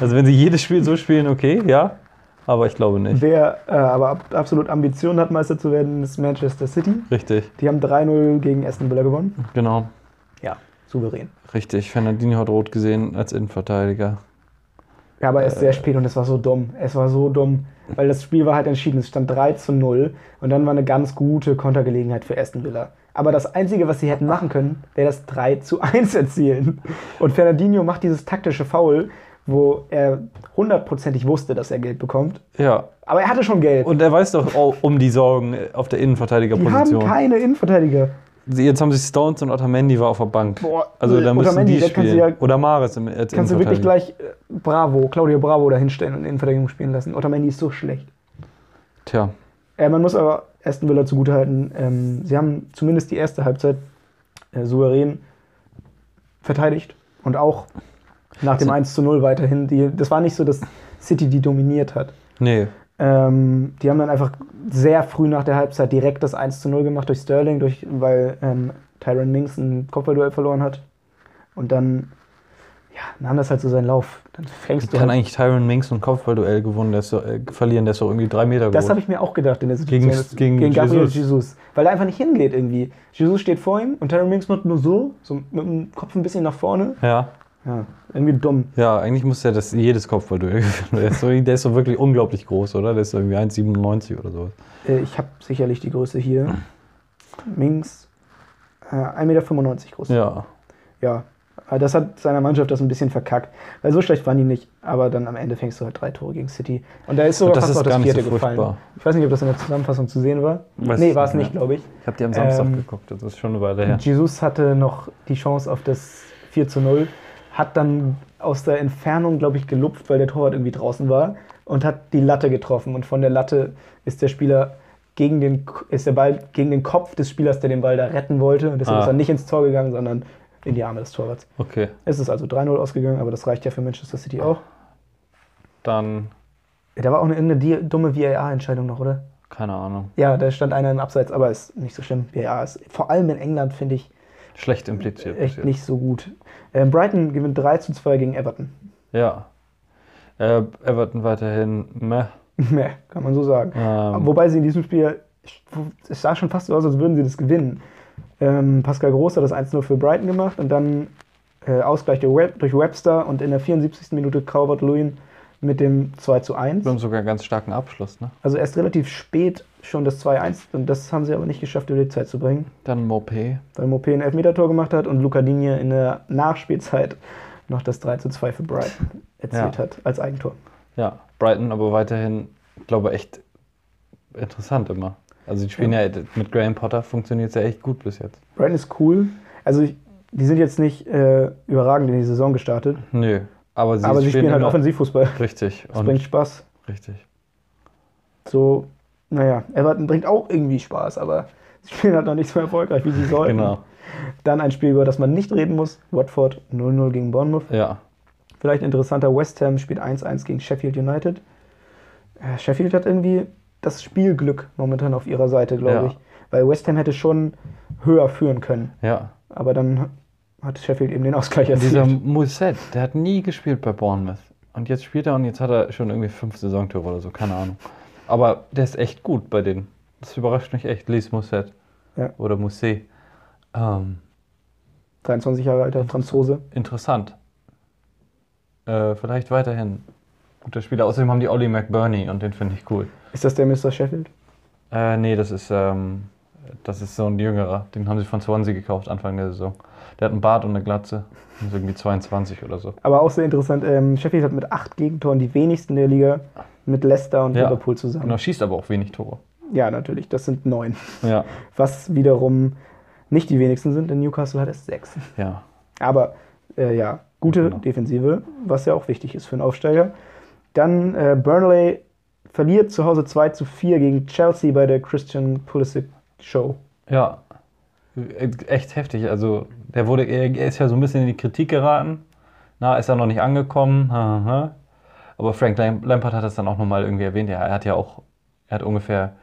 Speaker 1: Also wenn sie jedes Spiel so spielen, okay, ja. Aber ich glaube nicht.
Speaker 2: Wer äh, aber ab, absolut Ambitionen hat, Meister zu werden, ist Manchester City.
Speaker 1: Richtig,
Speaker 2: Die haben 3-0 gegen Aston Villa gewonnen.
Speaker 1: genau.
Speaker 2: Ja, souverän.
Speaker 1: Richtig. Fernandinho hat rot gesehen als Innenverteidiger.
Speaker 2: Ja, aber erst sehr spät und es war so dumm. Es war so dumm, weil das Spiel war halt entschieden. Es stand 3 zu 0 und dann war eine ganz gute Kontergelegenheit für Aston Villa. Aber das Einzige, was sie hätten machen können, wäre das 3 zu 1 erzielen. Und Fernandinho macht dieses taktische Foul, wo er hundertprozentig wusste, dass er Geld bekommt.
Speaker 1: Ja.
Speaker 2: Aber er hatte schon Geld.
Speaker 1: Und er weiß doch auch um die Sorgen auf der
Speaker 2: die haben
Speaker 1: Innenverteidigerposition.
Speaker 2: keine Innenverteidiger.
Speaker 1: Sie- Jetzt haben sie Stones und Otamendi war auf der Bank.
Speaker 2: Boah,
Speaker 1: also da
Speaker 2: äh,
Speaker 1: müssen
Speaker 2: Otamendi,
Speaker 1: die
Speaker 2: der kannst du
Speaker 1: spielen.
Speaker 2: ja-
Speaker 1: Oder Maris im, als
Speaker 2: Kannst du wirklich
Speaker 1: Innenverteidiger.
Speaker 2: gleich äh, Bravo, Claudio Bravo da hinstellen und Innenverteidigung spielen lassen. Otamendi ist so schlecht.
Speaker 1: Tja,
Speaker 2: Äh, man muss aber Aston Villa zugutehalten. Ähm, sie haben zumindest die erste Halbzeit äh, souverän verteidigt und auch nach dem 1 zu 0 weiterhin. Die, das war nicht so, dass City die dominiert hat.
Speaker 1: nee.
Speaker 2: Ähm, die haben dann einfach sehr früh nach der Halbzeit direkt das 1 zu 0 gemacht durch Sterling, durch, weil ähm, Tyron Mings ein Kopfballduell verloren hat. Und dann ja, nahm das halt so seinen Lauf. Dann fängst du
Speaker 1: Kann
Speaker 2: halt.
Speaker 1: eigentlich Tyron Minks so ein Kopfballduell gewonnen, der ist doch, äh, verlieren, der ist doch irgendwie drei Meter
Speaker 2: Das
Speaker 1: groß.
Speaker 2: habe ich mir auch gedacht in der Situation.
Speaker 1: Gegen-
Speaker 2: dass-
Speaker 1: gegen
Speaker 2: Gabriel
Speaker 1: Jesus.
Speaker 2: Jesus. Weil er einfach nicht hingeht irgendwie. Jesus steht vor ihm und Tyron Mings macht nur so, so mit dem Kopf ein bisschen nach vorne.
Speaker 1: ja.
Speaker 2: Ja, irgendwie dumm.
Speaker 1: Ja, eigentlich muss ja das jedes Kopfballduell [laughs] gewinnen. Der ist, so, der ist so wirklich unglaublich groß, oder? Der ist irgendwie 1,97 oder sowas.
Speaker 2: Äh, ich habe sicherlich die
Speaker 1: [clears throat]
Speaker 2: Größe hier. Mings äh, 1,95 Meter groß.
Speaker 1: Ja.
Speaker 2: ja, aber das hat seiner Mannschaft das ein bisschen verkackt, weil so schlecht waren die nicht, aber dann am Ende fängst du halt drei Tore gegen City. Und da ist sogar
Speaker 1: Das
Speaker 2: fast
Speaker 1: ist
Speaker 2: noch das
Speaker 1: gar nicht
Speaker 2: vierte
Speaker 1: so furchtbar.
Speaker 2: gefallen. Ich weiß nicht, ob das in der Zusammenfassung zu sehen war.
Speaker 1: Weiß
Speaker 2: nee,
Speaker 1: ich
Speaker 2: war es
Speaker 1: nicht
Speaker 2: nicht, glaube ich.
Speaker 1: Ich habe die am
Speaker 2: Samstag
Speaker 1: Samstag
Speaker 2: Ähm,
Speaker 1: geguckt, das ist schon eine Weile her.
Speaker 2: Jesus hatte noch die Chance auf das 4 zu 0, hat dann aus der Entfernung, glaube ich, gelupft, weil der Torwart irgendwie draußen war und hat die Latte getroffen. Und von der Latte ist der Spieler gegen den, K- ist der Ball gegen den Kopf des Spielers, der den Ball da retten wollte. Und deswegen
Speaker 1: Ah.
Speaker 2: ist er nicht ins Tor gegangen, sondern in die Arme des Torwarts.
Speaker 1: Okay,
Speaker 2: Es ist also 3-0 ausgegangen, aber das reicht ja für Manchester City auch.
Speaker 1: dann,
Speaker 2: Da war auch eine irgendeine di- dumme VAR-Entscheidung noch, oder?
Speaker 1: keine Ahnung,
Speaker 2: Ja, da stand einer im Abseits, aber ist nicht so schlimm. VAR ist vor allem in England, finde ich,
Speaker 1: schlecht impliziert. bis
Speaker 2: echt
Speaker 1: jetzt.
Speaker 2: nicht so gut. Ähm, Brighton gewinnt 3 zu 2 gegen Everton. [laughs]
Speaker 1: Ja. Äh, Everton weiterhin, meh.
Speaker 2: Meh, kann man so sagen.
Speaker 1: Ähm,
Speaker 2: Wobei sie in diesem Spiel, es sah schon fast so aus, als würden sie das gewinnen. Ähm, Pascal Groß hat das 1-0 für Brighton gemacht und dann äh, Ausgleich durch Web- durch Webster und in der 74. Minute Calvert-Lewin mit dem 2 zu 1.
Speaker 1: wir haben sogar einen ganz starken Abschluss, ne?
Speaker 2: Also erst relativ spät schon das 2-1 und das haben sie aber nicht geschafft, über die Zeit zu bringen,
Speaker 1: Dann Mopé.
Speaker 2: weil Mopé ein Elfmetertor gemacht hat und Luca Digne in der Nachspielzeit noch das 3-2 für Brighton erzielt
Speaker 1: Ja.
Speaker 2: hat als Eigentor.
Speaker 1: Ja, Brighton aber weiterhin, glaube echt interessant immer. Also die spielen ja, mit Graham Potter funktioniert es ja echt gut bis jetzt.
Speaker 2: Brighton ist cool. Also ich, die sind jetzt nicht äh, überragend in die Saison gestartet,
Speaker 1: Nö, aber sie,
Speaker 2: aber sie spielen halt
Speaker 1: immer-
Speaker 2: Offensivfußball.
Speaker 1: Richtig,
Speaker 2: Das bringt
Speaker 1: und
Speaker 2: Spaß.
Speaker 1: richtig.
Speaker 2: So, naja, Everton bringt auch irgendwie Spaß, aber sie spielen halt noch nicht so
Speaker 1: [laughs]
Speaker 2: erfolgreich, wie sie sollten.
Speaker 1: Genau,
Speaker 2: Dann ein Spiel, über das man nicht reden muss. Watford 0-0 gegen Bournemouth.
Speaker 1: ja.
Speaker 2: Vielleicht interessanter, West Ham spielt 1-1 gegen Sheffield United. Äh, Sheffield hat irgendwie das Spielglück momentan auf ihrer Seite, glaube
Speaker 1: Ja.
Speaker 2: ich. Weil West Ham hätte schon höher führen können.
Speaker 1: Ja.
Speaker 2: Aber dann hat Sheffield eben den Ausgleich
Speaker 1: Und dieser
Speaker 2: erzielt.
Speaker 1: Musset, der hat nie gespielt bei Bournemouth. Und jetzt spielt er und jetzt hat er schon irgendwie fünf Saisontore oder so, keine Ahnung. Aber der ist echt gut bei denen. Das überrascht mich echt. Lies Musset.
Speaker 2: Ja.
Speaker 1: Oder Musset. Ähm,
Speaker 2: 23 Jahre alter Franzose.
Speaker 1: interessant. Äh, vielleicht weiterhin guter Spieler. Außerdem haben die Ollie McBurney und den finde ich cool.
Speaker 2: Ist das der Mr. Sheffield?
Speaker 1: Äh, nee, das ist, ähm, das ist so ein jüngerer. Den haben sie von Swansea gekauft Anfang der Saison. Der hat einen Bart und eine Glatze. Und Ist irgendwie 22 oder so.
Speaker 2: Aber auch sehr interessant, ähm, Sheffield hat mit acht Gegentoren die wenigsten der Liga mit Leicester und
Speaker 1: Ja.
Speaker 2: Liverpool zusammen.
Speaker 1: Genau, schießt aber auch wenig Tore.
Speaker 2: Ja, natürlich, das sind neun.
Speaker 1: Ja,
Speaker 2: Was wiederum nicht die wenigsten sind, denn Newcastle hat erst sechs.
Speaker 1: ja.
Speaker 2: Aber äh, ja, gute
Speaker 1: Genau.
Speaker 2: Defensive, was ja auch wichtig ist für einen Aufsteiger. Dann äh, Burnley verliert zu Hause 2 zu 4 gegen Chelsea bei der Christian Pulisic Show.
Speaker 1: Ja, E- echt heftig. Also, der wurde, er er ist ja so ein bisschen in die Kritik geraten. Na, ist er noch nicht angekommen. Haha. Aber Frank Lam- Lampard hat das dann auch nochmal irgendwie erwähnt. Ja, er hat ja auch, er hat ungefähr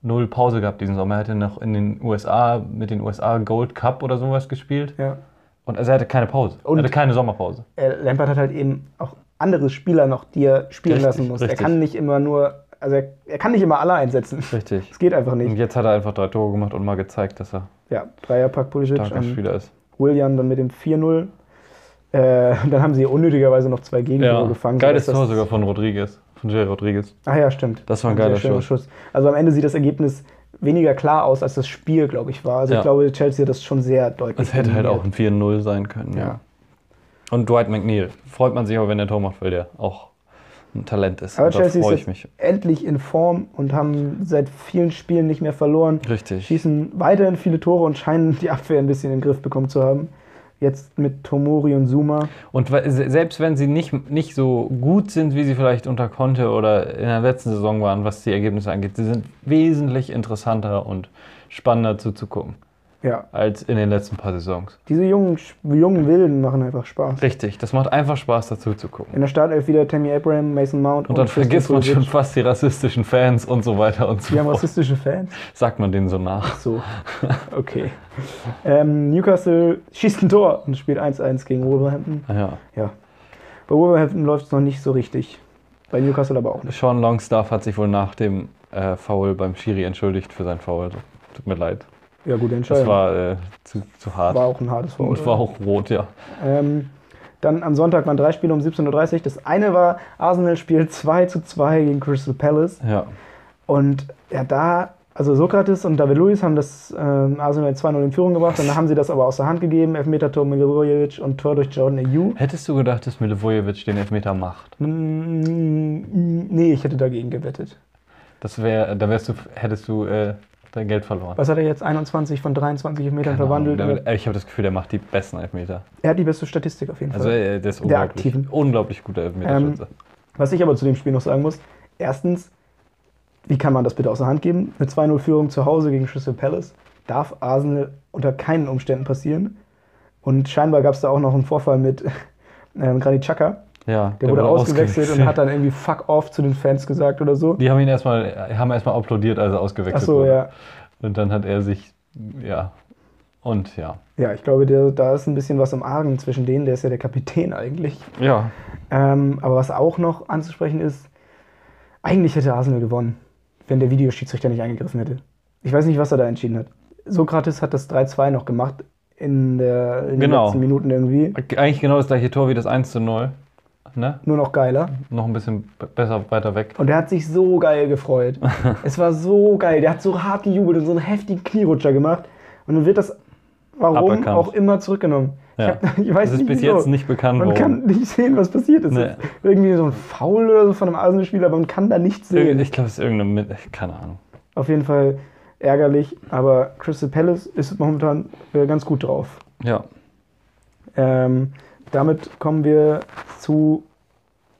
Speaker 1: null Pause gehabt diesen Sommer. Er hatte noch in den USA mit den USA Gold Cup oder sowas gespielt.
Speaker 2: Ja.
Speaker 1: Und also er hatte keine Pause.
Speaker 2: Und-
Speaker 1: er hatte keine Sommerpause.
Speaker 2: Äh, Lampard hat halt eben auch andere Spieler noch, die er spielen
Speaker 1: Richtig,
Speaker 2: lassen muss.
Speaker 1: richtig.
Speaker 2: Er kann nicht immer nur, also er, er kann nicht immer alle einsetzen. [laughs]
Speaker 1: Richtig.
Speaker 2: Es geht einfach
Speaker 1: Und
Speaker 2: nicht.
Speaker 1: jetzt hat er einfach drei Tore gemacht und mal gezeigt, dass er
Speaker 2: Ja, Dreierpack Pulisic
Speaker 1: starker
Speaker 2: an
Speaker 1: Spieler ist.
Speaker 2: William dann mit dem 4-0. Äh, dann haben sie unnötigerweise noch zwei Gegentore gefangen.
Speaker 1: Geiles
Speaker 2: sodass
Speaker 1: Tor
Speaker 2: das-
Speaker 1: sogar von Rodriguez, von Jerry Rodriguez.
Speaker 2: Ah ja, stimmt.
Speaker 1: Das war ein
Speaker 2: Sehr
Speaker 1: geiler
Speaker 2: schöner
Speaker 1: Schuss.
Speaker 2: Also am Ende sieht das Ergebnis weniger klar aus, als das Spiel, glaube ich, war. Also
Speaker 1: Ja.
Speaker 2: ich glaube, Chelsea hat das schon sehr deutlich.
Speaker 1: Es hätte halt auch
Speaker 2: dominiert.
Speaker 1: ein 4-0 sein können. Ja.
Speaker 2: Ja.
Speaker 1: Und Dwight McNeil. Freut man sich aber, wenn der Tor macht, weil der auch ein Talent ist.
Speaker 2: Aber
Speaker 1: Und da
Speaker 2: Chelsea
Speaker 1: freue
Speaker 2: ist
Speaker 1: ich
Speaker 2: jetzt
Speaker 1: mich.
Speaker 2: endlich in Form und haben seit vielen Spielen nicht mehr verloren.
Speaker 1: Richtig.
Speaker 2: Schießen weiterhin viele Tore und scheinen die Abwehr ein bisschen in den Griff bekommen zu haben. Jetzt mit Tomori und Zuma.
Speaker 1: Und we- se- selbst wenn sie nicht, nicht so gut sind, wie sie vielleicht unter Conte oder in der letzten Saison waren, was die Ergebnisse angeht, sie sind wesentlich interessanter und spannender zuzugucken
Speaker 2: Ja,
Speaker 1: als in den letzten paar Saisons.
Speaker 2: diese jungen, jungen Wilden machen einfach Spaß.
Speaker 1: Richtig, das macht einfach Spaß, dazu zu gucken.
Speaker 2: In der Startelf wieder Tammy Abraham, Mason Mount
Speaker 1: Und dann
Speaker 2: Christian
Speaker 1: vergisst man
Speaker 2: Pulisic.
Speaker 1: schon fast die rassistischen Fans und so weiter und so [laughs]
Speaker 2: Die haben
Speaker 1: fort.
Speaker 2: rassistische Fans.
Speaker 1: Sagt man denen so nach.
Speaker 2: So, [laughs] okay. Ähm, Newcastle [laughs] schießt ein Tor und spielt 1-1 gegen Wolverhampton.
Speaker 1: Ja.
Speaker 2: Ja. Bei Wolverhampton läuft es noch nicht so richtig. Bei Newcastle aber auch nicht.
Speaker 1: Sean Longstaff hat sich wohl nach dem äh, Foul beim Schiri entschuldigt für sein Foul. Tut mir leid.
Speaker 2: Ja, gute
Speaker 1: Das
Speaker 2: Entscheidung.
Speaker 1: war äh, zu, zu hart.
Speaker 2: War auch ein hartes Foul.
Speaker 1: und war auch rot, ja.
Speaker 2: Ähm, dann am Sonntag waren drei Spiele um 17.30 Uhr. Das eine war Arsenal-Spiel 2 zu 2 gegen Crystal Palace.
Speaker 1: Ja,
Speaker 2: Und ja, da, also Sokrates und David Luiz haben das ähm, Arsenal 2-0 in Führung gebracht. Dann haben sie das aber aus der Hand gegeben. Elfmeter-Tor Milivojevic und Tor durch Jordan Ayew.
Speaker 1: Hättest du gedacht, dass Milivojevic den Elfmeter macht?
Speaker 2: Mm, Nee, ich hätte dagegen gewettet.
Speaker 1: Das wär, da wärst du, hättest du äh, dein Geld verloren.
Speaker 2: Was hat er jetzt? 21 von 23 Metern
Speaker 1: Keine Ahnung.
Speaker 2: verwandelt.
Speaker 1: Der- ich habe das Gefühl, der macht die besten Elfmeter.
Speaker 2: Er hat die beste Statistik auf jeden
Speaker 1: Also
Speaker 2: Fall.
Speaker 1: äh, der ist
Speaker 2: Der
Speaker 1: unglaublich,
Speaker 2: Aktiven. Ähm,
Speaker 1: unglaublich guter Elfmeterschütze.
Speaker 2: Was ich aber zu dem Spiel noch sagen muss, erstens, wie kann man das bitte aus der Hand geben? Eine 2-0-Führung zu Hause gegen Crystal Palace darf Arsenal unter keinen Umständen passieren. Und scheinbar gab es da auch noch einen Vorfall mit [laughs] ähm, Granit Xhaka.
Speaker 1: ja,
Speaker 2: Der, wurde ausgewechselt, und hat dann irgendwie Fuck off zu den Fans gesagt oder so.
Speaker 1: Die haben ihn erstmal, haben erstmal applaudiert, als er ausgewechselt
Speaker 2: Achso,
Speaker 1: wurde.
Speaker 2: ja.
Speaker 1: Und dann hat er sich, ja, und ja.
Speaker 2: Ja, ich glaube, der, da ist ein bisschen was im Argen zwischen denen. Der ist ja der Kapitän eigentlich.
Speaker 1: Ja,
Speaker 2: Ähm, aber was auch noch anzusprechen ist, eigentlich hätte Arsenal gewonnen, wenn der Videoschiedsrichter nicht eingegriffen hätte. Ich weiß nicht, was er da entschieden hat. Sokrates hat das 3-2 noch gemacht in, der, in
Speaker 1: Genau.
Speaker 2: den letzten Minuten irgendwie.
Speaker 1: Eigentlich genau das gleiche Tor wie das 1 zu 0. Ne?
Speaker 2: Nur noch geiler.
Speaker 1: Noch ein bisschen b- besser weiter weg.
Speaker 2: Und der hat sich so
Speaker 1: [laughs]
Speaker 2: geil gefreut. es war so geil. Der hat so hart gejubelt und so einen heftigen Knierutscher gemacht. Und dann wird das, warum
Speaker 1: Aberkannt.
Speaker 2: auch immer, zurückgenommen.
Speaker 1: Ja.
Speaker 2: Ich, hab, [laughs] ich weiß
Speaker 1: Das ist
Speaker 2: nicht,
Speaker 1: bis
Speaker 2: wieso.
Speaker 1: jetzt nicht bekannt
Speaker 2: Man kann
Speaker 1: worden.
Speaker 2: nicht sehen, was passiert ist.
Speaker 1: Nee.
Speaker 2: Das ist Irgendwie so ein Foul oder so von einem Arsenal-Spieler, aber man kann da nichts sehen.
Speaker 1: Ich glaube, es ist irgendeine. Mit Keine Ahnung.
Speaker 2: Auf jeden Fall ärgerlich, aber Crystal Palace ist momentan äh, ganz gut drauf.
Speaker 1: Ja.
Speaker 2: Ähm, damit kommen wir zu.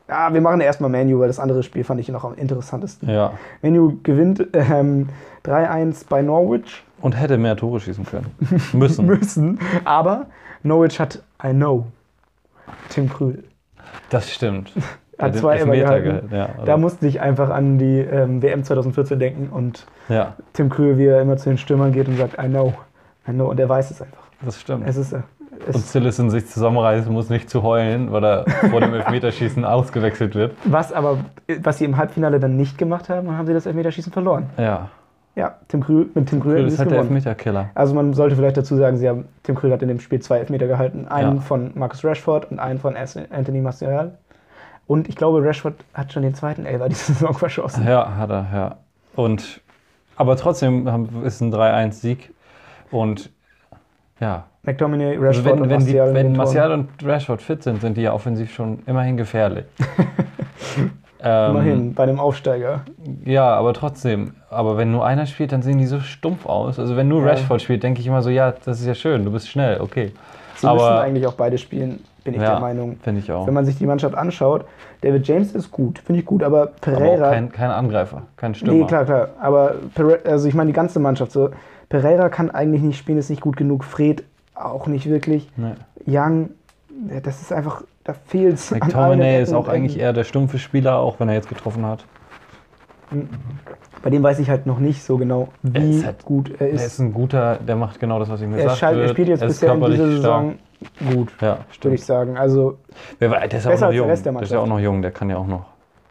Speaker 2: Ah, wir machen erstmal Manu, weil das andere Spiel fand ich noch am interessantesten.
Speaker 1: ja.
Speaker 2: Manu gewinnt ähm, 3-1 bei Norwich [laughs]
Speaker 1: Und hätte mehr Tore schießen können. Müssen.
Speaker 2: müssen, aber Norwich hat I know. Tim Krühl.
Speaker 1: Das stimmt.
Speaker 2: Hat
Speaker 1: den
Speaker 2: zwei immer
Speaker 1: Elfmeter
Speaker 2: gehalten.
Speaker 1: gehalten, ja,
Speaker 2: da
Speaker 1: aber-
Speaker 2: musste ich einfach an die ähm, WM 2014 denken und
Speaker 1: Ja,
Speaker 2: Tim Krühe, wie er immer zu den Stürmern geht und sagt, I know, I know. Und er weiß es einfach.
Speaker 1: das stimmt.
Speaker 2: Es ist, äh,
Speaker 1: und
Speaker 2: es,
Speaker 1: Sillison sich zusammenreißen muss, nicht zu heulen, weil er vor
Speaker 2: [laughs]
Speaker 1: dem Elfmeterschießen ausgewechselt wird.
Speaker 2: was aber, was sie im Halbfinale dann nicht gemacht haben, dann haben sie das Elfmeterschießen verloren.
Speaker 1: Ja,
Speaker 2: Ja, Tim Krühe, mit Tim Krühe
Speaker 1: das
Speaker 2: ist
Speaker 1: ist halt der
Speaker 2: gewonnen.
Speaker 1: Elfmeterkiller.
Speaker 2: Also man sollte vielleicht dazu sagen, sie haben, Tim Krüger hat in dem Spiel zwei Elfmeter gehalten. Einen
Speaker 1: Ja.
Speaker 2: von Marcus Rashford und einen von As- Anthony Martial. Und ich glaube, Rashford hat schon den zweiten Elfer diese [laughs] Saison verschossen.
Speaker 1: Ja, hat er, ja. Und, aber trotzdem haben- ist ein 3-1-Sieg. Und ja,
Speaker 2: McTominay,
Speaker 1: also
Speaker 2: Rashford
Speaker 1: wenn,
Speaker 2: und
Speaker 1: wenn, die,
Speaker 2: Martial in
Speaker 1: wenn
Speaker 2: den Toren.
Speaker 1: Martial und Rashford fit sind, sind die ja offensiv schon immerhin
Speaker 2: [laughs]
Speaker 1: gefährlich. ähm,
Speaker 2: Immerhin, bei einem Aufsteiger.
Speaker 1: Ja, aber trotzdem. Aber wenn nur einer spielt, dann sehen die so stumpf aus. Also wenn nur
Speaker 2: Ja.
Speaker 1: Rashford spielt, denke ich immer so, ja, das ist ja schön, du bist schnell, okay.
Speaker 2: Sie müssen
Speaker 1: aber
Speaker 2: eigentlich auch beide spielen, bin ich
Speaker 1: ja,
Speaker 2: der Meinung.
Speaker 1: finde ich auch.
Speaker 2: Wenn man sich die Mannschaft anschaut, David James ist gut, finde ich gut, aber
Speaker 1: Aber auch
Speaker 2: Pereira
Speaker 1: kein, kein Angreifer, kein Stürmer.
Speaker 2: Nee, klar, klar. Aber Pere also ich meine die ganze Mannschaft. So, Pereira kann eigentlich nicht spielen, ist nicht gut genug. Fred auch nicht wirklich.
Speaker 1: Nee.
Speaker 2: Young, ja, das ist einfach, da fehlt es.
Speaker 1: McTominay ist auch eigentlich eher der stumpfe Spieler, auch wenn er jetzt getroffen hat.
Speaker 2: Bei dem weiß ich halt noch nicht so genau,
Speaker 1: Er
Speaker 2: wie
Speaker 1: ist halt-
Speaker 2: gut er
Speaker 1: Er
Speaker 2: ist.
Speaker 1: ist ein guter, der macht genau das, was ihm
Speaker 2: Er,
Speaker 1: gesagt
Speaker 2: schall-
Speaker 1: wird.
Speaker 2: er spielt jetzt
Speaker 1: er ist
Speaker 2: bisher in dieser
Speaker 1: körperlich
Speaker 2: Saison gut,
Speaker 1: stark. Ja,
Speaker 2: würde ich
Speaker 1: stimmt.
Speaker 2: sagen. Also,
Speaker 1: Wer war- Der ist ja auch noch
Speaker 2: Besser als der
Speaker 1: jung.
Speaker 2: Rest der
Speaker 1: Der ist ja auch
Speaker 2: Mannschaft.
Speaker 1: noch jung, der kann ja auch noch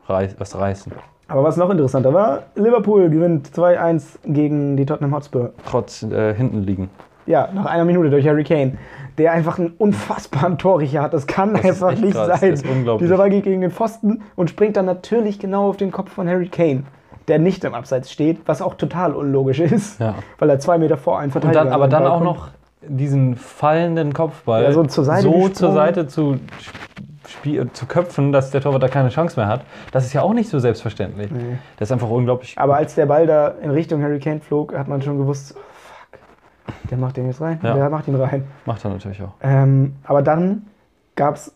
Speaker 1: reiß, was reißen.
Speaker 2: aber was noch interessanter war, Liverpool gewinnt 2-1 gegen die Tottenham Hotspur.
Speaker 1: Trotz äh, hinten liegen.
Speaker 2: Ja, nach einer Minute durch Harry Kane, der einfach einen unfassbaren Torrichter hat. Das kann
Speaker 1: ist
Speaker 2: einfach
Speaker 1: echt
Speaker 2: nicht
Speaker 1: krass. Das
Speaker 2: sein.
Speaker 1: ist unglaublich.
Speaker 2: Dieser Ball geht gegen den Pfosten und springt dann natürlich genau auf den Kopf von Harry Kane, der nicht im Abseits steht, was auch total unlogisch ist,
Speaker 1: Ja.
Speaker 2: weil er zwei Meter vor einem
Speaker 1: Und
Speaker 2: Verteidiger
Speaker 1: dann, aber
Speaker 2: an den
Speaker 1: dann
Speaker 2: Ball
Speaker 1: auch
Speaker 2: kommt.
Speaker 1: noch diesen fallenden Kopfball
Speaker 2: Ja, so zur Seite
Speaker 1: so
Speaker 2: gesprungen.
Speaker 1: zur Seite zu, spie- äh, zu köpfen, dass der Torwart da keine Chance mehr hat. Das ist ja auch nicht so selbstverständlich. Das ist einfach unglaublich.
Speaker 2: Aber als der Ball da in Richtung Harry Kane flog, hat man schon gewusst, oh, fuck, der macht den jetzt rein,
Speaker 1: Ja.
Speaker 2: der macht ihn rein.
Speaker 1: Macht er natürlich auch.
Speaker 2: Ähm, aber dann gab es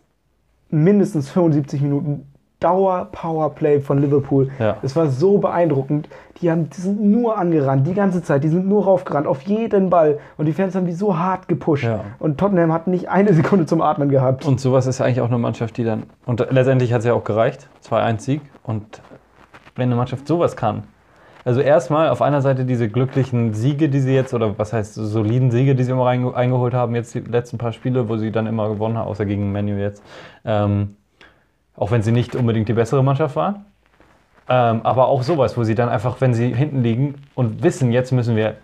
Speaker 2: mindestens 75 Minuten Dauer-Powerplay von Liverpool.
Speaker 1: Ja.
Speaker 2: Es war so beeindruckend. Die, haben, die sind nur angerannt, die ganze Zeit. Die sind nur raufgerannt, auf jeden Ball. Und die Fans haben die so hart gepusht.
Speaker 1: Ja.
Speaker 2: Und Tottenham hat nicht eine Sekunde zum Atmen gehabt.
Speaker 1: Und sowas ist ja eigentlich auch eine Mannschaft, die dann. Und letztendlich hat es ja auch gereicht. 2-1-Sieg. Und wenn eine Mannschaft sowas kann. Also erstmal auf einer Seite diese glücklichen Siege, die sie jetzt, oder was heißt soliden Siege, die sie immer reinge- eingeholt haben, jetzt die letzten paar Spiele, wo sie dann immer gewonnen haben, außer gegen Menu jetzt. Ähm, auch wenn sie nicht unbedingt die bessere Mannschaft war. Ähm, aber auch sowas, wo sie dann einfach, wenn sie hinten liegen und wissen, jetzt müssen wir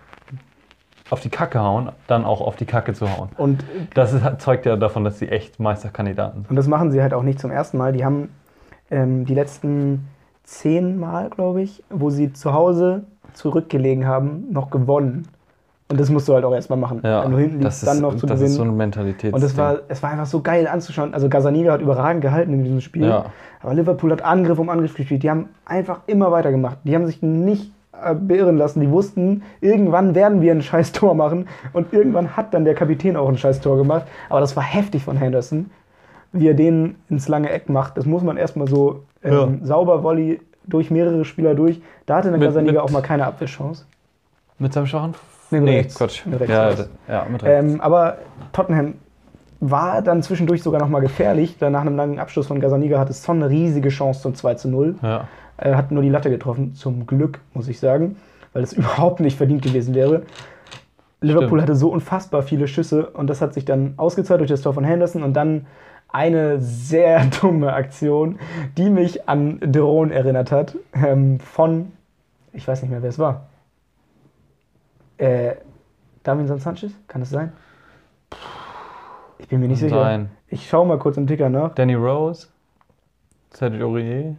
Speaker 1: auf die Kacke hauen, dann auch auf die Kacke zu hauen.
Speaker 2: Und,
Speaker 1: Das ist, zeugt ja davon, dass sie echt Meisterkandidaten sind.
Speaker 2: und das machen sie halt auch nicht zum ersten Mal. Die haben ähm, die letzten zehn Mal, glaube ich, wo sie zu Hause zurückgelegen haben, noch gewonnen. Und das musst du halt auch erstmal machen. Wenn du hinten liegst, dann noch zu
Speaker 1: das
Speaker 2: gewinnen.
Speaker 1: ist so eine Mentalität.
Speaker 2: Und es war, es war einfach so geil anzuschauen. Also Gazzaniga hat überragend gehalten in diesem Spiel.
Speaker 1: Ja.
Speaker 2: Aber Liverpool hat Angriff um Angriff gespielt. Die haben einfach immer weitergemacht. Die haben sich nicht äh, beirren lassen. Die wussten, irgendwann werden wir ein scheiß Tor machen. Und irgendwann hat dann der Kapitän auch ein scheiß Tor gemacht. Aber das war heftig von Henderson, wie er den ins lange Eck macht. Das muss man erstmal so ähm,
Speaker 1: Ja.
Speaker 2: sauber Volley durch mehrere Spieler durch. Da hatte dann
Speaker 1: Mit-
Speaker 2: Gazzaniga
Speaker 1: mit-
Speaker 2: auch mal keine Abwehrchance.
Speaker 1: mit seinem schwachen
Speaker 2: Nee, mit rechts.
Speaker 1: Quatsch.
Speaker 2: Mit rechts
Speaker 1: ja,
Speaker 2: war's.
Speaker 1: d- ja, mit rechts.
Speaker 2: Ähm, aber Tottenham war dann zwischendurch sogar nochmal gefährlich. Dann nach einem langen Abschluss von Gazzaniga hatte Son eine riesige Chance zum 2 zu 0.
Speaker 1: ja.
Speaker 2: Er Äh, hat nur die Latte getroffen, zum Glück, muss ich sagen, weil das [laughs] überhaupt nicht verdient gewesen wäre. Liverpool hatte so unfassbar viele Schüsse und das hat sich dann ausgezahlt durch das Tor von Henderson und dann eine sehr [laughs] dumme Aktion, die mich an Drone erinnert hat, ähm, von, ich weiß nicht mehr, wer es war. Äh, Davinson Sanchez? Kann es sein? Ich bin mir nicht sicher.
Speaker 1: Nein.
Speaker 2: Ich schaue mal kurz im Ticker nach.
Speaker 1: Danny Rose, Sergio Aurier.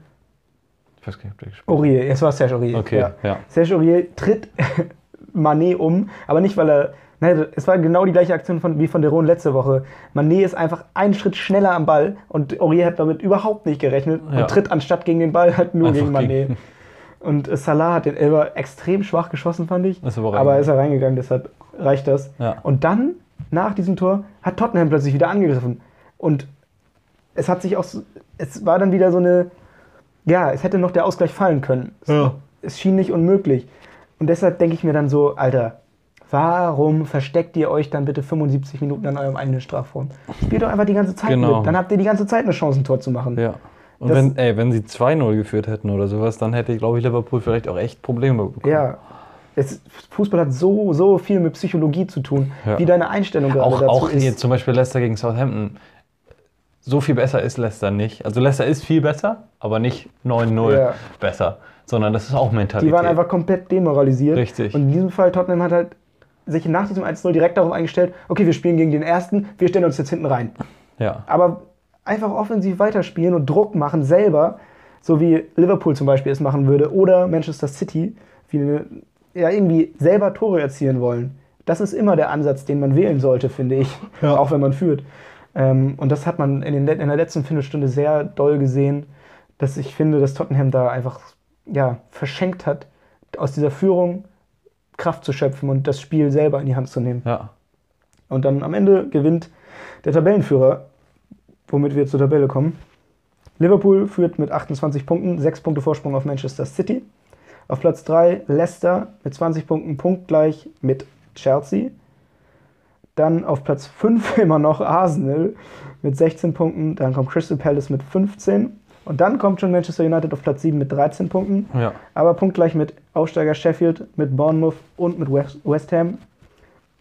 Speaker 1: Ich weiß gar nicht, ob der gespielt hat.
Speaker 2: Aurier, es war Serge Aurier.
Speaker 1: Okay, ja.
Speaker 2: Serge Aurier tritt [laughs] Manet um, aber nicht, weil er. Nein, es war genau die gleiche Aktion von, wie von Deron letzte Woche. Manet ist einfach einen Schritt schneller am Ball und Aurier hat damit überhaupt nicht gerechnet
Speaker 1: Ja.
Speaker 2: und tritt anstatt gegen den Ball halt nur
Speaker 1: Einfach
Speaker 2: gegen Manet. [laughs] Und äh, Salah hat den Elber extrem schwach geschossen, fand ich.
Speaker 1: Ist aber
Speaker 2: aber
Speaker 1: reingegangen.
Speaker 2: ist er reingegangen, deshalb reicht das.
Speaker 1: Ja.
Speaker 2: Und dann, nach diesem Tor, hat Tottenham plötzlich wieder angegriffen. Und es hat sich auch. so- Es war dann wieder so eine. Ja, es hätte noch der Ausgleich fallen können es schien nicht unmöglich. Und deshalb denke ich mir dann so, Alter, warum versteckt ihr euch dann bitte 75 Minuten an eurem eigenen Strafraum? Spielt doch einfach die ganze Zeit
Speaker 1: Genau.
Speaker 2: mit. Dann habt ihr die ganze Zeit eine Chance, ein Tor zu machen.
Speaker 1: Ja. Und
Speaker 2: Das-
Speaker 1: wenn, ey, wenn sie 2-0 geführt hätten oder sowas, dann hätte, glaube ich, Liverpool vielleicht auch echt Probleme bekommen.
Speaker 2: Ja. Es, Fußball hat so, so viel mit Psychologie zu tun,
Speaker 1: Ja.
Speaker 2: wie deine Einstellung gerade
Speaker 1: auch
Speaker 2: dazu
Speaker 1: auch
Speaker 2: ist.
Speaker 1: hier zum Beispiel Leicester gegen Southampton. So viel besser ist Leicester nicht. Also Leicester ist viel besser, aber nicht 9-0
Speaker 2: Ja.
Speaker 1: besser, sondern das ist auch Mentalität.
Speaker 2: Die waren einfach komplett demoralisiert.
Speaker 1: Richtig.
Speaker 2: Und in diesem Fall, Tottenham hat halt sich nach diesem 1-0 direkt darauf eingestellt, okay, wir spielen gegen den Ersten, wir stellen uns jetzt hinten rein.
Speaker 1: ja.
Speaker 2: Aber einfach offensiv weiterspielen und Druck machen selber, so wie Liverpool zum Beispiel es machen würde oder Manchester City, wie eine, ja irgendwie selber Tore erzielen wollen. Das ist immer der Ansatz, den man wählen sollte, finde ich, auch wenn man führt. Ähm, und das hat man in, den, let- in der letzten Viertelstunde sehr doll gesehen, dass ich finde, dass Tottenham da einfach ja, verschenkt hat, aus dieser Führung Kraft zu schöpfen und das Spiel selber in die Hand zu nehmen.
Speaker 1: ja.
Speaker 2: Und dann am Ende gewinnt der Tabellenführer, womit wir zur Tabelle kommen. Liverpool führt mit 28 Punkten, 6 Punkte Vorsprung auf Manchester City. Auf Platz 3 Leicester mit 20 Punkten, punktgleich mit Chelsea. Dann auf Platz 5 [laughs] immer noch Arsenal mit 16 Punkten. Dann kommt Crystal Palace mit 15. Und dann kommt schon Manchester United auf Platz 7 mit 13 Punkten.
Speaker 1: Ja.
Speaker 2: Aber punktgleich mit Aufsteiger Sheffield, mit Bournemouth und mit West, West Ham.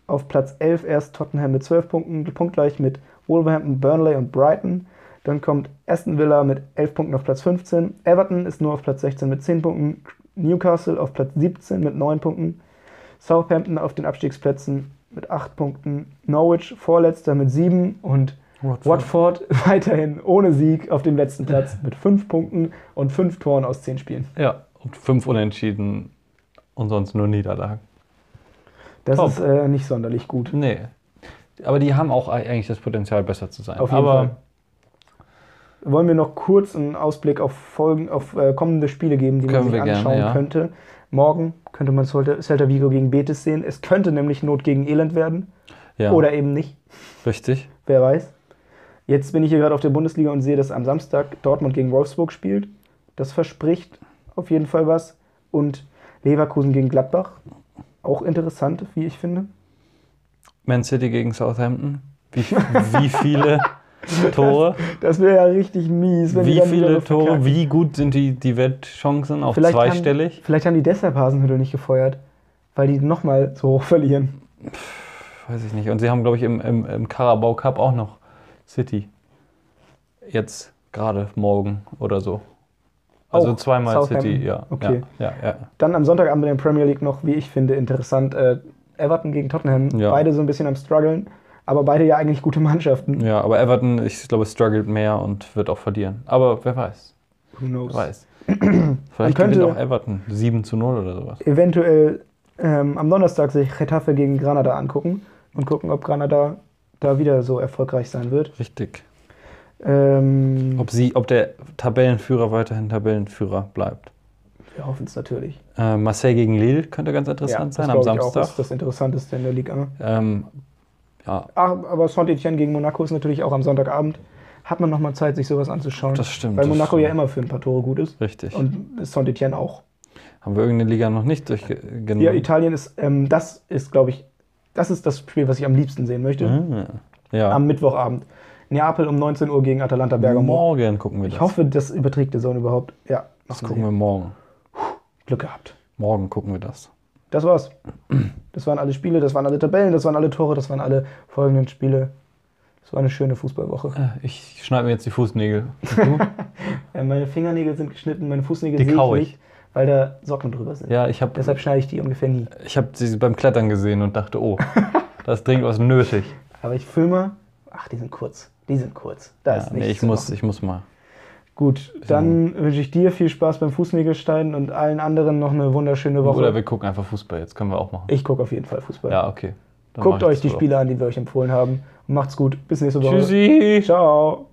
Speaker 2: Auf Platz 11 erst Tottenham mit 12 Punkten, punktgleich mit Wolverhampton, Burnley und Brighton. Dann kommt Aston Villa mit 11 Punkten auf Platz 15. Everton ist nur auf Platz 16 mit 10 Punkten. Newcastle auf Platz 17 mit 9 Punkten. Southampton auf den Abstiegsplätzen mit 8 Punkten. Norwich vorletzter mit 7 und Watford [laughs] weiterhin ohne Sieg auf dem letzten Platz mit 5 Punkten und 5 Toren aus 10 Spielen.
Speaker 1: Ja, und fünf Unentschieden und sonst nur Niederlagen.
Speaker 2: Das
Speaker 1: Top.
Speaker 2: ist äh, nicht sonderlich gut.
Speaker 1: Nee. Aber die haben auch eigentlich das Potenzial, besser zu sein.
Speaker 2: Auf jeden
Speaker 1: Aber
Speaker 2: Fall. Wollen wir noch kurz einen Ausblick auf, Folgen, auf äh, kommende Spiele geben, die man
Speaker 1: Können
Speaker 2: sich
Speaker 1: wir gerne,
Speaker 2: anschauen
Speaker 1: ja.
Speaker 2: könnte? Morgen könnte man Celta, Celta Vigo gegen Betis sehen. Es könnte nämlich Not gegen Elend werden.
Speaker 1: ja,
Speaker 2: Oder eben nicht.
Speaker 1: richtig.
Speaker 2: Wer weiß. Jetzt bin ich hier gerade auf der Bundesliga und sehe, dass am Samstag Dortmund gegen Wolfsburg spielt. Das verspricht auf jeden Fall was. Und Leverkusen gegen Gladbach. Auch interessant, wie ich finde.
Speaker 1: Man City gegen Southampton. Wie, wie
Speaker 2: [laughs]
Speaker 1: viele Tore?
Speaker 2: Das wäre ja richtig mies, wenn die
Speaker 1: Wie
Speaker 2: dann wieder
Speaker 1: viele
Speaker 2: nur
Speaker 1: Tore?
Speaker 2: verkacken.
Speaker 1: Wie gut sind die, die Wettchancen? Auf
Speaker 2: Vielleicht haben-
Speaker 1: zweistellig?
Speaker 2: Vielleicht haben die deshalb Hasenhüttel nicht gefeuert, weil die nochmal so hoch [laughs] verlieren.
Speaker 1: Weiß ich nicht. Und sie haben, glaube ich, im, im, im Carabao Cup auch noch City. Jetzt gerade morgen oder so. Also
Speaker 2: Auch
Speaker 1: zweimal City,
Speaker 2: Southampton.
Speaker 1: ja.
Speaker 2: Okay.
Speaker 1: Ja, ja, ja.
Speaker 2: Dann am Sonntagabend in der Premier League noch, wie ich finde, interessant. Äh, Everton gegen Tottenham.
Speaker 1: Ja.
Speaker 2: Beide so ein bisschen am Struggeln, aber beide ja eigentlich gute Mannschaften.
Speaker 1: Ja, aber Everton, ich glaube, struggelt mehr und wird auch verlieren. Aber wer weiß.
Speaker 2: Who knows?
Speaker 1: Wer
Speaker 2: [clears throat]
Speaker 1: weiß. Vielleicht
Speaker 2: Man könnte-
Speaker 1: gewinnt auch Everton 7 zu 0 oder sowas.
Speaker 2: Eventuell ähm, am Donnerstag sich Getafe gegen Granada angucken und gucken, ob Granada da wieder so erfolgreich sein wird.
Speaker 1: Richtig.
Speaker 2: Ähm,
Speaker 1: Ob, sie, ob der Tabellenführer weiterhin Tabellenführer bleibt.
Speaker 2: wir hoffen es natürlich.
Speaker 1: Äh, Marseille gegen Lille könnte ganz
Speaker 2: Ja, das
Speaker 1: interessant sein am
Speaker 2: glaub ich Auch,
Speaker 1: Samstag.
Speaker 2: ist das Interessanteste in der Liga.
Speaker 1: Ähm, ja,
Speaker 2: Ach, aber Saint-Etienne gegen Monaco ist natürlich auch am Sonntagabend. Hat man nochmal Zeit, sich sowas anzuschauen.
Speaker 1: das stimmt.
Speaker 2: Weil
Speaker 1: das
Speaker 2: Monaco
Speaker 1: stimmt.
Speaker 2: ja immer für ein paar Tore gut ist.
Speaker 1: Richtig.
Speaker 2: Und Saint-Etienne auch.
Speaker 1: Haben wir irgendeine Liga noch nicht durchgenommen?
Speaker 2: Ja, Italien ist, ähm, das ist, glaube ich, das ist das Spiel, was ich am liebsten sehen möchte.
Speaker 1: Ah, Ja.
Speaker 2: Am Mittwochabend. Neapel um 19 Uhr gegen Atalanta Bergamo.
Speaker 1: morgen gucken wir das.
Speaker 2: Ich hoffe, das überträgt der Zone überhaupt. Ja,
Speaker 1: das
Speaker 2: machen
Speaker 1: gucken
Speaker 2: sie.
Speaker 1: wir morgen.
Speaker 2: Glück gehabt.
Speaker 1: Morgen gucken wir das.
Speaker 2: Das war's. Das waren alle Spiele, das waren alle Tabellen, das waren alle Tore, das waren alle folgenden Spiele. Das war eine schöne Fußballwoche.
Speaker 1: Äh, Ich schneide mir jetzt die Fußnägel.
Speaker 2: Äh, meine Fingernägel sind geschnitten, meine Fußnägel
Speaker 1: Die
Speaker 2: sehe ich
Speaker 1: kau ich.
Speaker 2: nicht, weil da Socken drüber sind.
Speaker 1: Ja, ich habe
Speaker 2: Deshalb schneide ich die ungefähr nie.
Speaker 1: ich hab sie beim Klettern gesehen und dachte,
Speaker 2: [laughs]
Speaker 1: oh, das ist dringend was nötig.
Speaker 2: Aber ich filme. Ach, die sind kurz. Die sind kurz. Da
Speaker 1: Ja,
Speaker 2: ist
Speaker 1: nee,
Speaker 2: nichts.
Speaker 1: ich,
Speaker 2: zu
Speaker 1: muss,
Speaker 2: machen.
Speaker 1: ich muss mal.
Speaker 2: Gut, dann wünsche ich dir viel Spaß beim Fußnägelsteinen und allen anderen noch eine wunderschöne Woche.
Speaker 1: Oder wir gucken einfach Fußball. Jetzt können wir auch machen.
Speaker 2: ich gucke auf jeden Fall Fußball.
Speaker 1: Ja, okay. Dann mach
Speaker 2: Guckt
Speaker 1: ich
Speaker 2: euch
Speaker 1: das
Speaker 2: die
Speaker 1: so.
Speaker 2: Spiele an, die wir euch empfohlen haben. Und macht's gut. Bis nächste Woche.
Speaker 1: Tschüssi.
Speaker 2: Ciao.